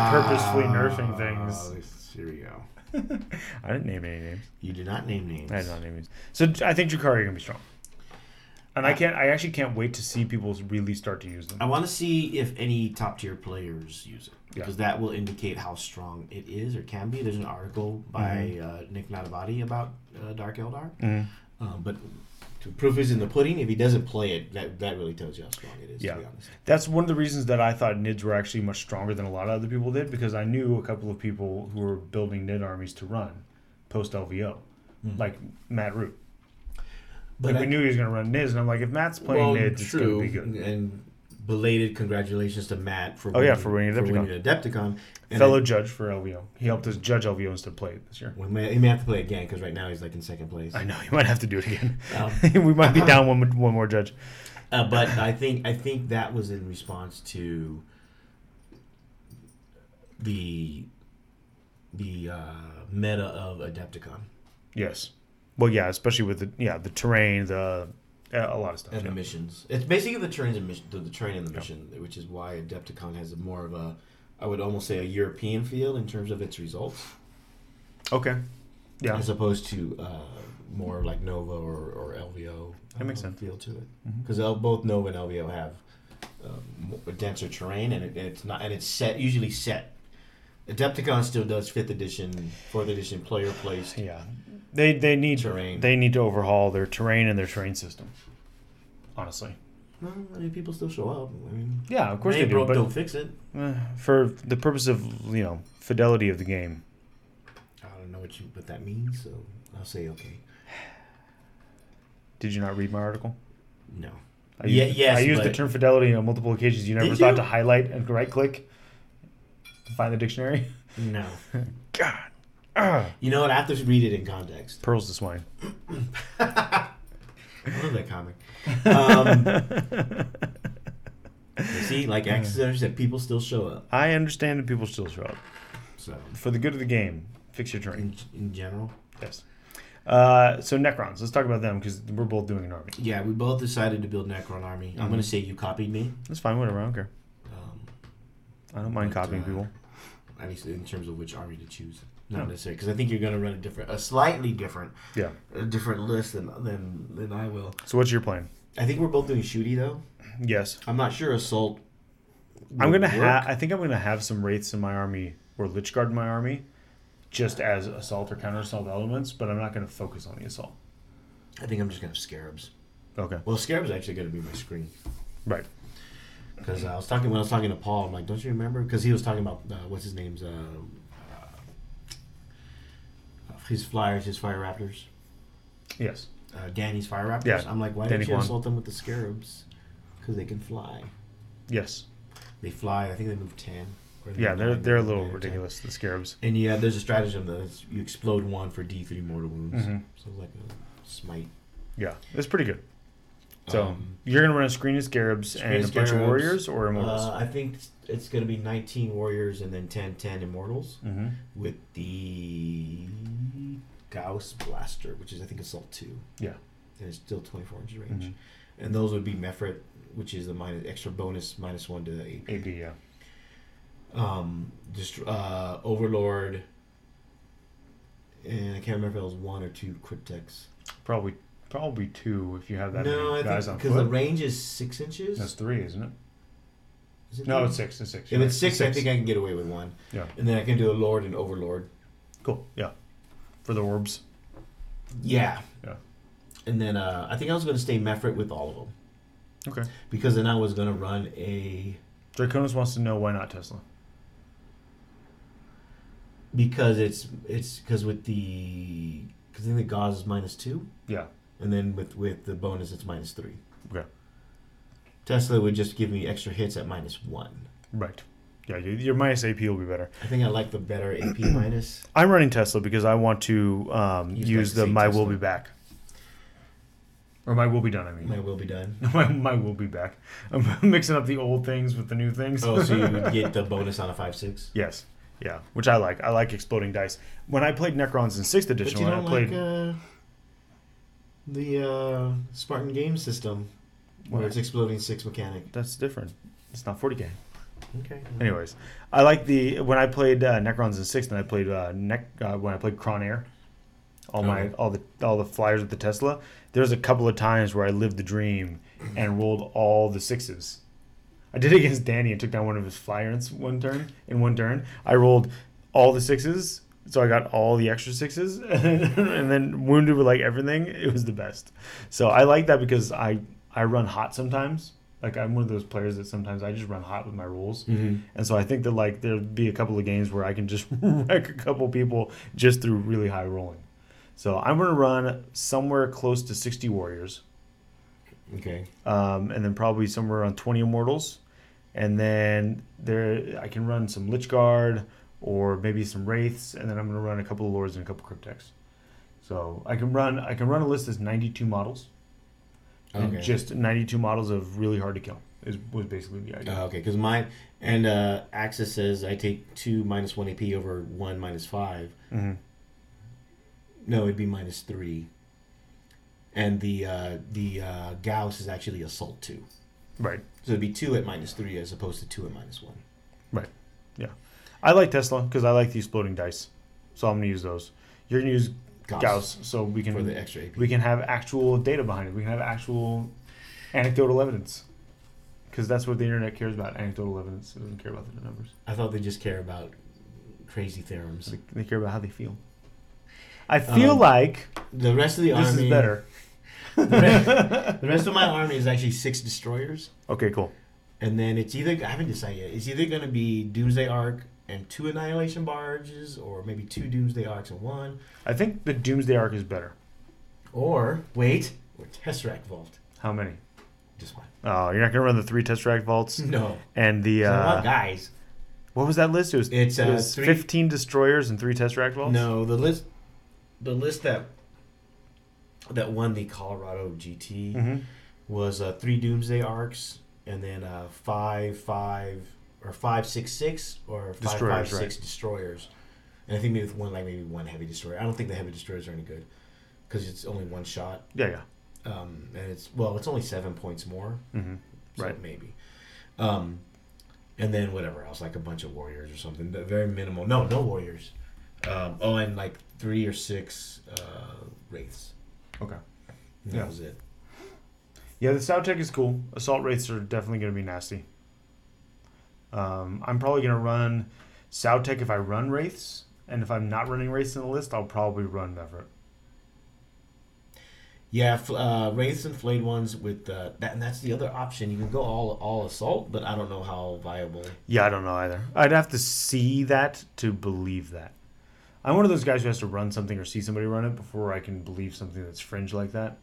S2: Purposefully nerfing things.
S1: Ah, this- Here we go.
S2: I didn't name any names.
S1: You do not name names.
S2: I did not name names. So j- I think Jakari are gonna be strong, and I can't. I actually can't wait to see people really start to use them.
S1: I want to see if any top tier players use it
S2: Yeah.
S1: because that will indicate how strong it is or can be. There's an article by
S2: Mm-hmm.
S1: uh, Nick Nadavati about uh, Dark Eldar,
S2: Mhm.
S1: um, but to proof is in the pudding. If he doesn't play it, that that really tells you how strong it is.
S2: Yeah.
S1: To be honest.
S2: That's one of the reasons that I thought Nids were actually much stronger than a lot of other people did because I knew a couple of people who were building Nid armies to run post LVO, like Matt Root.
S1: Hmm. But
S2: like we
S1: I-
S2: knew he was gonna run Nids, and I'm like, if Matt's playing
S1: well,
S2: Nids, it's gonna
S1: true,
S2: be good.
S1: and belated congratulations to Matt for
S2: Oh, yeah, for winning Adepticon.
S1: Adepticon. And
S2: Fellow
S1: then-
S2: judge for LVO, he helped us judge LVO instead of play it this year.
S1: we may, he may have to play again because right now he's like in second place.
S2: I know you might have to do it again.
S1: Um,
S2: [LAUGHS]
S1: [LAUGHS]
S2: we might be down one one more judge.
S1: Uh, but I think I think that was in response to the the uh, meta of Adepticon
S2: Yes. Well, yeah, especially with the yeah the terrain, the uh, a lot of stuff.
S1: and the
S2: yeah.
S1: missions. It's basically the terrain and mission, the, the terrain and the mission, which is why Adepticon has a more of a I would almost say a European feel in terms of its results.
S2: Okay. Yeah.
S1: as opposed to uh, more like Nova or, or LVO.
S2: That makes
S1: uh,
S2: sense.
S1: Feel to it
S2: Mm-hmm.
S1: because both Nova and LVO have um, mo- denser terrain and it, it's not and it's set usually set. Adepticon still does fifth edition, fourth edition player placed.
S2: Yeah, they they need
S1: Terrain.
S2: They need to overhaul their terrain and their terrain system. Honestly,
S1: Well, I mean, people still show up. I mean,
S2: yeah, of course
S1: they
S2: they, do.
S1: broke,
S2: But
S1: don't fix it.
S2: eh, for the purpose of you know fidelity of the game,
S1: I don't know what you what that means, so I'll say okay.
S2: did you not read my article?
S1: No.
S2: I
S1: Ye-
S2: used,
S1: yes,
S2: I used the
S1: but-
S2: term fidelity on multiple occasions. You never
S1: Did
S2: thought
S1: you?
S2: to highlight and right click, find
S1: [CLEARS THROAT]
S2: the dictionary.
S1: No.
S2: God, ah,
S1: You know what? I have to read it in context.
S2: pearls to swine.
S1: I love that comic. Um, you see, like Axis said, people still show up.
S2: [LAUGHS] I understand that people still show up
S1: So,
S2: for the good of the game. Fix your terrain.
S1: in, in general,
S2: Yes. Uh, so Necrons, let's talk about them because we're both doing an army.
S1: yeah, we both decided to build Necron Army. I'm
S2: Mm-hmm.
S1: gonna say you copied me.
S2: That's fine, whatever. I don't care.
S1: Um,
S2: I don't mind
S1: But,
S2: copying
S1: uh,
S2: people.
S1: at least in terms of which army to choose, not
S2: No.
S1: necessarily because I think you're gonna run a different, a slightly different,
S2: Yeah.
S1: a different list than than than I will.
S2: So what's your plan?
S1: I think we're both doing shooty though.
S2: Yes,
S1: I'm not sure assault.
S2: I'm
S1: would
S2: gonna.
S1: work.
S2: Ha- I think I'm gonna have some wraiths in my army or lich guard in my army, just as assault or counter assault elements. But I'm not gonna focus on the assault.
S1: I think I'm just gonna have scarabs.
S2: Okay.
S1: Well, scarabs are actually gonna be my screen.
S2: Right.
S1: Because I was talking when I was talking to Paul, I'm like, don't you remember? Because he was talking about uh, what's his name's uh, uh, his flyers, his fire raptors,
S2: Yes.
S1: uh, Danny's fire raptors.
S2: Yeah,
S1: I'm like, why
S2: Danny
S1: didn't you
S2: Kwan.
S1: assault them with the scarabs? Because they can fly.
S2: Yes.
S1: They fly. I think they move ten. or they
S2: Yeah,
S1: move
S2: they're
S1: nine,
S2: they're a
S1: nine
S2: little
S1: or 10.
S2: ridiculous. The scarabs.
S1: And yeah, there's a stratagem that is you explode one for D3 mortal wounds.
S2: Mhm.
S1: So like a smite.
S2: Yeah, it's pretty good. So
S1: Um,
S2: you're gonna run a screen of scarabs
S1: Screen
S2: and
S1: of
S2: a bunch of
S1: scarabs,
S2: warriors or immortals.
S1: Uh, I think it's going to be 19 warriors and then 10 10 immortals.
S2: mm-hmm.
S1: with the Gauss Blaster, which is I think Assault Two.
S2: Yeah. Mm-hmm.
S1: and it's still twenty four inches range, and those would be Mefret, which is the minus extra bonus minus one to the AP.
S2: AP. Mm-hmm. Yeah.
S1: Um, just uh, Overlord, and I can't remember if it was one or two crit decks.
S2: Probably probably two if you have that
S1: No,
S2: many
S1: I
S2: guys
S1: think
S2: on
S1: because
S2: foot.
S1: the range is six inches.
S2: That's three, isn't it?
S1: Is it
S2: No,
S1: three?
S2: it's six. It's six.
S1: If
S2: you're
S1: it's
S2: right.
S1: six, I think I can get away with one.
S2: Yeah.
S1: And then I can do a Lord and Overlord.
S2: Cool. Yeah. For the orbs.
S1: Yeah.
S2: Yeah.
S1: And then uh, I think I was going to stay Mefret with all of them.
S2: Okay.
S1: because then I was gonna run a
S2: Draconis wants to know why not Tesla.
S1: because it's it's because with the because then the gauze is minus two
S2: Yeah.
S1: and then with with the bonus it's minus three.
S2: Okay.
S1: Tesla would just give me extra hits at minus one.
S2: Right. Yeah. Your, your minus AP will be better.
S1: I think I like the better AP
S2: [CLEARS THROAT]
S1: minus.
S2: I'm running Tesla because I want to um,
S1: You'd
S2: use
S1: like to
S2: the
S1: see
S2: my will
S1: Tesla.
S2: be back. Or my will be done. I mean. [LAUGHS]
S1: My will be done.
S2: My, my will be back. I'm [LAUGHS] mixing up the old things with the new things.
S1: Oh, so you would get the bonus on a five six.
S2: [LAUGHS] yes. Yeah. Which I like. I like exploding dice. When I played Necrons in sixth
S1: But
S2: edition,
S1: you
S2: when I
S1: don't
S2: played
S1: like uh, the uh, Spartan game system where
S2: Why?
S1: it's exploding six mechanic.
S2: that's different. It's not 40k.
S1: Okay.
S2: Anyways, I like the when I played uh, Necrons in sixth, and I played uh, Nec- uh, when I played Cronair. All my
S1: Okay.
S2: all the all the flyers with the Tesla. There's a couple of times where I lived the dream and rolled all the sixes. I did it against Danny and took down one of his flyers one turn in one turn. I rolled all the sixes, so I got all the extra sixes, [LAUGHS] and then wounded with like everything. It was the best. So I like that because I I run hot sometimes. Like I'm one of those players that sometimes I just run hot with my rules.
S1: Mm-hmm.
S2: And so I think that like there'd be a couple of games where I can just [LAUGHS] wreck a couple people just through really high rolling. So I'm gonna run somewhere close to 60 warriors,
S1: Okay.
S2: um, and then probably somewhere around 20 immortals, and then there I can run some lich guard or maybe some wraiths, and then I'm gonna run a couple of lords and a couple of cryptex. So I can run I can run a list that's 92 models, and
S1: Okay.
S2: just 92 models of really hard to kill is was basically the idea.
S1: Uh, okay, because mine and uh, Axis says I take two minus one AP over one minus five.
S2: hmm
S1: No, it'd be minus three. And the uh, the uh, Gauss is actually assault two,
S2: Right.
S1: so it'd be two at minus three as opposed to two at minus one.
S2: I like Tesla because I like the exploding dice, so I'm gonna use those. You're gonna use
S1: Gauss.
S2: Gauss, so we can
S1: For the extra AP.
S2: we can have actual data behind it. We can have actual anecdotal evidence because that's what the internet cares about: anecdotal evidence. It doesn't care about the numbers.
S1: I thought they just care about crazy theorems.
S2: They, they care about how they feel. I feel
S1: Um,
S2: like
S1: the rest of the
S2: this
S1: army
S2: is better.
S1: [LAUGHS] the
S2: [LAUGHS]
S1: rest of my army is actually six destroyers,
S2: Okay, cool.
S1: and then it's either I haven't decided yet. It's either going to be Doomsday Arc and two Annihilation barges, or maybe two Doomsday Arcs and one,
S2: I think the Doomsday Arc is better.
S1: or wait, or Tesseract Vault,
S2: How many?
S1: just one. [LAUGHS]
S2: Oh, you're not gonna run the three Tesseract vaults
S1: No,
S2: and the
S1: So I want
S2: uh,
S1: guys.
S2: what was that list? It was
S1: It's,
S2: it
S1: uh,
S2: was
S1: three-
S2: 15 destroyers and three Tesseract vaults.
S1: No, the list, the list that that won the Colorado GT
S2: hmm
S1: was uh, three Doomsday Arcs, and then uh, five five or five six six or five five
S2: Destroyers,
S1: six destroyers, and I think maybe with one like maybe one heavy destroyer. I don't think the heavy destroyers are any good because it's only one shot,
S2: Yeah, yeah.
S1: um, and it's well, it's only seven points more,
S2: Mm-hmm.
S1: so
S2: Right.
S1: Maybe, um, and then whatever else, like a bunch of warriors or something, but very minimal. No, no warriors. Um, oh, and like three or six uh, wraiths.
S2: Okay.
S1: And That
S2: Yeah.
S1: was it.
S2: Yeah, the South Tech is cool. Assault rates are definitely going to be nasty. Um, I'm probably going to run South Tech if I run Wraiths, and if I'm not running Wraiths in the list, I'll probably run Mevret.
S1: Yeah, fl- uh, wraiths and flayed ones with uh, that, and that's the other option. You can go all all assault, but I don't know how viable.
S2: Yeah, I don't know either. I'd have to see that to believe that. I'm one of those guys who has to run something or see somebody run it before I can believe something that's fringe like that.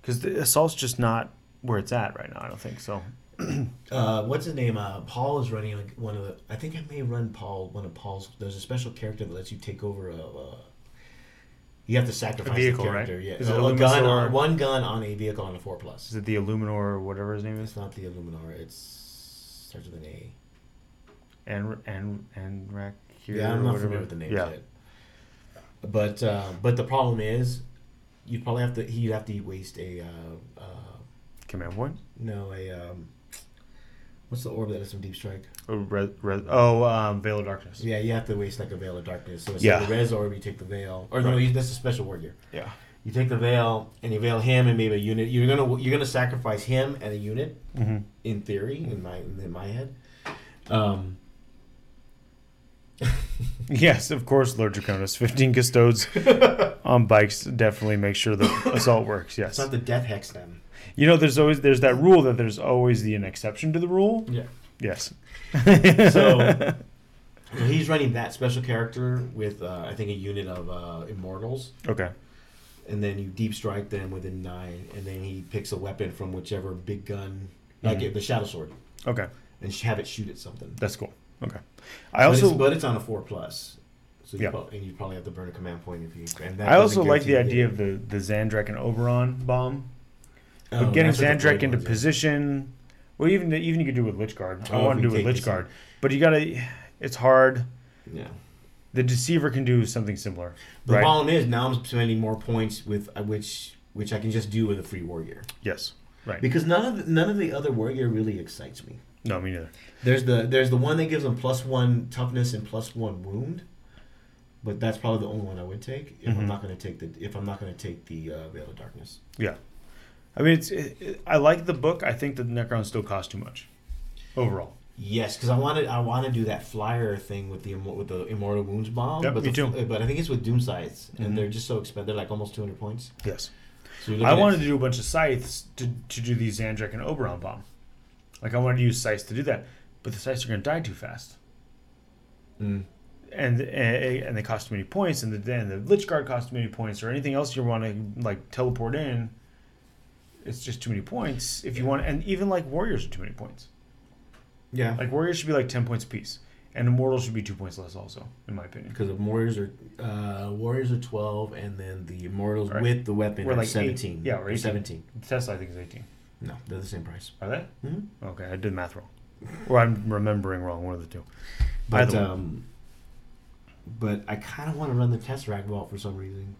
S2: Because the assault's just not where it's at right now. I don't think so.
S1: Uh, what's his name? Uh, Paul is running like, one of the. I think I may run Paul. One of Paul's. There's a special character that lets you take over a. a you have to sacrifice
S2: vehicle,
S1: the
S2: right?
S1: character. Yeah,
S2: Is it
S1: a,
S2: Illuminasaur?
S1: gun on, one gun on a vehicle on a four
S2: Is
S1: plus.
S2: it the Illuminor or whatever his name is?
S1: It's not the Illuminor. It's starts with an A.
S2: And and and Rack
S1: Yeah, I'm not familiar with the names
S2: Yeah.
S1: yet. But uh, but the problem is, you probably have to. He'd have to waste a. Uh, uh,
S2: Command point.
S1: No, a um, what's the orb that is from Deep Strike?
S2: Oh, res, res, oh um, Veil of Darkness.
S1: Yeah, you have to waste like a veil of darkness. So it's
S2: Yeah.
S1: like the res orb, you take the veil, or no,
S2: Right.
S1: you, that's a special word here.
S2: Yeah.
S1: You take the veil and you veil him and maybe a unit. You're gonna you're gonna sacrifice him and a unit
S2: Mm-hmm.
S1: in theory in my in my head. Um,
S2: Yes, of course, Lord Draconis.
S1: [LAUGHS]
S2: 15 custodes on bikes definitely make
S1: [COUGHS]
S2: sure the assault works.
S1: it's
S2: Yes.
S1: not the death hex then.
S2: You know, there's always there's that rule that there's always the an exception to the rule.
S1: Yeah.
S2: Yes. [LAUGHS]
S1: So- So he's running that special character with uh, I think a unit of uh, immortals.
S2: okay.
S1: and then you deep strike them within nine, and then he picks a weapon from whichever big gun, like
S2: Mhm.
S1: the shadow sword,
S2: Okay.
S1: and sh- have it shoot at something.
S2: That's cool. Okay. I
S1: but it's,
S2: also
S1: but it's on a four plus, so you
S2: Yeah.
S1: prob- and you probably have to burn a command point if you. And that
S2: I also
S1: doesn't
S2: like the
S1: guarantee
S2: idea
S1: you
S2: of the the Zandrek and Oberon bomb.
S1: get-
S2: But
S1: Oh,
S2: getting
S1: that's what the
S2: Zandrek
S1: blade
S2: into
S1: ones are.
S2: position, well, even even you could do with Lich Guard.
S1: Oh,
S2: I
S1: if
S2: want to
S1: you
S2: do with
S1: take
S2: Lich
S1: this
S2: Guard, but you gotta. It's hard.
S1: Yeah.
S2: The Deceiver can do something similar.
S1: The
S2: right?
S1: problem is now I'm spending more points with uh, which which I can just do with a free warrior
S2: Yes. Right.
S1: because none of the, none of the other warrior really excites me.
S2: no, me neither.
S1: There's the there's the one that gives them plus one toughness and plus one wound, but that's probably the only one I would take if I'm
S2: Mhm.
S1: not going to take the if I'm not going to take the uh, veil of darkness.
S2: I mean, it's. It, it- I like the book. I think the Necrons still cost too much, overall.
S1: Yes, because I wanted I want to do that flyer thing with the immo- with the immortal wounds bomb.
S2: Yep,
S1: but
S2: me
S1: the,
S2: too.
S1: But I think it's with doom sights,
S2: Mhm.
S1: and they're just so expensive. They're like almost 200 points.
S2: Yes.
S1: So you're
S2: I
S1: looking
S2: wanted
S1: at-
S2: to do a bunch of scythes to, to do the Zandrek and Oberon bomb. Like I wanted to use scythes to do that, but the scythes are going to die too fast,
S1: Mm.
S2: and eh, and, and they cost too many points, and the and the Lich Guard costs too many points, or anything else you want to like teleport in. It's just too many points if you
S1: Yeah.
S2: want, and even like warriors are too many points.
S1: Yeah,
S2: Like warriors should be like ten points apiece, and immortals should be two points less, also in my opinion.
S1: because the warriors are uh, warriors are 12, and then the immortals
S2: Right.
S1: with the weapon
S2: We're
S1: are
S2: like eight-
S1: 17.
S2: yeah, we're
S1: or
S2: 18.
S1: 17.
S2: Tesla, I think is eighteen.
S1: No, they're the same price.
S2: Are they?
S1: hmm
S2: Okay, I did math wrong, or I'm remembering wrong. One of the two.
S1: But
S2: Either way.
S1: um, but I kind of want to run the Tesseract Vault for some reason,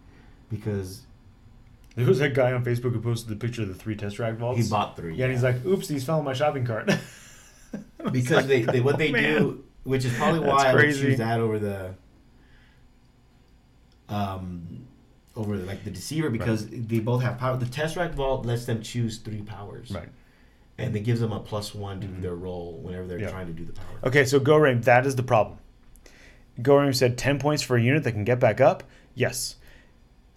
S1: because
S2: There was that guy on Facebook who posted the picture of the three Tesseract vaults.
S1: he bought three.
S2: yeah, and he's like, "Oops, these fell in my shopping cart." [LAUGHS]
S1: because they, they what
S2: oh,
S1: they
S2: man.
S1: do, which is probably
S2: That's
S1: why I would
S2: crazy.
S1: choose that over the. um, over like the deceiver because they both have power. The Tesseract Vault lets them choose three powers,
S2: Right. Mm-hmm.
S1: and it gives them a plus one to their roll whenever they're
S2: Yeah.
S1: trying to do the power.
S2: Okay, so Gorim, that is the problem. Gorim said 10 points for a unit that can get back up. Yes.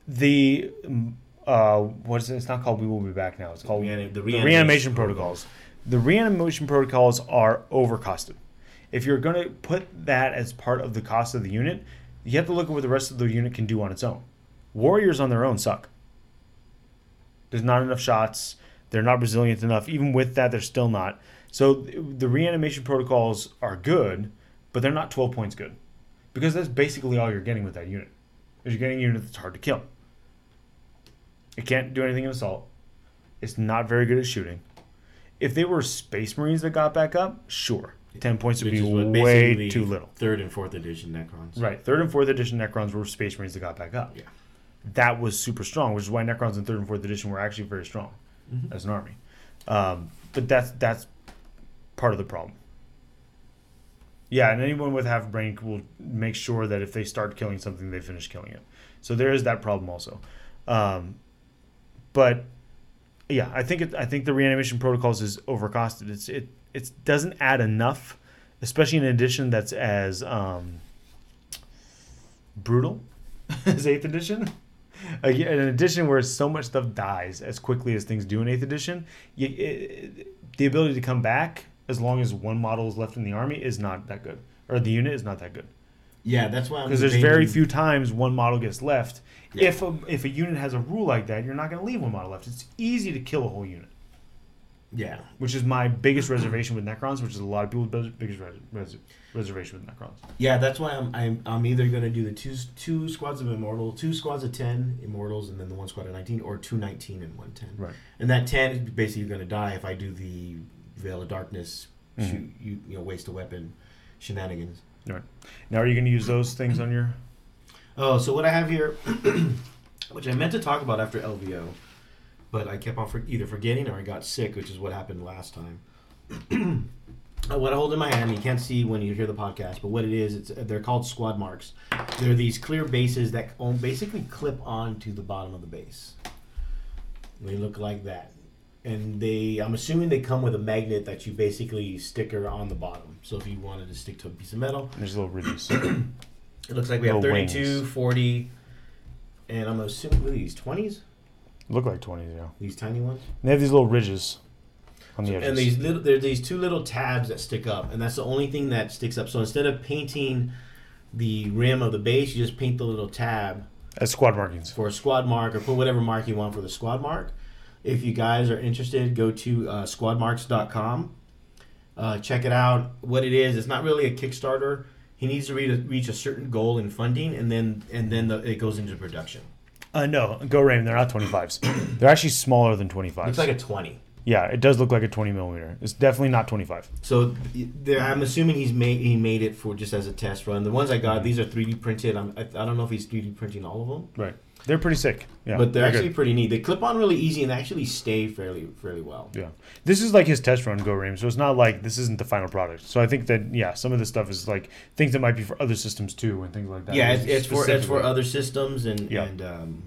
S2: The, mm, uh, what is it? It's not called We Will Be Back Now. It's called
S1: Reani- the
S2: the
S1: reanimation
S2: Reanimation,
S1: protocols.
S2: Protocols. The Reanimation Protocols are overcosted. If you're going to put that as part of the cost of the unit, you have to look at what the rest of the unit can do on its own. Warriors on their own suck. There's not enough shots. They're not resilient enough. Even with that, they're still not. So th- the reanimation protocols are good, but they're not 12 points good. Because that's basically all you're getting with that unit. Is you're getting a unit that's hard to kill. It can't do anything in assault. It's not very good at shooting. If they were space marines that got back up, sure. 10 points would
S1: Which
S2: be
S1: is what
S2: way
S1: basically
S2: too little.
S1: Third and fourth edition Necrons.
S2: Right. Third and fourth edition Necrons were Space Marines that got back up.
S1: Yeah.
S2: That was super strong, which is why Necrons in third and fourth edition were actually very strong as an army. Um, but that's that's part of the problem. Yeah, and anyone with half a brain will make sure that if they start killing something, they finish killing it. So there is that problem also. Um, but yeah, I think it, I think the reanimation protocols is overcosted. It's it it doesn't add enough, especially in an edition that's as um, brutal as eighth edition. Uh, yeah, in an edition where so much stuff dies as quickly as things do in eighth edition, you, it, the ability to come back as long as one model is left in the army is not that good, or the unit is not that good
S1: Yeah, that's why I'm
S2: because there's very
S1: debating-
S2: few times one model gets left.
S1: Yeah.
S2: If a, if a unit has a rule like that, you're not going to leave one model left. It's easy to kill a whole unit,
S1: Yeah,
S2: which is my biggest reservation with Necrons, which is a lot of people's bes- biggest res- res- reservation with Necrons.
S1: yeah, that's why I'm I'm, I'm either gonna do the two s- two squads of immortal, two squads of ten immortals, and then the one squad of nineteen, or two nineteen and one ten.
S2: Right.
S1: And that ten is basically gonna die if I do the veil of darkness, shoot you you know waste a weapon, shenanigans.
S2: Right. Now, are you going to use those things on your?
S1: Oh, so what I have here, [CLEARS THROAT] which I meant to talk about after LVO, but I kept on for either forgetting or I got sick, which is what happened last time. [CLEARS THROAT] Uh, what I hold in my hand, you can't see when you hear the podcast, but what it is, it's they're called squad marks. They're these clear bases that on- basically clip onto the bottom of the base. They look like that, and they I'm assuming they come with a magnet that you basically sticker on the bottom. So if you wanted to stick to a piece of metal,
S2: There's little ridges.
S1: it looks like we have
S2: Little
S1: 32, 40, and I'm assuming what are these 20s,
S2: Look like twenties, yeah.
S1: these tiny ones.
S2: They have these little ridges on the edges.
S1: And these little, there's these two little tabs that stick up, and that's the only thing that sticks up. So instead of painting the rim of the base, you just paint the little tab
S2: as squad markings.
S1: for a squad mark or put whatever mark you want for the squad mark. If you guys are interested, go to uh, squadmarks.com. Uh, check it out. What it is, it's not really a Kickstarter. He needs to reach a, reach a certain goal in funding, and then and then the, it goes into production.
S2: Uh, no, go Ram. They're not twenty fives. [COUGHS] they're actually smaller than twenty
S1: It's
S2: fives.
S1: like a twenty.
S2: yeah, it does look like a twenty millimeter. It's definitely not twenty five.
S1: So th- there, I'm assuming he's made he made it for just as a test run. The ones I
S2: Mm-hmm.
S1: got, these are 3D printed. I'm, I, I don't know if he's 3D printing all of them,
S2: Right. They're pretty sick. Yeah.
S1: but they're,
S2: good.
S1: actually pretty neat. They clip on really easy and they actually stay fairly fairly well.
S2: Yeah. This is like his test run go Reem, so it's not like this isn't the final product. So I think that yeah, some of this stuff is like things that might be for other systems too and things like that.
S1: yeah,
S2: This
S1: it's,
S2: is
S1: it's for it's for
S2: specifically-
S1: other systems and
S2: Yeah.
S1: and um,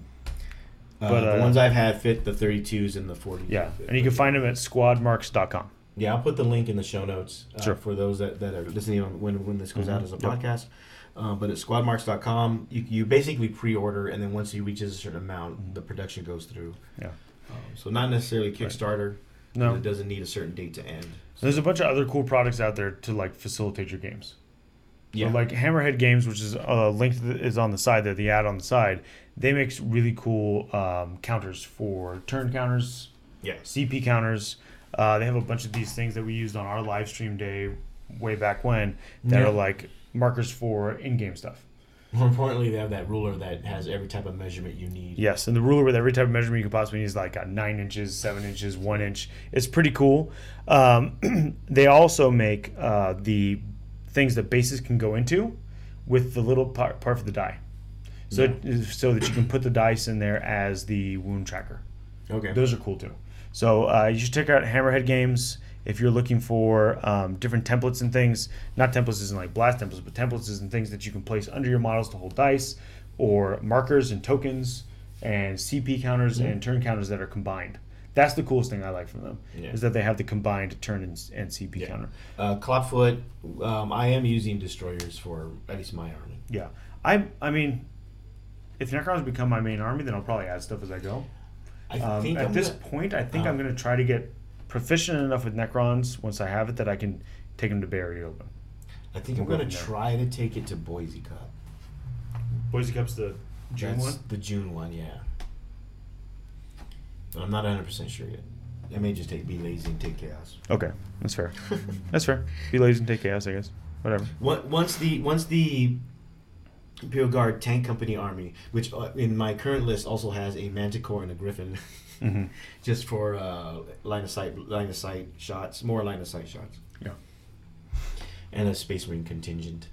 S1: uh,
S2: But,
S1: the
S2: uh,
S1: ones I've had fit the 32s and the 40s.
S2: Yeah. And you can find them at squadmarks.com.
S1: Yeah, I'll put the link in the show notes uh,
S2: Sure. Mm-hmm.
S1: for those that, that are listening on when, when this goes out as a podcast. Uh, but at squadmarks.com, you, you basically pre order, and then once he reaches a certain amount, the production goes through.
S2: Mm-hmm. Yeah.
S1: Um, so, not necessarily Kickstarter.
S2: No.
S1: and It doesn't need a certain date to end.
S2: So there's a bunch of other cool products out there to like facilitate your games. So,
S1: Yeah.
S2: like Hammerhead Games, which is uh, linked to the, is on the side there, the ad on the side. They make really cool um, counters for turn counters,
S1: yes.
S2: CP counters. Uh, they have a bunch of these things that we used on our live stream day way back when that
S1: Yeah.
S2: are like markers for in-game stuff.
S1: More importantly, they have that ruler that has every type of measurement you need.
S2: Yes, and the ruler with every type of measurement you could possibly need is like a nine inches, seven inches, one inch. It's pretty cool. Um, [CLEARS THROAT] they also make uh, the things that bases can go into with the little part, part for the die, so so that you can put the dice in there as the wound tracker.
S1: Okay.
S2: Those are cool too. So uh, you should check out Hammerhead Games if you're looking for um, different templates and things. Not templates isn't like blast templates, but templates and things that you can place under your models to hold dice. or markers and tokens and CP counters and turn counters that are combined. That's the coolest thing I like from them
S1: Yeah.
S2: is that they have the combined turn and, and CP counter.
S1: Uh, Clubfoot, um, I am using destroyers for at least my army.
S2: Yeah, I I mean, if Necrons become my main army, then I'll probably add stuff as I go.
S1: I
S2: Um,
S1: think
S2: at
S1: I'm
S2: this
S1: gonna-
S2: point, I think I'm going to try to get proficient enough with Necrons once I have it that I can take them to Barrier Open.
S1: I think I'm
S2: we'll go
S1: gonna
S2: from there.
S1: try to take it to Boise Cup.
S2: Boise Cup's the
S1: That's The June one, yeah. But I'm not 100 percent sure yet. I may just take be lazy and take chaos. [LAUGHS]
S2: Okay, that's fair. that's fair. Be lazy and take chaos, I guess. Whatever.
S1: What once the once the Imperial Guard Tank Company Army, which uh, in my current list also has a Manticore and a Griffin,
S2: Mhm.
S1: [LAUGHS] just for uh, line of sight line of sight shots, more line of sight shots,
S2: Yeah.
S1: and a Space Marine contingent.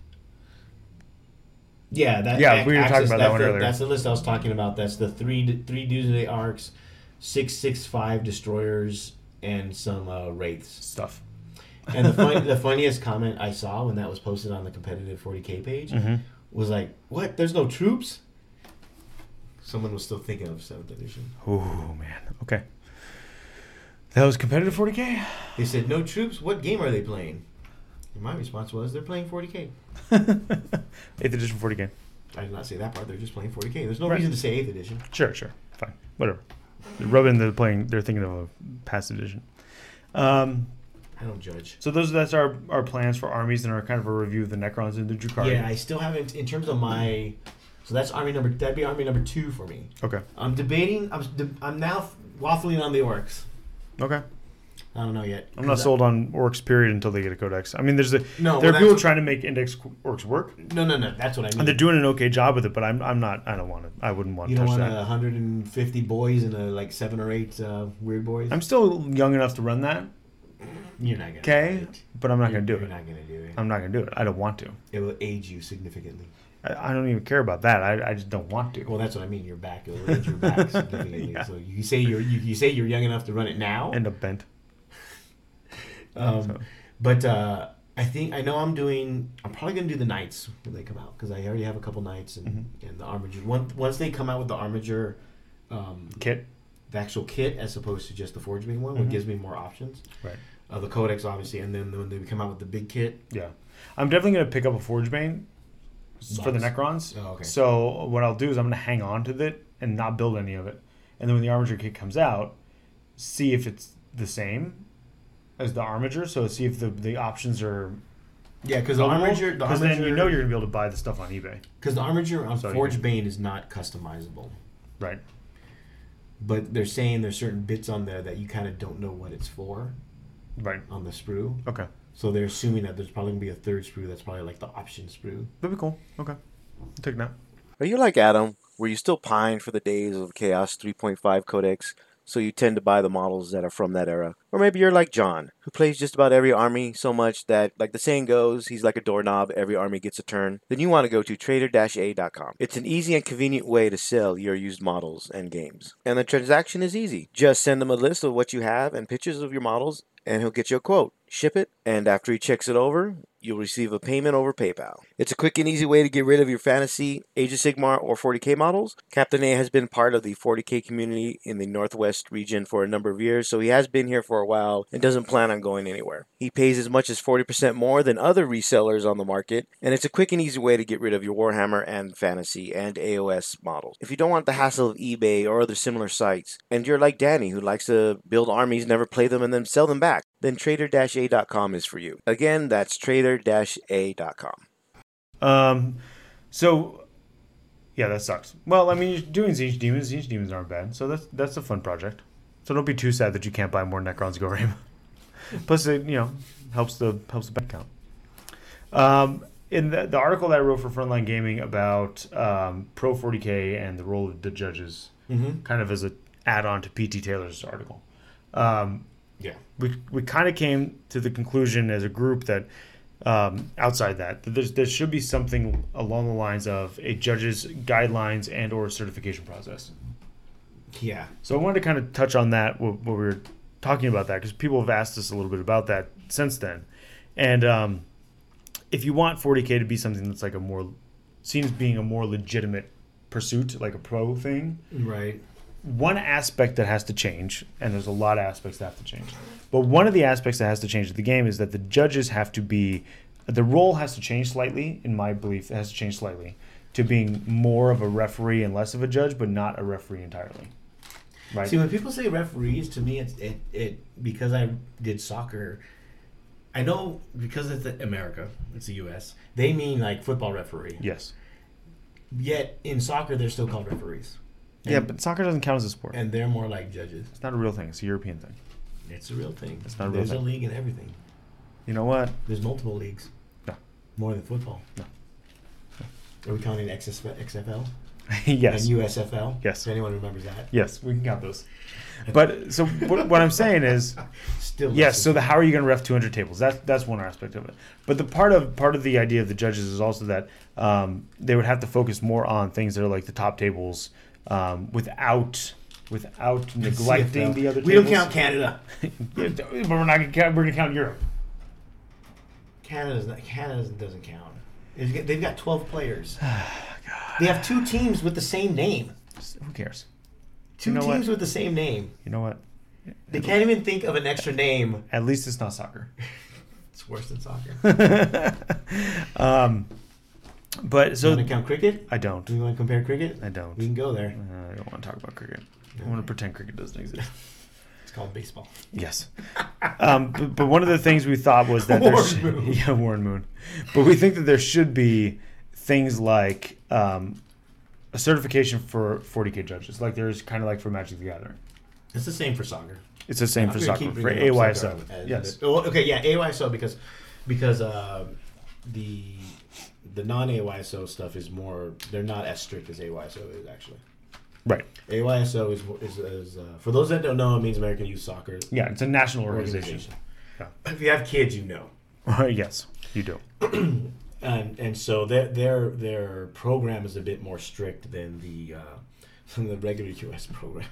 S1: Yeah, that,
S2: Yeah,
S1: that
S2: we were talking
S1: axis-
S2: about that
S1: that's
S2: one
S1: the,
S2: earlier.
S1: That's the list I was talking about. That's the three three dues day arcs, six six five destroyers, and some uh, wraiths.
S2: Stuff.
S1: And the, fun,
S2: [LAUGHS]
S1: the funniest comment I saw when that was posted on the competitive 40k page
S2: Mm-hmm.
S1: was like, "What? There's no troops." Someone was still thinking of seventh edition.
S2: Oh man. Okay. That was competitive 40k.
S1: They said, "No troops. What game are they playing?" And my response was, "They're playing 40k."
S2: Eighth edition 40k.
S1: I did not say that part. They're just playing 40k. There's no
S2: Right.
S1: reason to say eighth edition.
S2: Sure, sure, fine, whatever. Rub in the playing. They're thinking of a past edition. Um,
S1: I don't judge.
S2: so those that's our our plans for armies and our kind of a review of the Necrons and the Drukhari.
S1: Yeah, I still haven't. In terms of my, so that's army number. That'd be army number two for me.
S2: okay.
S1: I'm debating. I'm de- I'm now waffling on the orcs.
S2: Okay.
S1: I don't know yet.
S2: I'm not sold on orcs period until they get a codex. I mean, there's a
S1: No,
S2: there
S1: well,
S2: are people
S1: that's-
S2: trying to make index qu- orcs work,
S1: No, no, no. That's what I mean.
S2: and they're doing an okay job with it. But I'm I'm not. I don't want to. I wouldn't want
S1: You
S2: to
S1: don't
S2: touch
S1: want
S2: that.
S1: a 150 boys and a, like seven or eight uh, weird boys.
S2: I'm still young enough to run that.
S1: you're not gonna.
S2: Okay,
S1: do it.
S2: but I'm not going to do
S1: You're
S2: it.
S1: not gonna do it.
S2: I'm not going to do it. I don't want to.
S1: it will age you significantly.
S2: I, I don't even care about that. I, I just don't want to.
S1: Well, that's what I mean. Your back, it will age your
S2: [LAUGHS]
S1: back significantly.
S2: Yeah.
S1: So you say you're you, you say you're young enough to run it now.
S2: End up bent.
S1: um,
S2: so.
S1: But uh, I think I know I'm doing. I'm probably gonna do the knights when they come out because I already have a couple knights and,
S2: Mm-hmm.
S1: and the armiger. Once once they come out with the armiger, um,
S2: Kit.
S1: the actual kit as opposed to just the forge being one, which gives me more options.
S2: Mm-hmm. Right.
S1: Uh, the codex, obviously, and then when they come out with the big kit,
S2: Yeah, I'm definitely gonna pick up a forge bane s- for the
S1: Box.
S2: Necrons.
S1: Oh, okay.
S2: So what I'll do is I'm gonna hang on to it and not build any of it, and then when the armature kit comes out, see if it's the same as the armature. So see if the the options are
S1: Yeah, because the armager, the
S2: Because
S1: armager,
S2: then you know you're gonna be able to buy the stuff on eBay,
S1: because the armager on
S2: So you
S1: Forge
S2: can-
S1: Bane is not customizable,
S2: right?
S1: but they're saying there's certain bits on there that you kind of don't know what it's for
S2: Right.
S1: on the sprue.
S2: Okay.
S1: So they're assuming that there's probably gonna be a third sprue that's probably like the option sprue.
S2: That'd be cool. Okay. Take that.
S3: Are you like Adam, where you still pine for the days of Chaos 3.5 Codex, so you tend to buy the models that are from that era? Or maybe you're like John, who plays just about every army so much that, like the saying goes, he's like a doorknob, every army gets a turn. Then you want to go to trader-a.com. It's an easy and convenient way to sell your used models and games. And the transaction is easy. Just send him a list of what you have and pictures of your models, and he'll get you a quote. Ship it, and after he checks it over, you'll receive a payment over PayPal. It's a quick and easy way to get rid of your fantasy Age of Sigmar or 40k models. Captain A has been part of the 40k community in the Northwest region for a number of years, so he has been here for a while and doesn't plan on going anywhere. He pays as much as 40% more than other resellers on the market, and it's a quick and easy way to get rid of your Warhammer and fantasy and AOS models. If you don't want the hassle of eBay or other similar sites, and you're like Danny who likes to build armies, never play them, and then sell them back, then trader-a.com is for you. Again, that's trader-a.com.
S2: Um, so yeah, that sucks. Well, I mean, you're doing Siege Demons. Siege Demons aren't bad, so that's that's a fun project. So don't be too sad that you can't buy more Necrons Go [LAUGHS] Rama. Plus, it you know helps the helps the bank count. Um, in the, the article that I wrote for Frontline Gaming about um, Pro 40K and the role of the judges,
S1: Mhm.
S2: kind of as a add-on to PT Taylor's article, um,
S1: Yeah,
S2: we, we kind of came to the conclusion as a group that um, outside that, that there's, there should be something along the lines of a judge's guidelines and or certification process.
S1: yeah.
S2: So I wanted to kind of touch on that what, what we were talking about that because people have asked us a little bit about that since then, and um, if you want 40k to be something that's like a more seen as being a more legitimate pursuit, like a pro thing,
S1: Right.
S2: one aspect that has to change, and there's a lot of aspects that have to change, but one of the aspects that has to change of the game is that the judges have to be, the role has to change slightly, in my belief, it has to change slightly to being more of a referee and less of a judge, but not a referee entirely. Right?
S1: See, when people say referees, to me, it's it, it because I did soccer. I know because it's America, it's the U.S. They mean like football referee.
S2: yes.
S1: Yet in soccer, they're still called referees,
S2: yeah, but soccer doesn't count as a sport.
S1: and they're more like judges.
S2: It's not a real thing. It's a European thing.
S1: It's a real thing.
S2: It's not a real
S1: There's
S2: thing.
S1: a league and everything.
S2: You know what? [LAUGHS]
S1: There's multiple leagues.
S2: No.
S1: More than football.
S2: No.
S1: Are we counting XS- XFL
S2: yes.
S1: and USFL?
S2: Yes.
S1: If anyone remembers that.
S2: yes, we can count those. But so what, what I'm saying is,
S1: Still.
S2: yes. So
S1: listen.
S2: the how are you going to ref 200 tables? That's that's one aspect of it. But the part of part of the idea of the judges is also that um, they would have to focus more on things that are like the top tables, um, without without neglecting
S1: CFL.
S2: the other.
S1: We
S2: tables.
S1: don't count Canada.
S2: Yeah, but [LAUGHS] we're not going to count. We're going to count Europe.
S1: Canada's not, Canada doesn't count. They've got, they've got 12
S2: [SIGHS]
S1: players. They have two teams with the same name.
S2: Who cares?
S1: Two
S2: know
S1: teams
S2: what?
S1: with the same name.
S2: You know what?
S1: They can't even think of an extra name. [LAUGHS]
S2: At least it's not soccer. [LAUGHS]
S1: It's worse than soccer.
S2: um, but
S1: you
S2: so
S1: want to count cricket?
S2: I don't.
S1: Do you want to compare cricket?
S2: I don't.
S1: We can go there.
S2: Uh, I don't want to talk about cricket. I want to pretend cricket doesn't exist.
S1: It's called baseball.
S2: Yes. Um, but, but one of the things we thought was that there
S1: Warren
S2: should,
S1: Moon.
S2: [LAUGHS] yeah, Warren Moon. But we think that there should be things like um, a certification for 40k judges, like there's kind of like for Magic the Gathering.
S1: It's the same for soccer.
S2: It's the same
S1: I'm
S2: for
S1: gonna
S2: soccer
S1: keep
S2: for
S1: bringing up
S2: AYSO.
S1: soccer as-
S2: Yes.
S1: Oh, okay. Yeah. AYSO because because uh, the the non AYSO stuff is more. They're not as strict as AYSO is actually.
S2: Right.
S1: AYSO is is, is uh, for those that don't know, it means American Youth Soccer
S2: Yeah, it's a national organization.
S1: Organization. If you have kids, you know.
S2: [LAUGHS] yes, you do.
S1: and and so their their their program is a bit more strict than the uh, [LAUGHS] than the regular U.S. program.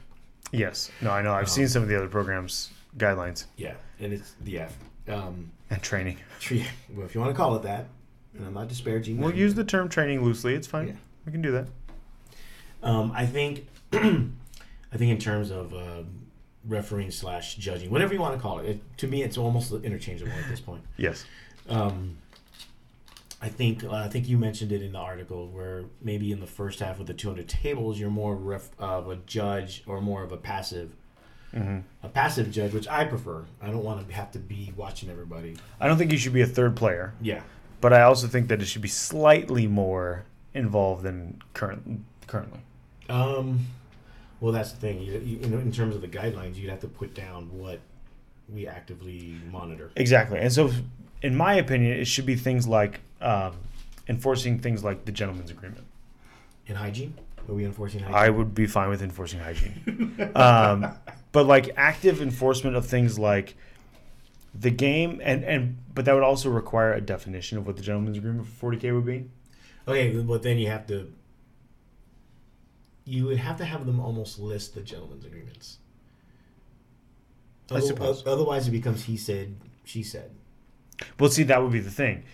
S2: Yes. No, I know. I've seen some of the other programs guidelines
S1: Yeah, and it's yeah. Um,
S2: and training.
S1: tre- well, if you want to call it that, and I'm not disparaging.
S2: We'll
S1: them.
S2: use the term training loosely. It's fine.
S1: Yeah.
S2: We can do that.
S1: Um, I think [CLEARS THROAT] I think in terms of uh, refereeing slash judging, whatever you want to call it, it, to me it's almost interchangeable at this point.
S2: Yes.
S1: Um, I think uh, I think you mentioned it in the article where maybe in the first half of the 200 tables you're more ref- of a judge or more of a passive a passive judge, which I prefer. I don't want to have to be watching everybody.
S2: I don't think you should be a third player.
S1: Yeah,
S2: but I also think that it should be slightly more involved than current currently.
S1: Um, well, that's the thing. You, you, you know, in terms of the guidelines, you'd have to put down what we actively monitor.
S2: Exactly, and so in my opinion, it should be things like um, enforcing things like the gentleman's agreement.
S1: In hygiene, are we enforcing hygiene?
S2: I would be fine with enforcing [LAUGHS] hygiene, um, but like active enforcement of things like the game and and but that would also require a definition of what the gentleman's agreement for 40k would be.
S1: okay, but then you have to. You would have to have them almost list the gentleman's agreements.
S2: I suppose.
S1: Otherwise, it becomes he said, she said.
S2: Well, see, that would be the thing.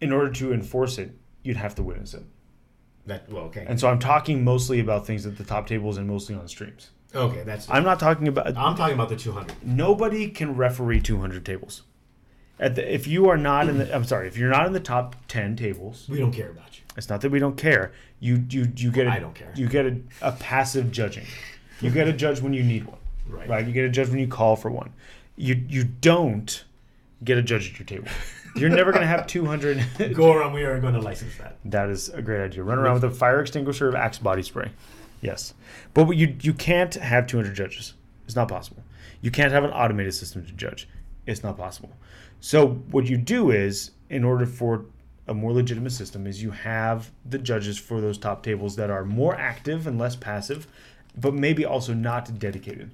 S2: In order to enforce it, you'd have to witness it.
S1: That well, okay,
S2: And so I'm talking mostly about things at the top tables and mostly on streams.
S1: okay. That's I'm,
S2: I'm not talking about
S1: talking about the 200.
S2: nobody can referee 200 tables. At the, if you are not in the, I'm sorry, if you're not in the top 10 tables,
S1: We don't care about you.
S2: it's not that we don't care. You you you get a,
S1: I don't care.
S2: You get a, a passive judging. You get a judge when you need one,
S1: Right.
S2: right? You get a judge when you call for one. You you don't get a judge at your table. You're never gonna have [LAUGHS] 200.
S1: Goran, we are going to license that.
S2: That is a great idea. Run around with a fire extinguisher of Axe body spray. Yes, but what you you can't have 200 judges. It's not possible. You can't have an automated system to judge. It's not possible. So what you do is, in order for a more legitimate system, is you have the judges for those top tables that are more active and less passive, but maybe also not dedicated.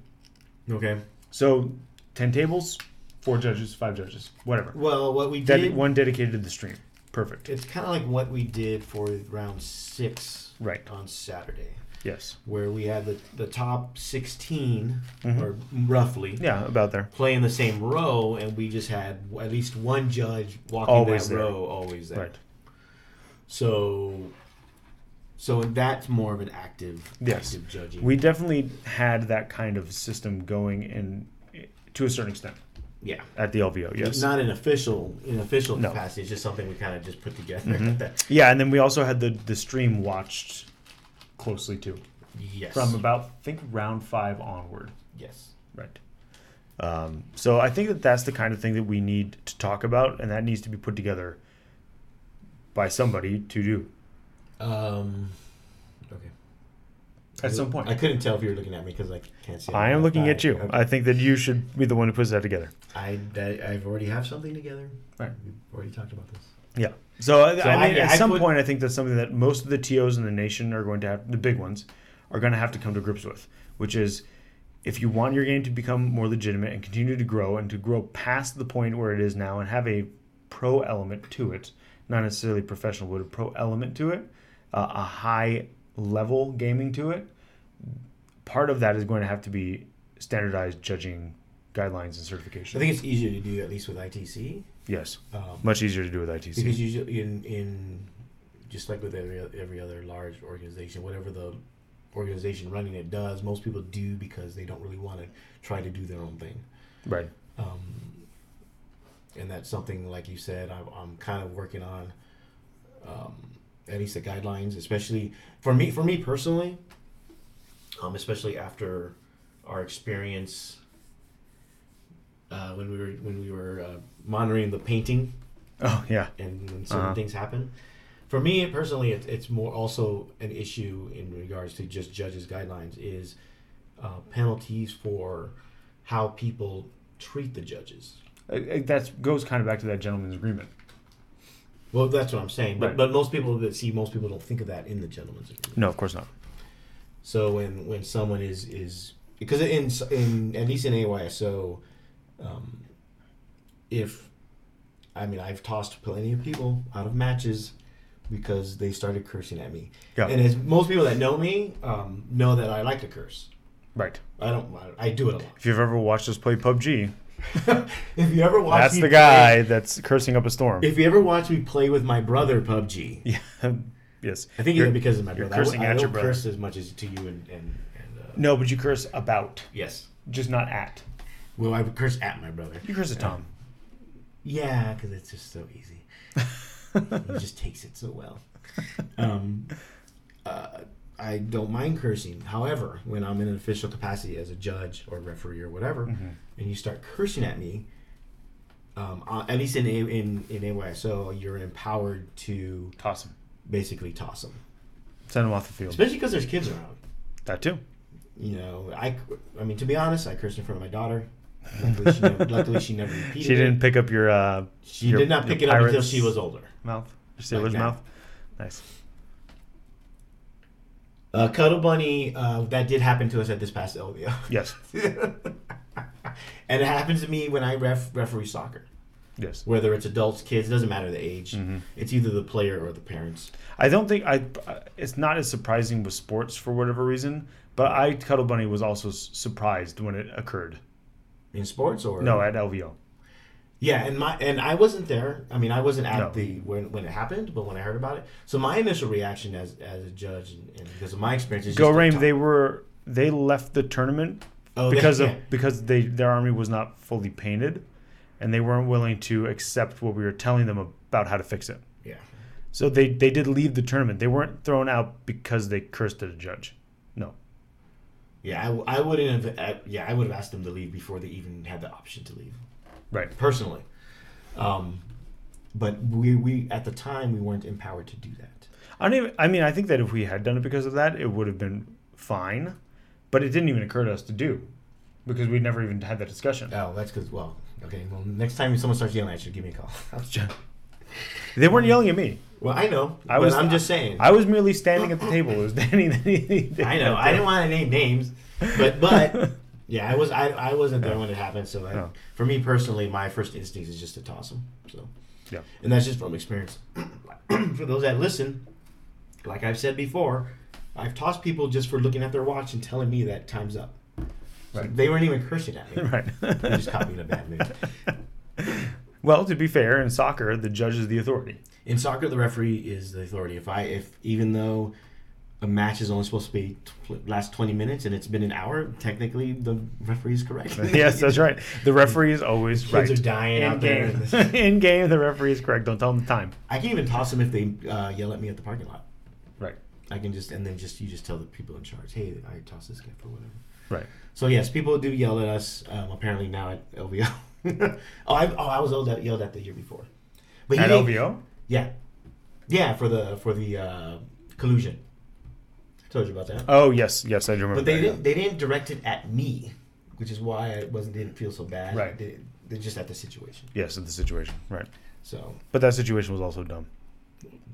S1: Okay.
S2: So, 10 tables, four judges, five judges, whatever.
S1: Well, what we
S2: Dedi-
S1: did.
S2: one dedicated to the stream. Perfect.
S1: It's kind of like what we did for round six
S2: Right.
S1: on Saturday,
S2: Yes.
S1: where we had the, the top 16,
S2: Mm-hmm.
S1: or roughly,
S2: Yeah, about there.
S1: play in the same row, and we just had w- at least one judge walking
S2: Always
S1: that
S2: there.
S1: row always there.
S2: Right.
S1: So, So that's more of an active,
S2: Yes.
S1: active judging.
S2: We definitely had that kind of system going in to a certain extent
S1: yeah.
S2: at the LVO. Yes.
S1: Not an official, in official
S2: No. Mm-hmm.
S1: capacity. It's just something we kind of just put together. That-
S2: yeah, and then we also had the the stream watched closely too
S1: [LAUGHS] yes.
S2: from about I think round five onward.
S1: yes.
S2: Right. Um, so I think that that's the kind of thing that we need to talk about, and that needs to be put together by somebody to do
S1: Um. Okay.
S2: at some point.
S1: I couldn't tell if you were looking at me because I can't see.
S2: I am looking at you.
S1: Okay.
S2: I think that you should be the one who puts that together.
S1: I, that, I've already have something together.
S2: Right.
S1: We've already talked about this.
S2: Yeah. So, I-
S1: So
S2: I mean,
S1: I-
S2: at
S1: I
S2: some
S1: put-
S2: point, I think that's something that most of the TOs in the nation are going to have, the big ones, are going to have to come to grips with, which is if you want your game to become more legitimate and continue to grow and to grow past the point where it is now and have a pro element to it, not necessarily professional, but a pro element to it, uh, a high level gaming to it, part of that is going to have to be standardized judging guidelines and certification.
S1: I think it's easier to do at least with ITC
S2: yes,
S1: um,
S2: much easier to do with ITC.
S1: because usually in in just like with every every other large organization, whatever the organization running it does, most people do because they don't really want to try to do their own thing.
S2: right.
S1: Um, and that's something, like you said, I'm, I'm kind of working on. Um, at least the guidelines, especially for me, for me personally, um, especially after our experience uh, when we were when we were uh, monitoring the painting
S2: Oh, yeah.
S1: and when certain
S2: Uh-huh.
S1: things happen. For me personally, it, it's more also an issue in regards to just judges' guidelines is uh, penalties for how people treat the judges.
S2: that Uh, goes kind of back to that gentleman's agreement.
S1: Well, that's what I'm saying. But,
S2: Right.
S1: but most people that see most people don't think of that in the gentleman's agreement.
S2: No, of course not.
S1: So when when someone is is because in in at least in AYSO, um, if I mean I've tossed plenty of people out of matches because they started cursing at me.
S2: Yeah.
S1: And as most people that know me um, know that I like to curse.
S2: Right.
S1: I don't. I, I do it a
S2: If you've ever watched us play PUBG,
S1: lot. [LAUGHS] if you ever watch
S2: that's
S1: me
S2: the
S1: play-
S2: guy that's cursing up a storm.
S1: if you ever watch me play with my brother PUBG,
S2: [LAUGHS] yeah. yes.
S1: I think
S2: You're-
S1: it's because of my
S2: you're
S1: brother. I w-
S2: cursing
S1: I,
S2: at
S1: don't
S2: your brother.
S1: curse as much as to you and and, and uh,
S2: No, but you curse about,
S1: yes.
S2: just not at.
S1: Well, I would curse at my brother.
S2: You curse at Tom.
S1: Yeah, because it's just so easy. [LAUGHS] he just takes it so well. Um, uh, I don't mind cursing. However, when I'm in an official capacity as a judge or referee or whatever,
S2: Mm-hmm.
S1: and you start cursing at me, um, uh, at least in, a, in in AYSO, you're empowered to
S2: Toss him.
S1: basically toss them,
S2: Send him off the field.
S1: especially because there's kids around.
S2: That too.
S1: You know, I, I mean, to be honest, I cursed in front of my daughter. Luckily, she
S2: [LAUGHS]
S1: never, luckily she never repeated.
S2: She didn't
S1: It.
S2: pick up your. Uh,
S1: She
S2: your-
S1: did not
S2: your
S1: pick it up until
S2: Pirates
S1: she was older.
S2: Mouth. Your Sailor's
S1: that.
S2: mouth. Nice.
S1: Uh, Cuddle Bunny, uh, that did happen to us at this past LVO.
S2: Yes.
S1: [LAUGHS] and it happens to me when I ref referee soccer.
S2: Yes.
S1: Whether it's adults, kids, doesn't matter the age.
S2: Mm-hmm.
S1: It's either the player or the parents.
S2: I don't think I. It's not as surprising with sports for whatever reason, but I Cuddle Bunny was also s- surprised when it occurred.
S1: In sports or
S2: No, at LVO.
S1: Yeah, and my and I wasn't there. I mean I wasn't at
S2: No.
S1: the when when it happened, but when I heard about it. So my initial reaction as as a judge and, and because of my experience is
S2: Go
S1: just to
S2: Rain,
S1: talk-
S2: they were they left the tournament
S1: Oh, they-
S2: because
S1: yeah.
S2: of because they their army was not fully painted, and they weren't willing to accept what we were telling them about how to fix it.
S1: Yeah.
S2: So they they did leave the tournament. They weren't thrown out because they cursed at a judge. No,
S1: Yeah, I, w- I wouldn't have uh, yeah, I would have asked them to leave before they even had the option to leave.
S2: right?
S1: personally. Um, but we, we at the time we weren't empowered to do that.
S2: I don't even. I mean, I think that if we had done it because of that, it would have been fine, but it didn't even occur to us to do because we never even had that discussion.
S1: Oh, that's because well, okay. Well, next time someone starts yelling at you, give me a call. [LAUGHS]
S2: They weren't yelling at me.
S1: well, I know.
S2: I
S1: I
S2: was-
S1: was. I'm just saying. I,
S2: I was merely standing at the table. It was [LAUGHS] Danny. Danny
S1: know. I didn't want to name names, but [LAUGHS] but yeah, I was. I, I wasn't there when it happened. So I,
S2: Oh.
S1: for me personally, my first instinct is just to toss them. So
S2: Yeah.
S1: and that's just from experience. [CLEARS THROAT] for those that listen, like I've said before, I've tossed people just for looking at their watch and telling me that time's up. So
S2: Right.
S1: They weren't even cursing at me.
S2: [LAUGHS] [LAUGHS] Right.
S1: They just caught me in a bad
S2: [LAUGHS]
S1: mood.
S2: Well, to be fair, in [LAUGHS] soccer, the judge is the authority.
S1: In soccer, the referee is the authority. If I, if even though a match is only supposed to be tw- last 20 minutes and it's been an hour, technically the referee is correct.
S2: yes, that's right. The referee is always
S1: Kids
S2: right.
S1: are dying
S2: in
S1: out there.
S2: game, [LAUGHS] in game, the referee is correct. Don't tell them the time.
S1: [LAUGHS] I can even toss them if they uh, yell at me at the parking lot.
S2: Right.
S1: I can just and then just you just tell the people in charge, hey, I tossed this guy for whatever.
S2: Right.
S1: So yes, people do yell at us. Um, apparently now at LVO. [LAUGHS] oh, I, oh, I was yelled at, yelled at the year before. But he
S2: At
S1: didn't-
S2: LVO.
S1: Yeah, yeah, for the for the uh, collusion. I told you about that.
S2: Oh yes, yes, I do remember.
S1: but they
S2: that,
S1: didn't they didn't direct it at me, which is why I wasn't didn't feel so bad.
S2: Right.
S1: They, they're just at the situation.
S2: yeah. Yes, the situation. Right.
S1: So
S2: But that situation was also dumb.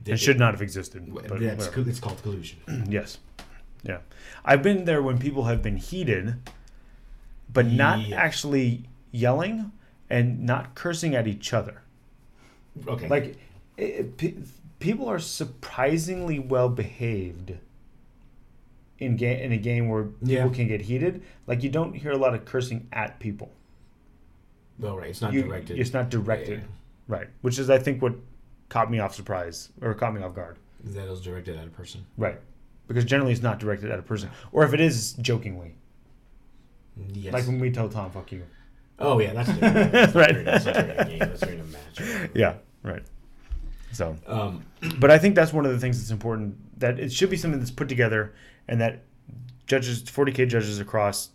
S1: they,
S2: It should not have existed.
S1: That's
S2: but whatever.
S1: co- it's called collusion.
S2: [CLEARS THROAT] Yes. Yeah. I've been there when people have been heated, but not
S1: Yeah.
S2: actually yelling and not cursing at each other.
S1: Okay.
S2: Like, it, it, pe- people are surprisingly well behaved in, ga- in a game where
S1: Yeah.
S2: people can get heated. Like, you don't hear a lot of cursing at people.
S1: no, right. It's not
S2: You-
S1: directed.
S2: It's not directed.
S1: Yeah.
S2: Right. Which is, I think, what caught me off surprise or caught me off guard.
S1: That was directed at a person.
S2: Right. Because generally it's not directed at a person. Or if it is, jokingly.
S1: Yes.
S2: Like when we tell Tom, fuck you.
S1: oh yeah,
S2: [LAUGHS]
S1: that's different. That's
S2: Right.
S1: Not during, that's not during a game. That's during a match. or whatever.
S2: [LAUGHS] Yeah, right. So,
S1: Um,
S2: but I think that's one of the things that's important that it should be something that's put together and that judges, 40K judges across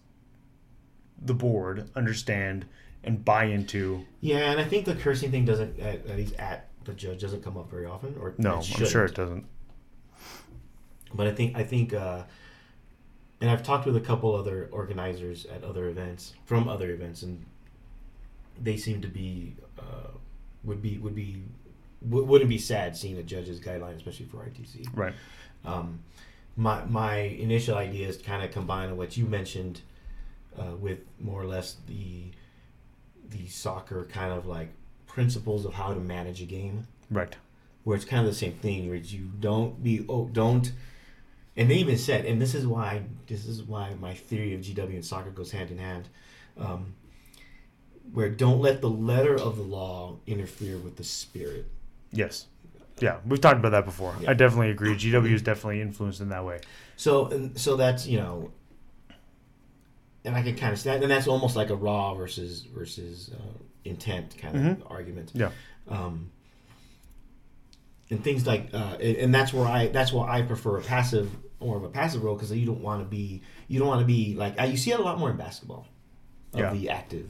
S2: the board understand and buy into.
S1: yeah, and I think the cursing thing doesn't at, at least at the judge doesn't come up very often. Or
S2: No,
S1: it
S2: I'm sure
S1: shouldn't.
S2: it doesn't.
S1: But I think I think, uh, and I've talked with a couple other organizers at other events from other events, and they seem to be uh, would be would be w- wouldn't be sad seeing a judge's guideline, especially for ITC.
S2: Right.
S1: Um, my my initial idea is to kind of combine what you mentioned uh, with more or less the the soccer kind of like principles of how to manage a game
S2: Right.
S1: where it's kind of the same thing where you don't be oh don't and they even said and this is why this is why my theory of gw and soccer goes hand in hand um, where don't let the letter of the law interfere with the spirit
S2: Yes. Yeah, we've talked about that before.
S1: Yeah.
S2: I definitely agree. GW is definitely influenced in that way.
S1: so and so that's you know and i can kind of that and that's almost like a raw versus versus uh, intent kind of argument
S2: Yeah.
S1: um, and things like uh, and, and that's where I that's why I prefer a passive more of a passive role because you don't want to be you don't want to be like uh, you see it a lot more in basketball of
S2: Yeah. Mm-hmm.
S1: the active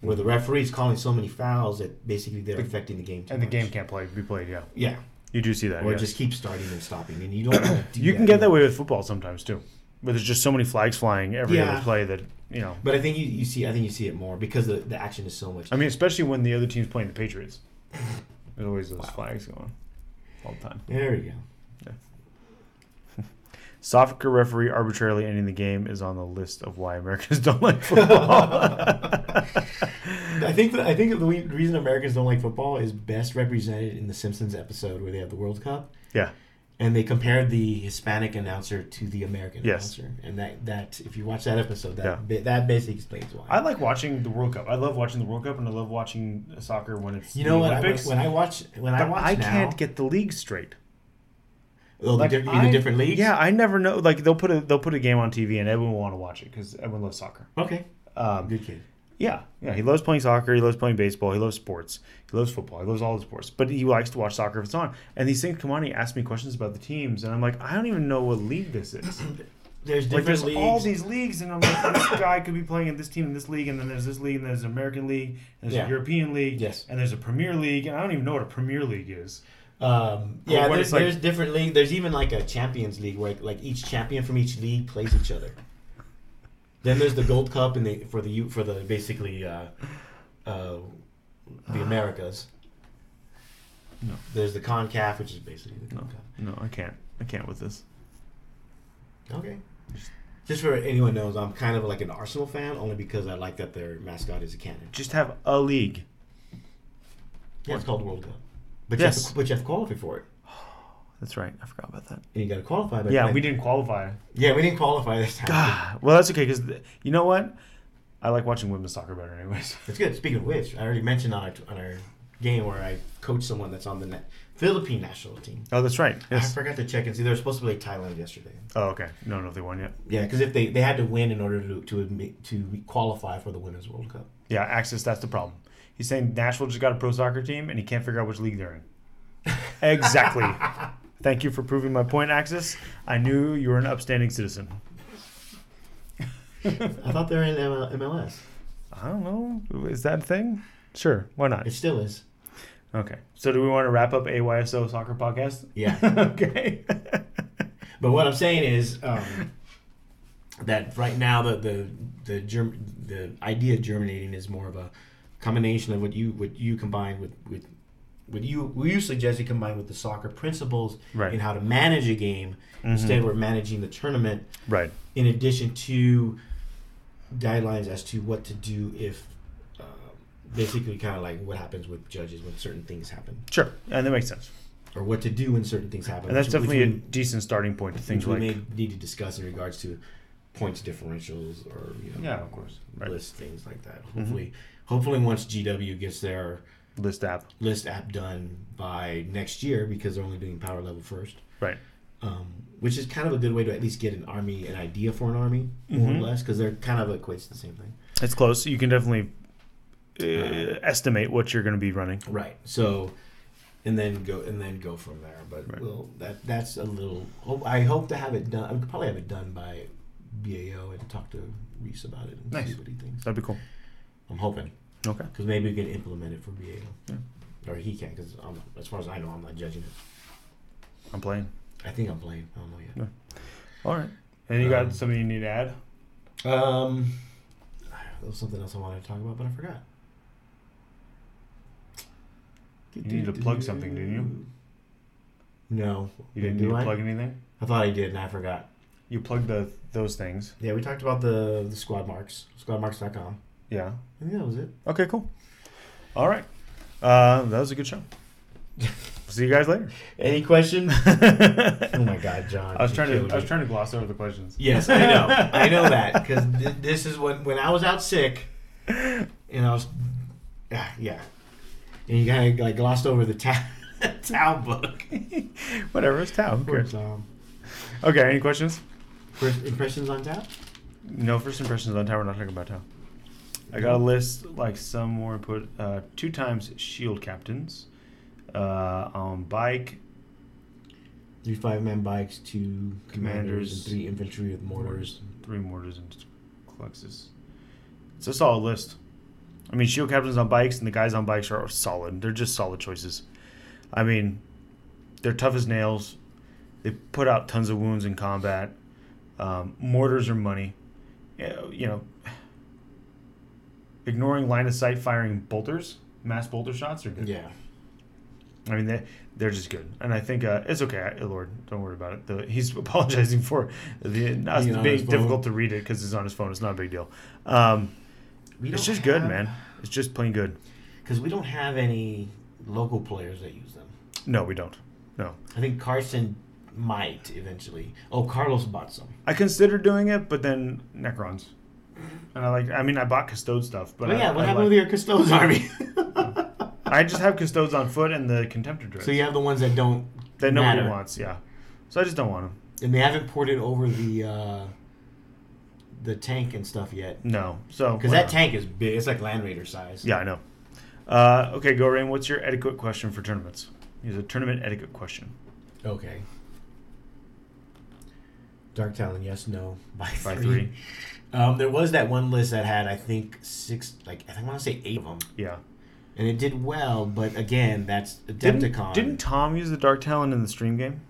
S1: where the referee's calling so many fouls that basically they're affecting the game too
S2: And the
S1: much.
S2: game can't play be played. Yeah,
S1: yeah
S2: you do see that.
S1: or
S2: yes.
S1: just keep starting and stopping and you don't
S2: [COUGHS]
S1: wanna do
S2: you can get that way with football sometimes too, but there's just so many flags flying every
S1: Yeah.
S2: other play that you know.
S1: but I think you, you see I think you see it more because the, the action is so much
S2: I mean, especially when the other team's playing the Patriots. There's always those flags going all the time.
S1: there we go
S2: Soccer referee arbitrarily ending the game is on the list of why Americans [LAUGHS] don't
S1: [LAUGHS]
S2: like football.
S1: I think that, I think the re- reason Americans don't like football is best represented in the Simpsons episode where they have the World Cup
S2: yeah,
S1: and they compared the Hispanic announcer to the American
S2: Yes.
S1: announcer, and that that if you watch that episode, that
S2: Yeah.
S1: ba- that basically explains why.
S2: I like watching the World Cup. I love watching the World Cup, and I love watching soccer when it's
S1: you
S2: the
S1: know what? I, when
S2: Olympics.
S1: when I watch when I
S2: But
S1: watch
S2: I
S1: now,
S2: can't get the league straight.
S1: oh, the, diff- you mean
S2: I-
S1: the different leagues.
S2: Yeah, I never know. Like they'll put a they'll put a game on TV, and everyone will want to watch it because everyone loves soccer.
S1: Okay.
S2: Um,
S1: Good kid.
S2: Yeah, yeah. He loves playing soccer. He loves playing baseball. He loves sports. He loves football. He loves all the sports. But he likes to watch soccer if it's on. And these things come on. He asks me questions about the teams, and I'm like, I don't even know what league this [CLEARS THROAT]
S1: There's
S2: is. like,
S1: different
S2: there's
S1: leagues.
S2: all these leagues, and I'm like, [COUGHS] this guy could be playing in this team in this league, and then there's this league, and there's American league, and there's
S1: Yeah.
S2: a European league,
S1: Yes.
S2: and there's a Premier League, and I don't even know what a Premier League is.
S1: um,
S2: Or
S1: yeah,
S2: what
S1: there's,
S2: it's like-
S1: there's different leagues. There's even like a Champions League where like each champion from each league plays each other. then there's the Gold Cup and the for the U- for the basically uh, uh, the Americas.
S2: No.
S1: There's the Concaf, which is basically the
S2: No.
S1: Concaf.
S2: No, I can't. I can't with this.
S1: Okay. Just for anyone knows, I'm kind of like an Arsenal fan only because I like that their mascot is a cannon.
S2: Just have a league.
S1: Yeah, it's called World Cup. But, you have
S2: Yes.
S1: to, but you have to qualify for it.
S2: That's right. I forgot about that.
S1: And you got to qualify. By
S2: Yeah,
S1: playing-
S2: we didn't qualify.
S1: Yeah, we didn't qualify this time.
S2: Ah, [SIGHS] well, that's okay because you know what? I like watching women's soccer better, anyways. [LAUGHS]
S1: It's good. Speaking of which, I already mentioned on our on our game where I coached someone that's on the na- Philippine national team.
S2: Oh, that's right.
S1: I
S2: Yes.
S1: forgot to check and see. They were supposed to play Thailand yesterday.
S2: Oh, okay. No, no, they won yet.
S1: Yeah, because if they, they had to win in order to to admit, to qualify for the Women's World Cup.
S2: Yeah, Axis, that's the problem. He's saying Nashville just got a pro soccer team and he can't figure out which league they're in.
S1: [LAUGHS]
S2: exactly. Thank you for proving my point, Axis. I knew you were an upstanding citizen.
S1: I thought they were in ML- MLS.
S2: I don't know. Is that a thing? Sure. Why not?
S1: It still [LAUGHS] is.
S2: Okay. So, do we want to wrap up AYSO soccer podcast? [LAUGHS]
S1: Yeah.
S2: okay.
S1: But what I'm saying is um, that right now the the the germ, the idea of germinating is more of a combination of what you what you combine with with what you what you suggested combined with the soccer principles
S2: Right. Mm-hmm.
S1: and how to manage a game. Instead, we're managing the tournament
S2: right.
S1: in addition to guidelines as to what to do if. uh, Basically, kind of like what happens with judges when certain things happen,
S2: Sure. And that makes sense.
S1: or what to do when certain things happen.
S2: And that's
S1: which- which
S2: definitely a
S1: we-
S2: decent starting point to
S1: things
S2: things
S1: we
S2: like.
S1: may need to discuss in regards to points differentials or you know,
S2: Yeah, of course. Right. Mm-hmm.
S1: list things like that. Hopefully, hopefully once GW gets their
S2: List app.
S1: list app done by next year because they're only doing power level first,
S2: Right.
S1: um, which is kind of a good way to at least get an army an idea for an army more
S2: Mm-hmm.
S1: or less because they're kind of equates to the same thing.
S2: It's close. You can definitely uh, estimate what you're going to be running.
S1: Right. So, and then go and then go from there. But well, that that's a little. ho- I hope to have it done. I will probably have it done by BAO and talk to Reese about it and see
S2: Nice.
S1: what he thinks.
S2: That'd be cool.
S1: I'm hoping
S2: Okay.
S1: because maybe we can implement it for BAO, or he can. Because as far as I know, I'm not judging it.
S2: I'm playing.
S1: I think I'm playing. I don't know yet.
S2: All right. And you
S1: Um,
S2: got something you need to add?
S1: Um, [SIGHS] there was something else I wanted to talk about, but I forgot. You
S2: needed to plug something, didn't you?
S1: No,
S2: You didn't
S1: Do
S2: need to
S1: I?
S2: plug anything?
S1: I thought I did, and I forgot.
S2: You plugged the those things.
S1: Yeah, we talked about the the squad marks, squadmarks.com.
S2: Yeah.
S1: I think that was it.
S2: Okay, cool. All right. Uh, that was a good show. See you guys later.
S1: [LAUGHS] Any questions? [LAUGHS] oh my God, John!
S2: [LAUGHS] I was trying
S1: you [LAUGHS]
S2: to I was
S1: killed
S2: trying to gloss over the questions.
S1: me. Yes, I know. I know that because
S2: [LAUGHS]
S1: th- this is when when I was out sick, and I was, ah, yeah, and you kind of like glossed over the ta- [LAUGHS] towel
S2: [LAUGHS]
S1: book.
S2: Whatever, it's Tao. Who
S1: Or,
S2: cares?
S1: um,
S2: Okay, any questions?
S1: first impressions on tap?
S2: No first impressions on Tao. We're not talking about Tao. I got a list like some more put uh, two times shield captains uh, on bike
S1: Three five man bikes, two commanders,
S2: Commanders.
S1: and three infantry with mortars.
S2: three mortars and Cluxes. It's a solid list. I mean, shield captains on bikes and the guys on bikes are solid. They're just solid choices. I mean, they're tough as nails. They put out tons of wounds in combat. Um, mortars are money. Yeah, You know, [SIGHS] ignoring line of sight firing bolters, mass bolter shots are good.
S1: Yeah,
S2: I mean, they, they're just good. And I think uh, it's okay, uh, Lord. Don't worry about it. The, he's [LAUGHS] apologizing for the, us
S1: Being on his
S2: being
S1: phone.
S2: difficult to read it because it's on his phone. It's not a big deal. Um,
S1: we
S2: it's
S1: don't
S2: just good,
S1: have-
S2: man. It's just plain good.
S1: Because we don't have any local players that use them.
S2: No, we don't. No.
S1: I think Carson might eventually. Oh, Carlos bought some.
S2: I considered doing it, but then Necrons. And I like, I mean, I bought Custode stuff, but
S1: Oh
S2: I,
S1: yeah, what
S2: I,
S1: happened
S2: like-
S1: with your Custodes army? [LAUGHS]
S2: I just have Custodes on foot and the Contemptor Dreads.
S1: so you have the ones that don't
S2: that nobody
S1: matter.
S2: wants, yeah. So I just don't want them.
S1: and they haven't ported over the uh, the tank and stuff yet.
S2: No. So
S1: Because
S2: whatever.
S1: that tank is big. It's like Land Raider size.
S2: Yeah, I know. Uh, okay, go Rain. What's your etiquette question for tournaments? Here's a tournament etiquette question.
S1: Okay. Dark Talon, yes, no, [LAUGHS] by three.
S2: By three.
S1: Um, there was that one list that had I think six, like I think I want to say eight of them,
S2: Yeah.
S1: and it did well. But again, that's
S2: Didn't,
S1: Adepticon.
S2: didn't Tom use the Dark Talon in the stream game?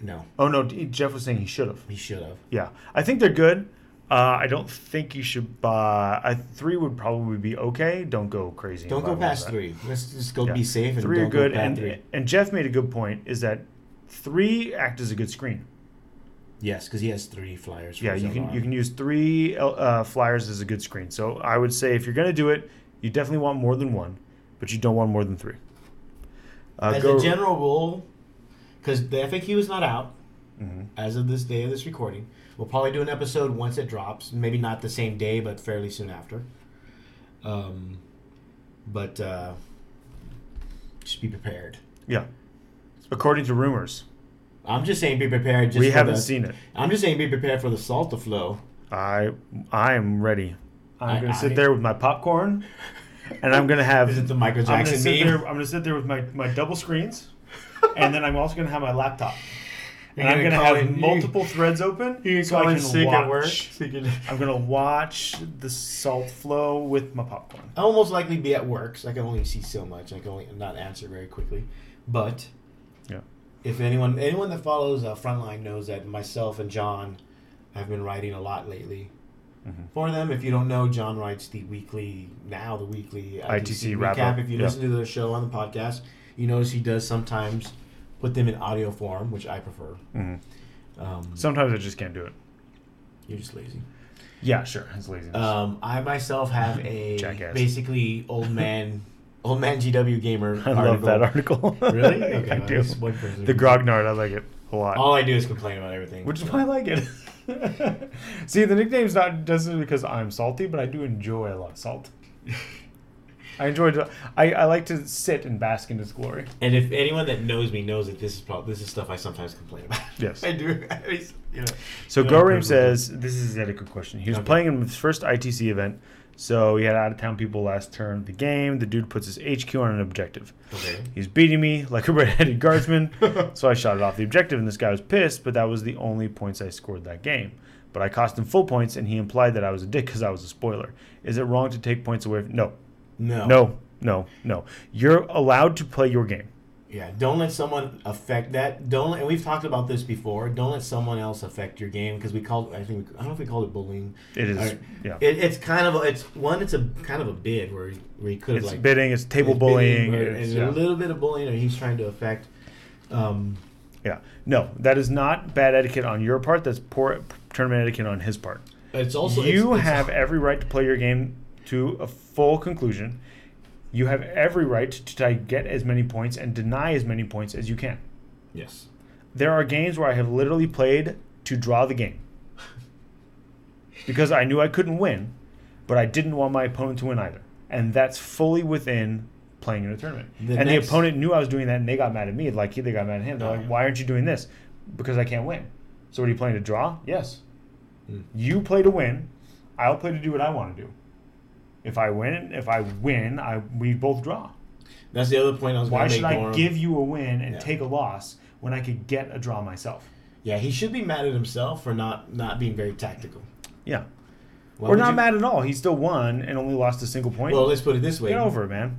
S1: no,
S2: Oh no, D- Jeff was saying he should have.
S1: he should have.
S2: Yeah, I think they're good. Uh, I don't think you should buy. I, three would probably be okay. Don't go crazy. and
S1: Don't
S2: buy
S1: go
S2: more
S1: past
S2: than that.
S1: three. Let's just go
S2: Yeah.
S1: be safe and
S2: 3
S1: don't
S2: are good,
S1: go past
S2: and
S1: three.
S2: and Jeff made a good point. Is that three act as a good screen?
S1: Yes, because he has three flyers. for
S2: Yeah,
S1: his
S2: you can
S1: LR.
S2: you can use three uh, flyers as a good screen. So I would say if you're gonna do it, you definitely want more than one, but you don't want more than three. Uh,
S1: As
S2: go,
S1: a general rule, because the FAQ is not out
S2: Mm-hmm.
S1: as of this day of this recording, we'll probably do an episode once it drops. Maybe not the same day, but fairly soon after. Um, but uh, Just be prepared.
S2: Yeah. According to rumors,
S1: I'm just saying be prepared. Just
S2: we
S1: for
S2: haven't
S1: the-
S2: seen it.
S1: I'm just saying be prepared for the salt to flow.
S2: I I am ready. I'm
S1: I-
S2: gonna
S1: I-
S2: sit there with
S1: [LAUGHS]
S2: my popcorn, and I'm gonna have.
S1: Is it the Michael
S2: I'm gonna
S1: Jackson
S2: sit
S1: meme?
S2: there. I'm gonna sit there with my, my double screens, and then I'm also gonna have my laptop,
S1: [LAUGHS] You're
S2: and I'm gonna
S1: call
S2: have
S1: it-
S2: multiple threads open
S1: You, you
S2: so
S1: call
S2: I
S1: it sick
S2: can
S1: at work.
S2: watch.
S1: So you can-
S2: I'm gonna watch the salt flow with my popcorn.
S1: I will most likely be at work, so I can only see so much. I can only not answer very quickly. But
S2: Yeah.
S1: if anyone anyone that follows uh, Frontline knows that myself and John have been writing a lot lately.
S2: Mhm.
S1: For them, if you don't know, John writes the weekly now the weekly uh,
S2: ITC
S1: recap.
S2: wrap-up,
S1: If you
S2: yeah.
S1: listen to the show on the podcast, you notice he does sometimes put them in audio form, which I prefer.
S2: Mhm.
S1: Um,
S2: Sometimes I just can't do it.
S1: you're just lazy.
S2: Yeah, sure. It's laziness.
S1: Um, I myself have a
S2: [LAUGHS] Jackass.
S1: basically old man, old man GW gamer.
S2: [LAUGHS] I love that [LAUGHS] article.
S1: Really?
S2: I
S1: Okay,
S2: do.
S1: that's one person.
S2: The grognard, I like it a lot.
S1: All I do is complain about everything.
S2: Um, which is why I like it. [LAUGHS] See, the nickname's not doesn't because I'm salty, but I do enjoy a lot of salt. [LAUGHS] I enjoy. I, I like to sit and bask in its glory.
S1: And if anyone that knows me knows that this is prob- this is stuff I sometimes complain about. [LAUGHS]
S2: Yes.
S1: I do. I always, you know.
S2: So
S1: you know,
S2: Go
S1: people-
S2: Rame says this is a good question. He was
S1: Okay.
S2: playing in his first ITC event, so he had out of town people last turn of the game. The dude puts his HQ on an objective.
S1: Okay.
S2: He's beating me like a [LAUGHS]
S1: [LAUGHS]
S2: red-headed guardsman, so I shot it off the objective, and this guy was pissed. But that was the only points I scored that game. But I cost him full points, and he implied that I was a dick because I was a spoiler. Is it wrong to take points away? From- no,
S1: No.
S2: no, no, no. You're allowed to play your game.
S1: Yeah. Don't let someone affect that. Don't. Let, and we've talked about this before. Don't let someone else affect your game because we called. I think. We, I don't know if we called it bullying.
S2: It is,
S1: Alright.
S2: yeah.
S1: It, it's kind of. A, it's one. It's a kind of a bid where he- where he could have
S2: it's
S1: like
S2: bidding. It's table
S1: it's
S2: bullying.
S1: bidding, or-
S2: it's-
S1: and
S2: yeah.
S1: a little bit of bullying, or he's trying to affect. Um,
S2: Yeah. No, that is not bad etiquette on your part. That's poor tournament etiquette on his part.
S1: it's also
S2: you
S1: it's- it's-
S2: have every right to play your game to a full conclusion. You have every right to try to get as many points and deny as many points as you can.
S1: yes.
S2: There are games where I have literally played to draw
S1: [LAUGHS]
S2: the game because I knew I couldn't win, but I didn't want my opponent to win either. And that's fully within playing in a tournament.
S1: The
S2: and
S1: next-
S2: the opponent knew I was doing that and they got mad at me. Like, they got mad at him. They're
S1: Oh,
S2: like,
S1: yeah.
S2: why aren't you doing this? Because I can't win. So, what are you playing to draw? Yes.
S1: Mm.
S2: You play to win. I'll play to do what I want to do. If I win, if I win, I we both draw.
S1: That's the other point I was.
S2: Why
S1: gonna make
S2: should I
S1: Gorham.
S2: give you a win and
S1: Yeah.
S2: take a loss when I could get a draw myself?
S1: Yeah, he should be mad at himself for not not being very tactical.
S2: Yeah.
S1: Why
S2: or
S1: would
S2: not
S1: you-
S2: mad at all. He still won and only lost a single point.
S1: Well, let's put it this way.
S2: Get over it, man.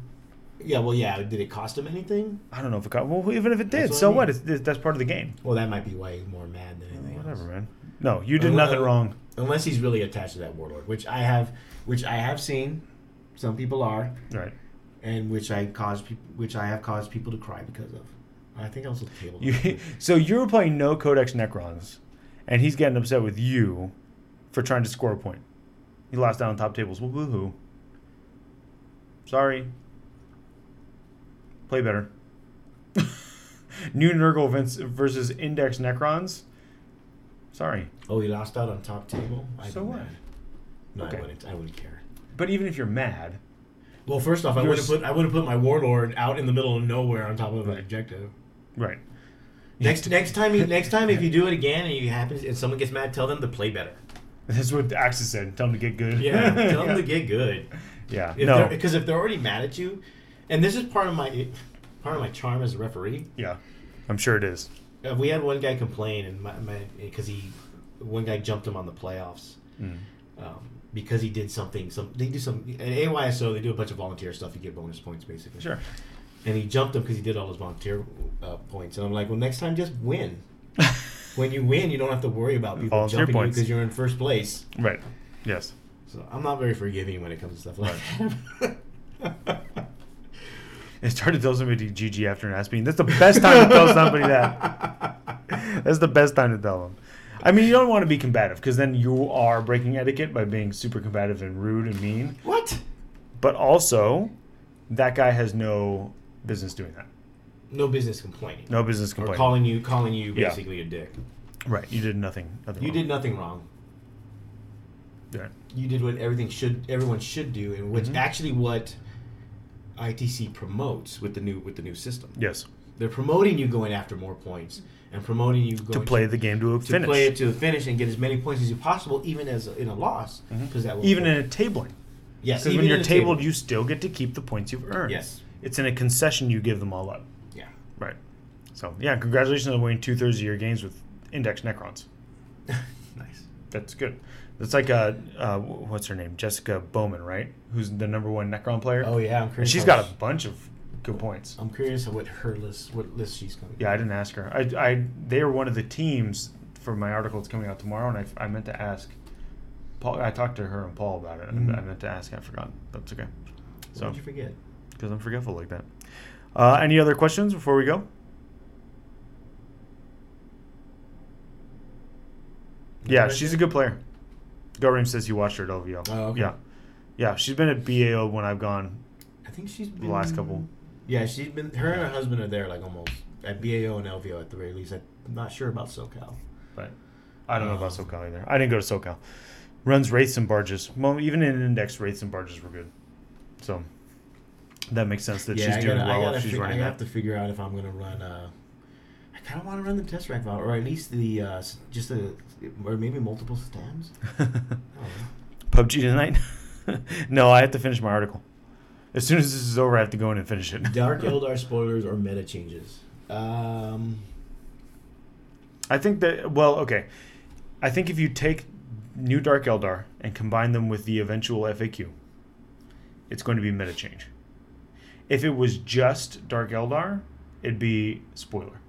S1: Yeah, well, yeah. Did it cost him anything?
S2: I don't know if it got. Well, even if it
S1: That's
S2: did,
S1: what I
S2: so
S1: mean.
S2: what? It's, it's, that's part of the game.
S1: Well, that might be why he's more mad than anything. else.
S2: Whatever, man. No, you did
S1: Unle-
S2: nothing wrong.
S1: Unless he's really attached to that warlord, which I have, which I have seen. Some people are,
S2: Right.
S1: and which I caused, peop which I have caused people to cry because of. I think I was at the table.
S2: You. [LAUGHS] So you were playing no Codex Necrons, and he's getting upset with you for trying to score a point. You lost down on top tables. Well, woohoo. Sorry. Play better. [LAUGHS] New Nurgle vins- versus Index Necrons. Sorry.
S1: oh, he lost out on top table. I'd
S2: So
S1: be
S2: what?
S1: mad. No,
S2: Okay.
S1: I wouldn't. I wouldn't care.
S2: But even if you're mad,
S1: Well, first off, I
S2: You're
S1: would have
S2: s-
S1: put I would have put my warlord out in the middle of nowhere on top of an
S2: Right.
S1: objective.
S2: right?
S1: Next next time, you, next time if you do it again and you happen and someone gets mad, tell them to play better.
S2: [LAUGHS] That's what Axis said. Tell them to get good.
S1: Yeah, [LAUGHS] tell
S2: [LAUGHS] yeah.
S1: them to get good.
S2: Yeah.
S1: If
S2: No.
S1: because if they're already mad at you, and this is part of my part of my charm as a referee.
S2: Yeah. I'm sure it is.
S1: Uh, we had one guy complain and my because he one guy jumped him on the playoffs
S2: Mm.
S1: um, because he did something. Some they do some at AYSO they do a bunch of volunteer stuff. You get bonus points basically.
S2: Sure.
S1: and he jumped him because he did all his volunteer uh, points. And I'm like, well, next time just win. when you win, you don't have to worry about people
S2: Volunteer
S1: jumping
S2: points.
S1: you because you're in first place.
S2: Right. Yes.
S1: So I'm not very forgiving when it comes to stuff like that. [LAUGHS]
S2: It's hard to tell somebody GG after an ass beating. [LAUGHS] That's the best time to tell somebody that. That's the best time to tell them. I mean, you don't want to be combative because then you are breaking etiquette by being super combative and rude and mean.
S1: what?
S2: But also, that guy has no business doing that.
S1: No business complaining.
S2: No business
S1: Or
S2: complaining.
S1: calling you, calling you
S2: Yeah.
S1: basically a dick.
S2: Right. You did nothing. nothing
S1: You
S2: wrong.
S1: did nothing wrong.
S2: Right. Mm-hmm.
S1: You did what everything should, everyone should do, and which actually what ITC promotes with the new with the new system.
S2: Yes.
S1: They're promoting you going after more points and promoting you going
S2: To play the game to a
S1: to
S2: finish.
S1: play it to a finish and get as many points as you possible, even as a, in a loss, because that will
S2: Mm-hmm. even in a tabling.
S1: yes,
S2: Because
S1: even
S2: when
S1: in
S2: you're
S1: a
S2: tabled, you still get to keep the points you've earned.
S1: Yes.
S2: It's in a concession you give them all up.
S1: yeah.
S2: Right. So, yeah, congratulations on winning two thirds of your games with Index Necrons.
S1: [LAUGHS] nice.
S2: That's good. That's like, uh, uh, wh- what's her name? Jessica Bowman, right? Who's the number one Necron player.
S1: Oh yeah, I'm
S2: And
S1: curious.
S2: she's
S1: how
S2: got
S1: she-
S2: a bunch of good points.
S1: I'm curious of what her list, what list she's coming.
S2: Yeah, I didn't ask her. I, I they are one of the teams for my article that's coming out tomorrow, and I, I meant to ask Paul. I talked to her and Paul about it, and
S1: Mhm.
S2: I meant to ask. I forgot. That's okay.
S1: What
S2: So
S1: did you forget?
S2: because I'm forgetful like that. Uh, any other questions before we go? Yeah,
S1: Right
S2: she's a
S1: there?
S2: good player. Go Reem says he watched her at OVO.
S1: Oh, okay.
S2: Yeah, yeah, she's been at BAO when I've gone.
S1: I think she's been
S2: The last couple.
S1: Yeah, she's been. Her and her husband are there like almost at BAO and LVO at the very least. I'm not sure about SoCal.
S2: But I don't know about
S1: Um,
S2: SoCal either. I didn't go to SoCal. Runs wraiths and barges. Well, even in index wraiths and barges were good, so that makes sense that
S1: yeah,
S2: she's
S1: I
S2: doing
S1: gotta, I
S2: well
S1: gotta
S2: if she's
S1: fig-
S2: running
S1: I have
S2: that.
S1: to
S2: [LAUGHS]
S1: figure out if I'm gonna run. Uh, I kind of want to run the test rack valve, or at least the uh, s- just the, or maybe multiple stems. Oh,
S2: PUBG tonight? [LAUGHS] no, I have to finish my article. As soon as this is over, I have to go in and finish it.
S1: Dark Eldar
S2: [LAUGHS]
S1: spoilers or meta changes. Um,
S2: I think that well, okay. I think if you take New Dark Eldar and combine them with the eventual FAQ, it's going to be meta change. If it was just Dark Eldar, it'd be spoiler.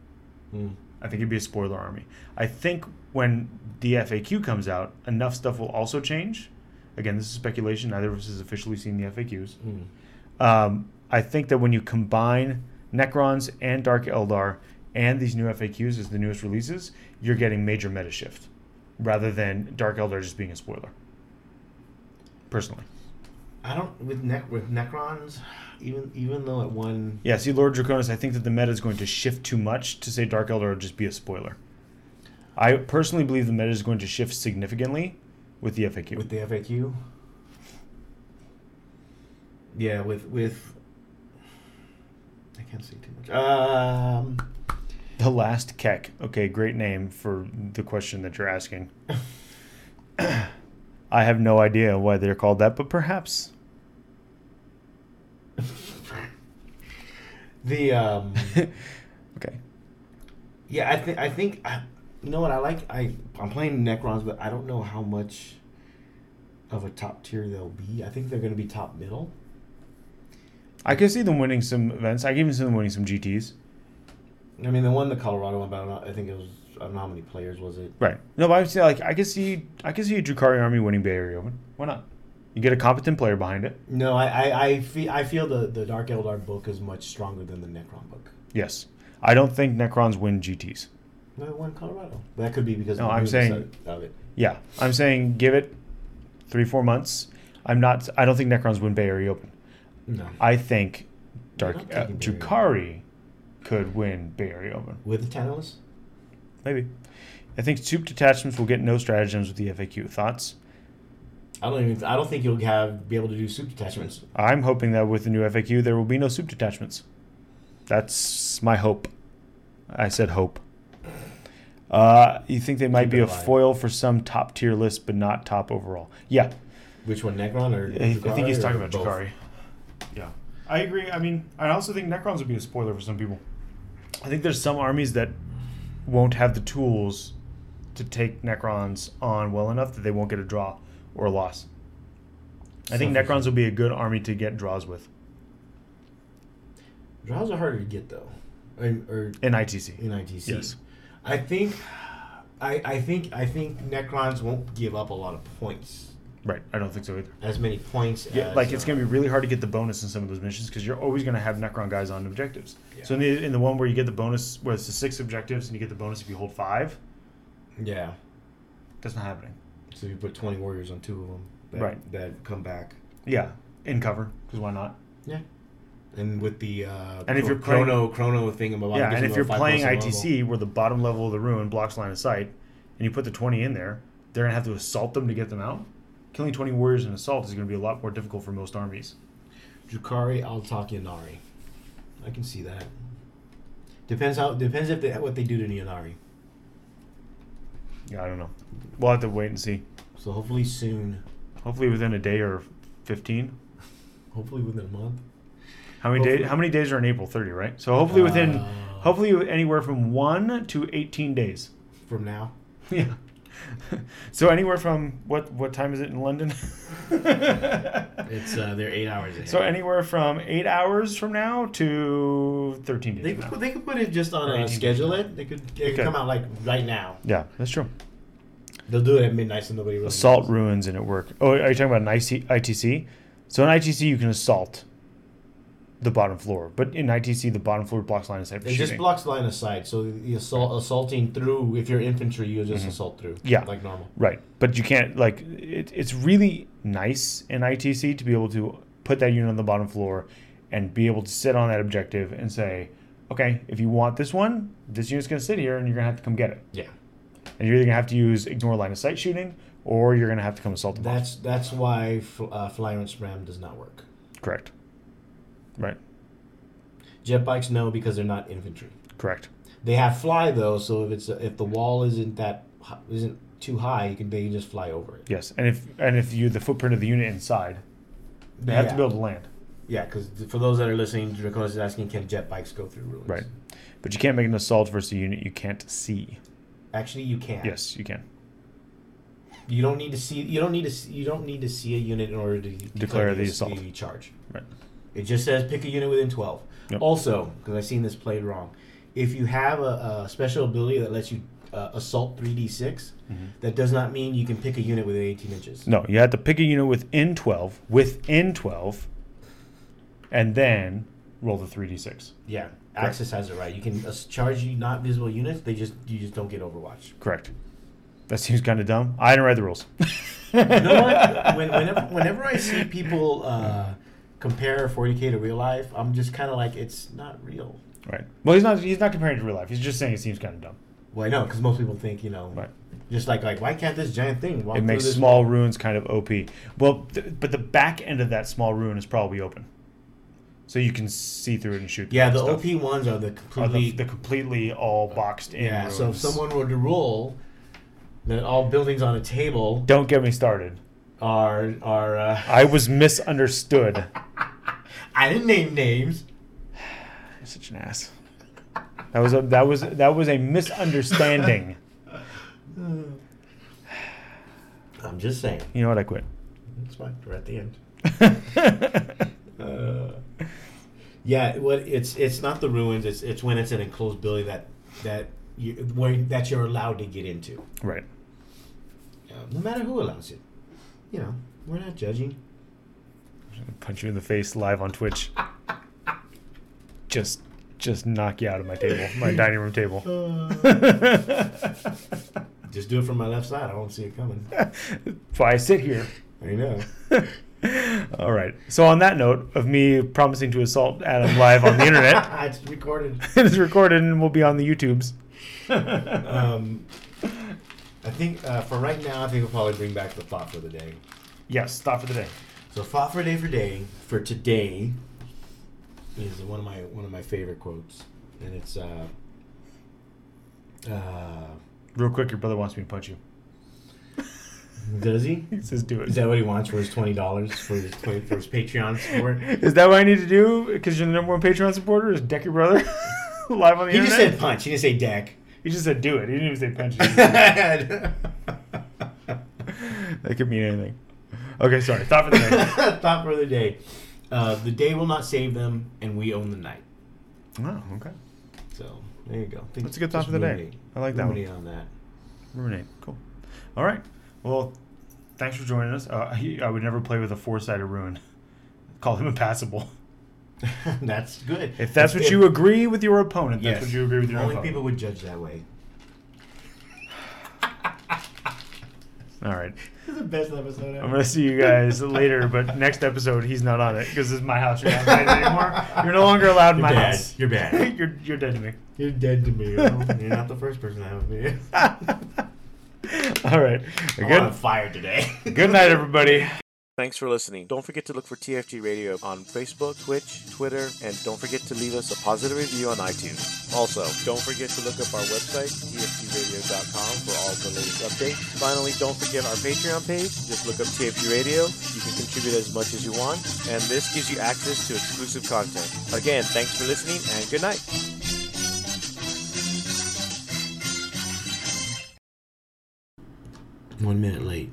S1: hmm,
S2: I think it'd be a spoiler army. I think when the FAQ comes out, enough stuff will also change. Again, this is speculation. Neither of us has officially seen the FAQs.
S1: hmm.
S2: Um, I think that when you combine Necrons and Dark Eldar and these new FAQs as the newest releases, you're getting major meta shift rather than Dark Eldar just being a spoiler. Personally.
S1: I don't with nec- with Necrons, even even though at one
S2: Yeah, see, Lord Draconis, I think that the meta is going to shift too much to say Dark Elder will just be a spoiler. I personally believe the meta is going to shift significantly with the FAQ.
S1: with the FAQ. Yeah, with with. I can't say too much. Um,
S2: the Last Keck. Okay, great name for the question that you're asking. I have no idea why they're called that, but perhaps.
S1: the um,
S2: Okay.
S1: yeah, I think I think I, you know what I like. I I'm playing Necrons, but I don't know how much of a top tier they'll be. I think they're going to be top middle.
S2: I can see them winning some events. I can even see them winning some GTs.
S1: I mean, they won the Colorado one, but I'm not, I think it was I don't know how many players was it.
S2: Right. No, but I would say like I could see I could see a Drukari army winning Bay Area Open. Why not? You get a competent player behind it.
S1: No, I I, I feel I feel the the Dark Eldar book is much stronger than the Necron book.
S2: Yes. I don't think Necrons win GTs.
S1: No, it won Colorado. But that could be because
S2: No,
S1: of the
S2: I'm
S1: newness
S2: saying-
S1: of- of it.
S2: Yeah, I'm saying give it three four months. I'm not. I don't think Necrons win Bay Area Open.
S1: No,
S2: I think Dark
S1: They're not
S2: uh,
S1: taking Bay Area.
S2: Jukari could win Bay Area Open.
S1: with the Tantalus.
S2: Maybe. I think soup detachments will get no stratagems with the FAQ. Thoughts?
S1: I don't even. I don't think you'll have be able to do soup detachments.
S2: I'm hoping that with the new FAQ there will be no soup detachments. That's my hope. I said hope. Uh, you think they might
S1: Keep
S2: be
S1: it
S2: a
S1: alive.
S2: foil for some top tier list, but not top overall? Yeah,
S1: Which one, Necron or?
S2: I, I think he's
S1: Drukhari
S2: talking
S1: or
S2: about
S1: both?
S2: Jakari. Yeah, I agree. I mean, I also think Necrons would be a spoiler for some people. I think there's some armies that won't have the tools to take Necrons on well enough that they won't get a draw or a loss. I think
S1: Selfish.
S2: Necrons will be a good army to get draws with
S1: Drows are harder to get though, I mean, or
S2: in ITC.
S1: in ITC.
S2: Yes.
S1: I think. I, I think I think Necrons won't give up a lot of points,
S2: Right, I don't think so either.
S1: as many points.
S2: Yeah,
S1: as,
S2: like it's
S1: uh,
S2: going to be really hard to get the bonus in some of those missions because you're always going to have Necron guys on objectives.
S1: Yeah.
S2: So in the, in the one where you get the bonus, where it's the six objectives and you get the bonus if you hold five,
S1: uh, Yeah.
S2: that's not happening.
S1: So you put twenty warriors on two of them. That,
S2: Right.
S1: That come back.
S2: Yeah, in cover because why not?
S1: Yeah. And with the uh,
S2: And if you're playing-
S1: chrono chrono thing about
S2: yeah, and if you're playing ITC, where the bottom level of the ruin blocks line of sight, and you put the twenty in there, they're gonna have to assault them to get them out. Killing twenty warriors in assault is gonna be a lot more difficult for most armies.
S1: Drukari Altakianari. I can see that. Depends how depends if they, what they do to Neonari.
S2: Yeah, I don't know. We'll have to wait and see.
S1: So hopefully soon,
S2: Hopefully within a day or fifteen.
S1: hopefully within a month.
S2: How many days?
S1: Hopefully.
S2: How many days are in April thirty? Right. So hopefully within,
S1: Uh,
S2: hopefully anywhere from one to eighteen days.
S1: from now.
S2: Yeah. [LAUGHS] so anywhere from what what time is it in London?
S1: It's uh, they're eight hours. Ahead.
S2: so anywhere from eight hours from now to thirteen days.
S1: They
S2: from
S1: could,
S2: now.
S1: put- they could put it just on
S2: Or
S1: a
S2: 18
S1: schedule.
S2: days.
S1: It they could, it could
S2: Okay.
S1: come out like right now.
S2: yeah, that's true.
S1: They'll do it at midnight, so nobody really
S2: Assault
S1: knows.
S2: ruins and it work. Oh, are you talking about an IC, ITC? So in ITC you can assault the bottom floor, but in ITC the bottom floor blocks line of sight for
S1: It just
S2: shooting.
S1: blocks line of sight, so the assault assaulting through. If you're infantry, you just assault through.
S2: Mm-hmm. Yeah.
S1: like normal.
S2: right, but you can't like it, it's really nice in ITC to be able to put that unit on the bottom floor and be able to sit on that objective and say, okay, if you want this one, this unit's gonna sit here and you're gonna have to come get it,
S1: Yeah,
S2: and you're either gonna have to use ignore line of sight shooting or you're gonna have to come assault the bottom.
S1: that's that's why fl- uh, flyer and spam does not work.
S2: Correct. Right.
S1: Jet bikes no, because they're not infantry.
S2: Correct.
S1: They have fly though, so if it's if the wall isn't that hi- isn't too high, you can they can just fly over it.
S2: Yes, and if and if you the footprint of the unit inside, they have
S1: Yeah.
S2: to be able to land.
S1: Yeah, because for those that are listening, Draconis is asking, can jet bikes go through ruins?
S2: Right. But you can't make an assault versus a unit you can't see.
S1: Actually, you can.
S2: Yes, you can
S1: You don't need to see. You don't need to. See, you don't need to see a unit in order to
S2: Declare the assault.
S1: The charge.
S2: Right.
S1: It just says pick a unit within twelve.
S2: Yep.
S1: Also, because I've seen this played wrong, if you have a, a special ability that lets you uh, assault three d six, that does not mean you can pick a unit within eighteen inches.
S2: Mm-hmm. No, you have to pick a unit within twelve, within twelve, and then roll the three d six.
S1: Yeah, Axis has it right. You can uh, charge you not visible units. They just you just don't get Overwatch.
S2: Correct. That seems kind of dumb. I didn't read the rules.
S1: You know
S2: [LAUGHS]
S1: what? when, whenever, whenever I see people uh, compare 40k to real life, I'm just kind of like it's not real.
S2: right. Well, he's not. He's not comparing it to real life. He's just saying it seems kind of dumb.
S1: Well, I know because most people think you know,
S2: Right.
S1: just like like why can't this giant thing walk
S2: It makes
S1: through this
S2: small ruins kind of OP. Well, th- but the back end of that small ruin is probably open, so you can see through it and shoot.
S1: Yeah, the
S2: stuff.
S1: OP ones are the
S2: Are
S1: completely.
S2: the, the completely all boxed in.
S1: yeah, so if
S2: ruins.
S1: someone were to roll, then all buildings on a table
S2: don't get me started.
S1: are are. Uh,
S2: I
S1: [LAUGHS]
S2: was misunderstood.
S1: I didn't name names.
S2: You're such an ass. That was a that was that was
S1: [LAUGHS]
S2: a misunderstanding.
S1: I'm just saying.
S2: you know what? I quit. [LAUGHS]
S1: It's fine. We're at the end. Uh, yeah, what it's it's not the ruins. It's it's when it's an enclosed building that that you where that you're allowed to get into,
S2: right.
S1: uh, no matter who allows it. You know, we're not judging.
S2: Punch you in the face live on Twitch.
S1: [LAUGHS]
S2: Just just knock you out of my table, my dining room table.
S1: Uh, [LAUGHS] Just do it from my left side. I won't see it coming.
S2: Why I sit here.
S1: I know.
S2: All right. So on that note of me promising to assault Adam live on the
S1: [LAUGHS]
S2: internet, [LAUGHS]
S1: it's recorded.
S2: it is recorded and will be on the
S1: [LAUGHS]
S2: YouTubes.
S1: Um, I think uh, for right now, I think we'll probably bring back the thought for the day.
S2: Yes. Stop for the day.
S1: So thought for day for day for today is one of my one of my favorite quotes, and it's uh, uh,
S2: Real quick, your brother wants me to punch you.
S1: does he?
S2: He says, "Do it."
S1: Is that what he wants for his twenty dollars for his for his Patreon
S2: [LAUGHS]
S1: support?
S2: Is that what I need to do? Because you're the number one Patreon supporter? Is deck your brother [LAUGHS] live on the
S1: He
S2: internet?
S1: just said punch. He didn't say
S2: [LAUGHS]
S1: deck. [LAUGHS]
S2: he just said do it. He didn't even say punch. that could mean anything. Okay, sorry. Stop for
S1: [LAUGHS]
S2: the night.
S1: thought for the day. Uh, the day will not save them, and we own the night.
S2: oh, okay.
S1: So there you go. Think,
S2: That's a good thought
S1: just
S2: for the day.
S1: ruminate-
S2: I like that one.
S1: ruminate on that.
S2: Ruminate. Cool. All right. Well, thanks for joining us. Uh, I- I would never play with a four-sided ruin. [LAUGHS] Call him impassable.
S1: [LAUGHS] that's good.
S2: If that's what you agree with your opponent,
S1: yes,
S2: that's what you agree with your
S1: only
S2: opponent.
S1: people would judge that way.
S2: All right.
S1: This is the best episode ever.
S2: I'm gonna see you guys
S1: [LAUGHS]
S2: later, but next episode he's not on it because it's my house. You're not invited anymore. You're no longer allowed in
S1: You're
S2: my
S1: bad.
S2: house. [LAUGHS]
S1: You're bad.
S2: you're you're dead to me.
S1: You're dead to me. You
S2: [LAUGHS]
S1: know? You're not the first person I have been.
S2: All right.
S1: I'm on
S2: Good
S1: fire today. [LAUGHS]
S2: good night, everybody.
S3: Thanks for listening. Don't forget to look for TFG Radio on Facebook, Twitch, Twitter, and don't forget to leave us a positive review on iTunes. Also, don't forget to look up our website, tfgradio.com, for all the latest updates. Finally, don't forget our Patreon page. Just look up TFG Radio. You can contribute as much as you want, and this gives you access to exclusive content. Again, thanks for listening, and good night.
S1: One minute late.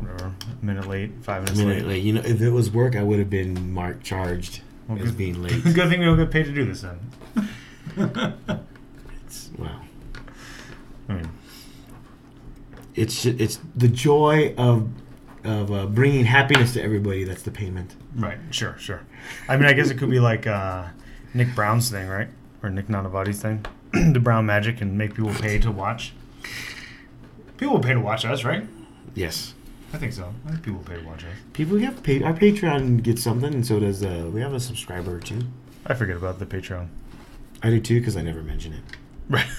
S2: Whatever. A minute late, five
S1: A
S2: minutes
S1: minute
S2: late.
S1: late. You know, if it was work, I would have been marked charged
S2: Well,
S1: as
S2: good-
S1: being late.
S2: [LAUGHS] Good thing we don't get paid to do this then.
S1: It's- wow.
S2: I mean,
S1: It's ju- it's the joy of of uh, bringing happiness to everybody. That's the payment.
S2: right, sure, sure. I mean, I guess it could be like uh, Nick Brown's thing, right? Or Nick Nanavati's thing. [CLEARS THROAT] the Brown magic and make people pay to watch. People will pay to watch us, right?
S1: Yes.
S2: I think so. I think people pay to watch us.
S1: People get paid. Our Patreon gets something, and so does uh, we have a subscriber or two.
S2: I forget about the Patreon.
S1: I do too because I never mention it.
S2: Right. [LAUGHS]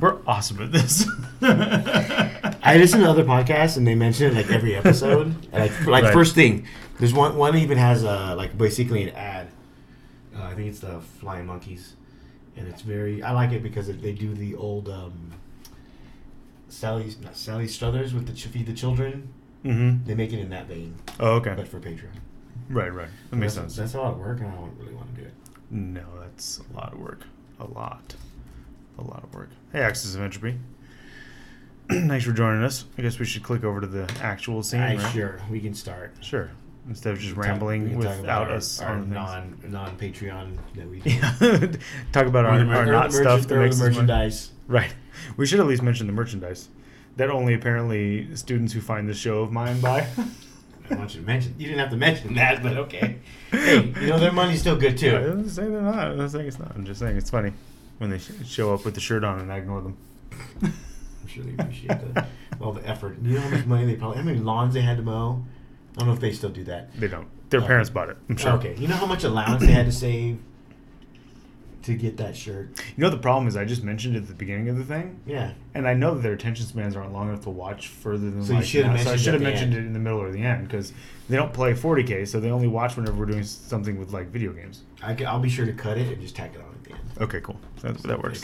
S2: We're awesome at this. [LAUGHS]
S1: I listen to other podcasts and they mention it like every episode. And,
S2: [LAUGHS]
S1: like like
S2: Right.
S1: first thing, there's one one even has a like basically an ad. Uh, I think it's the Flying Monkeys, and it's very I like it because it, they do the old um, Sally not Sally Struthers with the ch- feed the children.
S2: mm-hmm.
S1: They make it in that vein,
S2: Oh, okay.
S1: but for Patreon.
S2: Right, right. That makes
S1: that's,
S2: sense.
S1: That's a lot of work, and I don't really want to do it.
S2: No, that's a lot of work. A lot. A lot of work. Hey, Axis of Entropy. [CLEARS THROAT] Thanks for joining us. I guess we should click over to the actual scene.
S1: I
S2: right?
S1: sure we can start
S2: Sure. Instead of just
S1: Talk- we
S2: rambling
S1: can talk about
S2: without
S1: our-
S2: us
S1: Our,
S2: on things.
S1: non non Patreon that we do.
S2: [LAUGHS] Yeah. Talk about
S1: Or
S2: our,
S1: the mer-
S2: our
S1: or the
S2: not stuff
S1: merchant-
S2: that
S1: or
S2: makes
S1: the
S2: us money.
S1: merchandise.
S2: [LAUGHS] Right. We should at least mention the merchandise that only apparently students who find this show of mine buy. [LAUGHS]
S1: I want you to mention. You didn't have to mention that, but okay. Hey, you know their money's still good
S2: I
S1: too.
S2: didn't say they're not. I'm not saying it's not. I'm just saying it's funny when they sh- show up with the shirt on and I ignore them. [LAUGHS]
S1: I'm sure they appreciate the, all the effort. You know how much money they probably, how many lawns they had to mow. I don't know if they still do that.
S2: They don't. Their
S1: Okay.
S2: parents bought it. I'm sure.
S1: Okay, you know how much allowance they had to save to get that shirt.
S2: You know the problem is I just mentioned it at the beginning of the thing,
S1: Yeah,
S2: and I know that their attention spans aren't long enough to watch further than
S1: So you
S2: like
S1: should have
S2: now, so I
S1: mentioned it
S2: should
S1: at
S2: have
S1: the
S2: mentioned
S1: end.
S2: it in the middle or the end because they don't play 40k, so they only watch whenever we're doing something with like video games.
S1: I, will be sure to cut it and just tack it on at the end.
S2: Okay, cool. That, that works.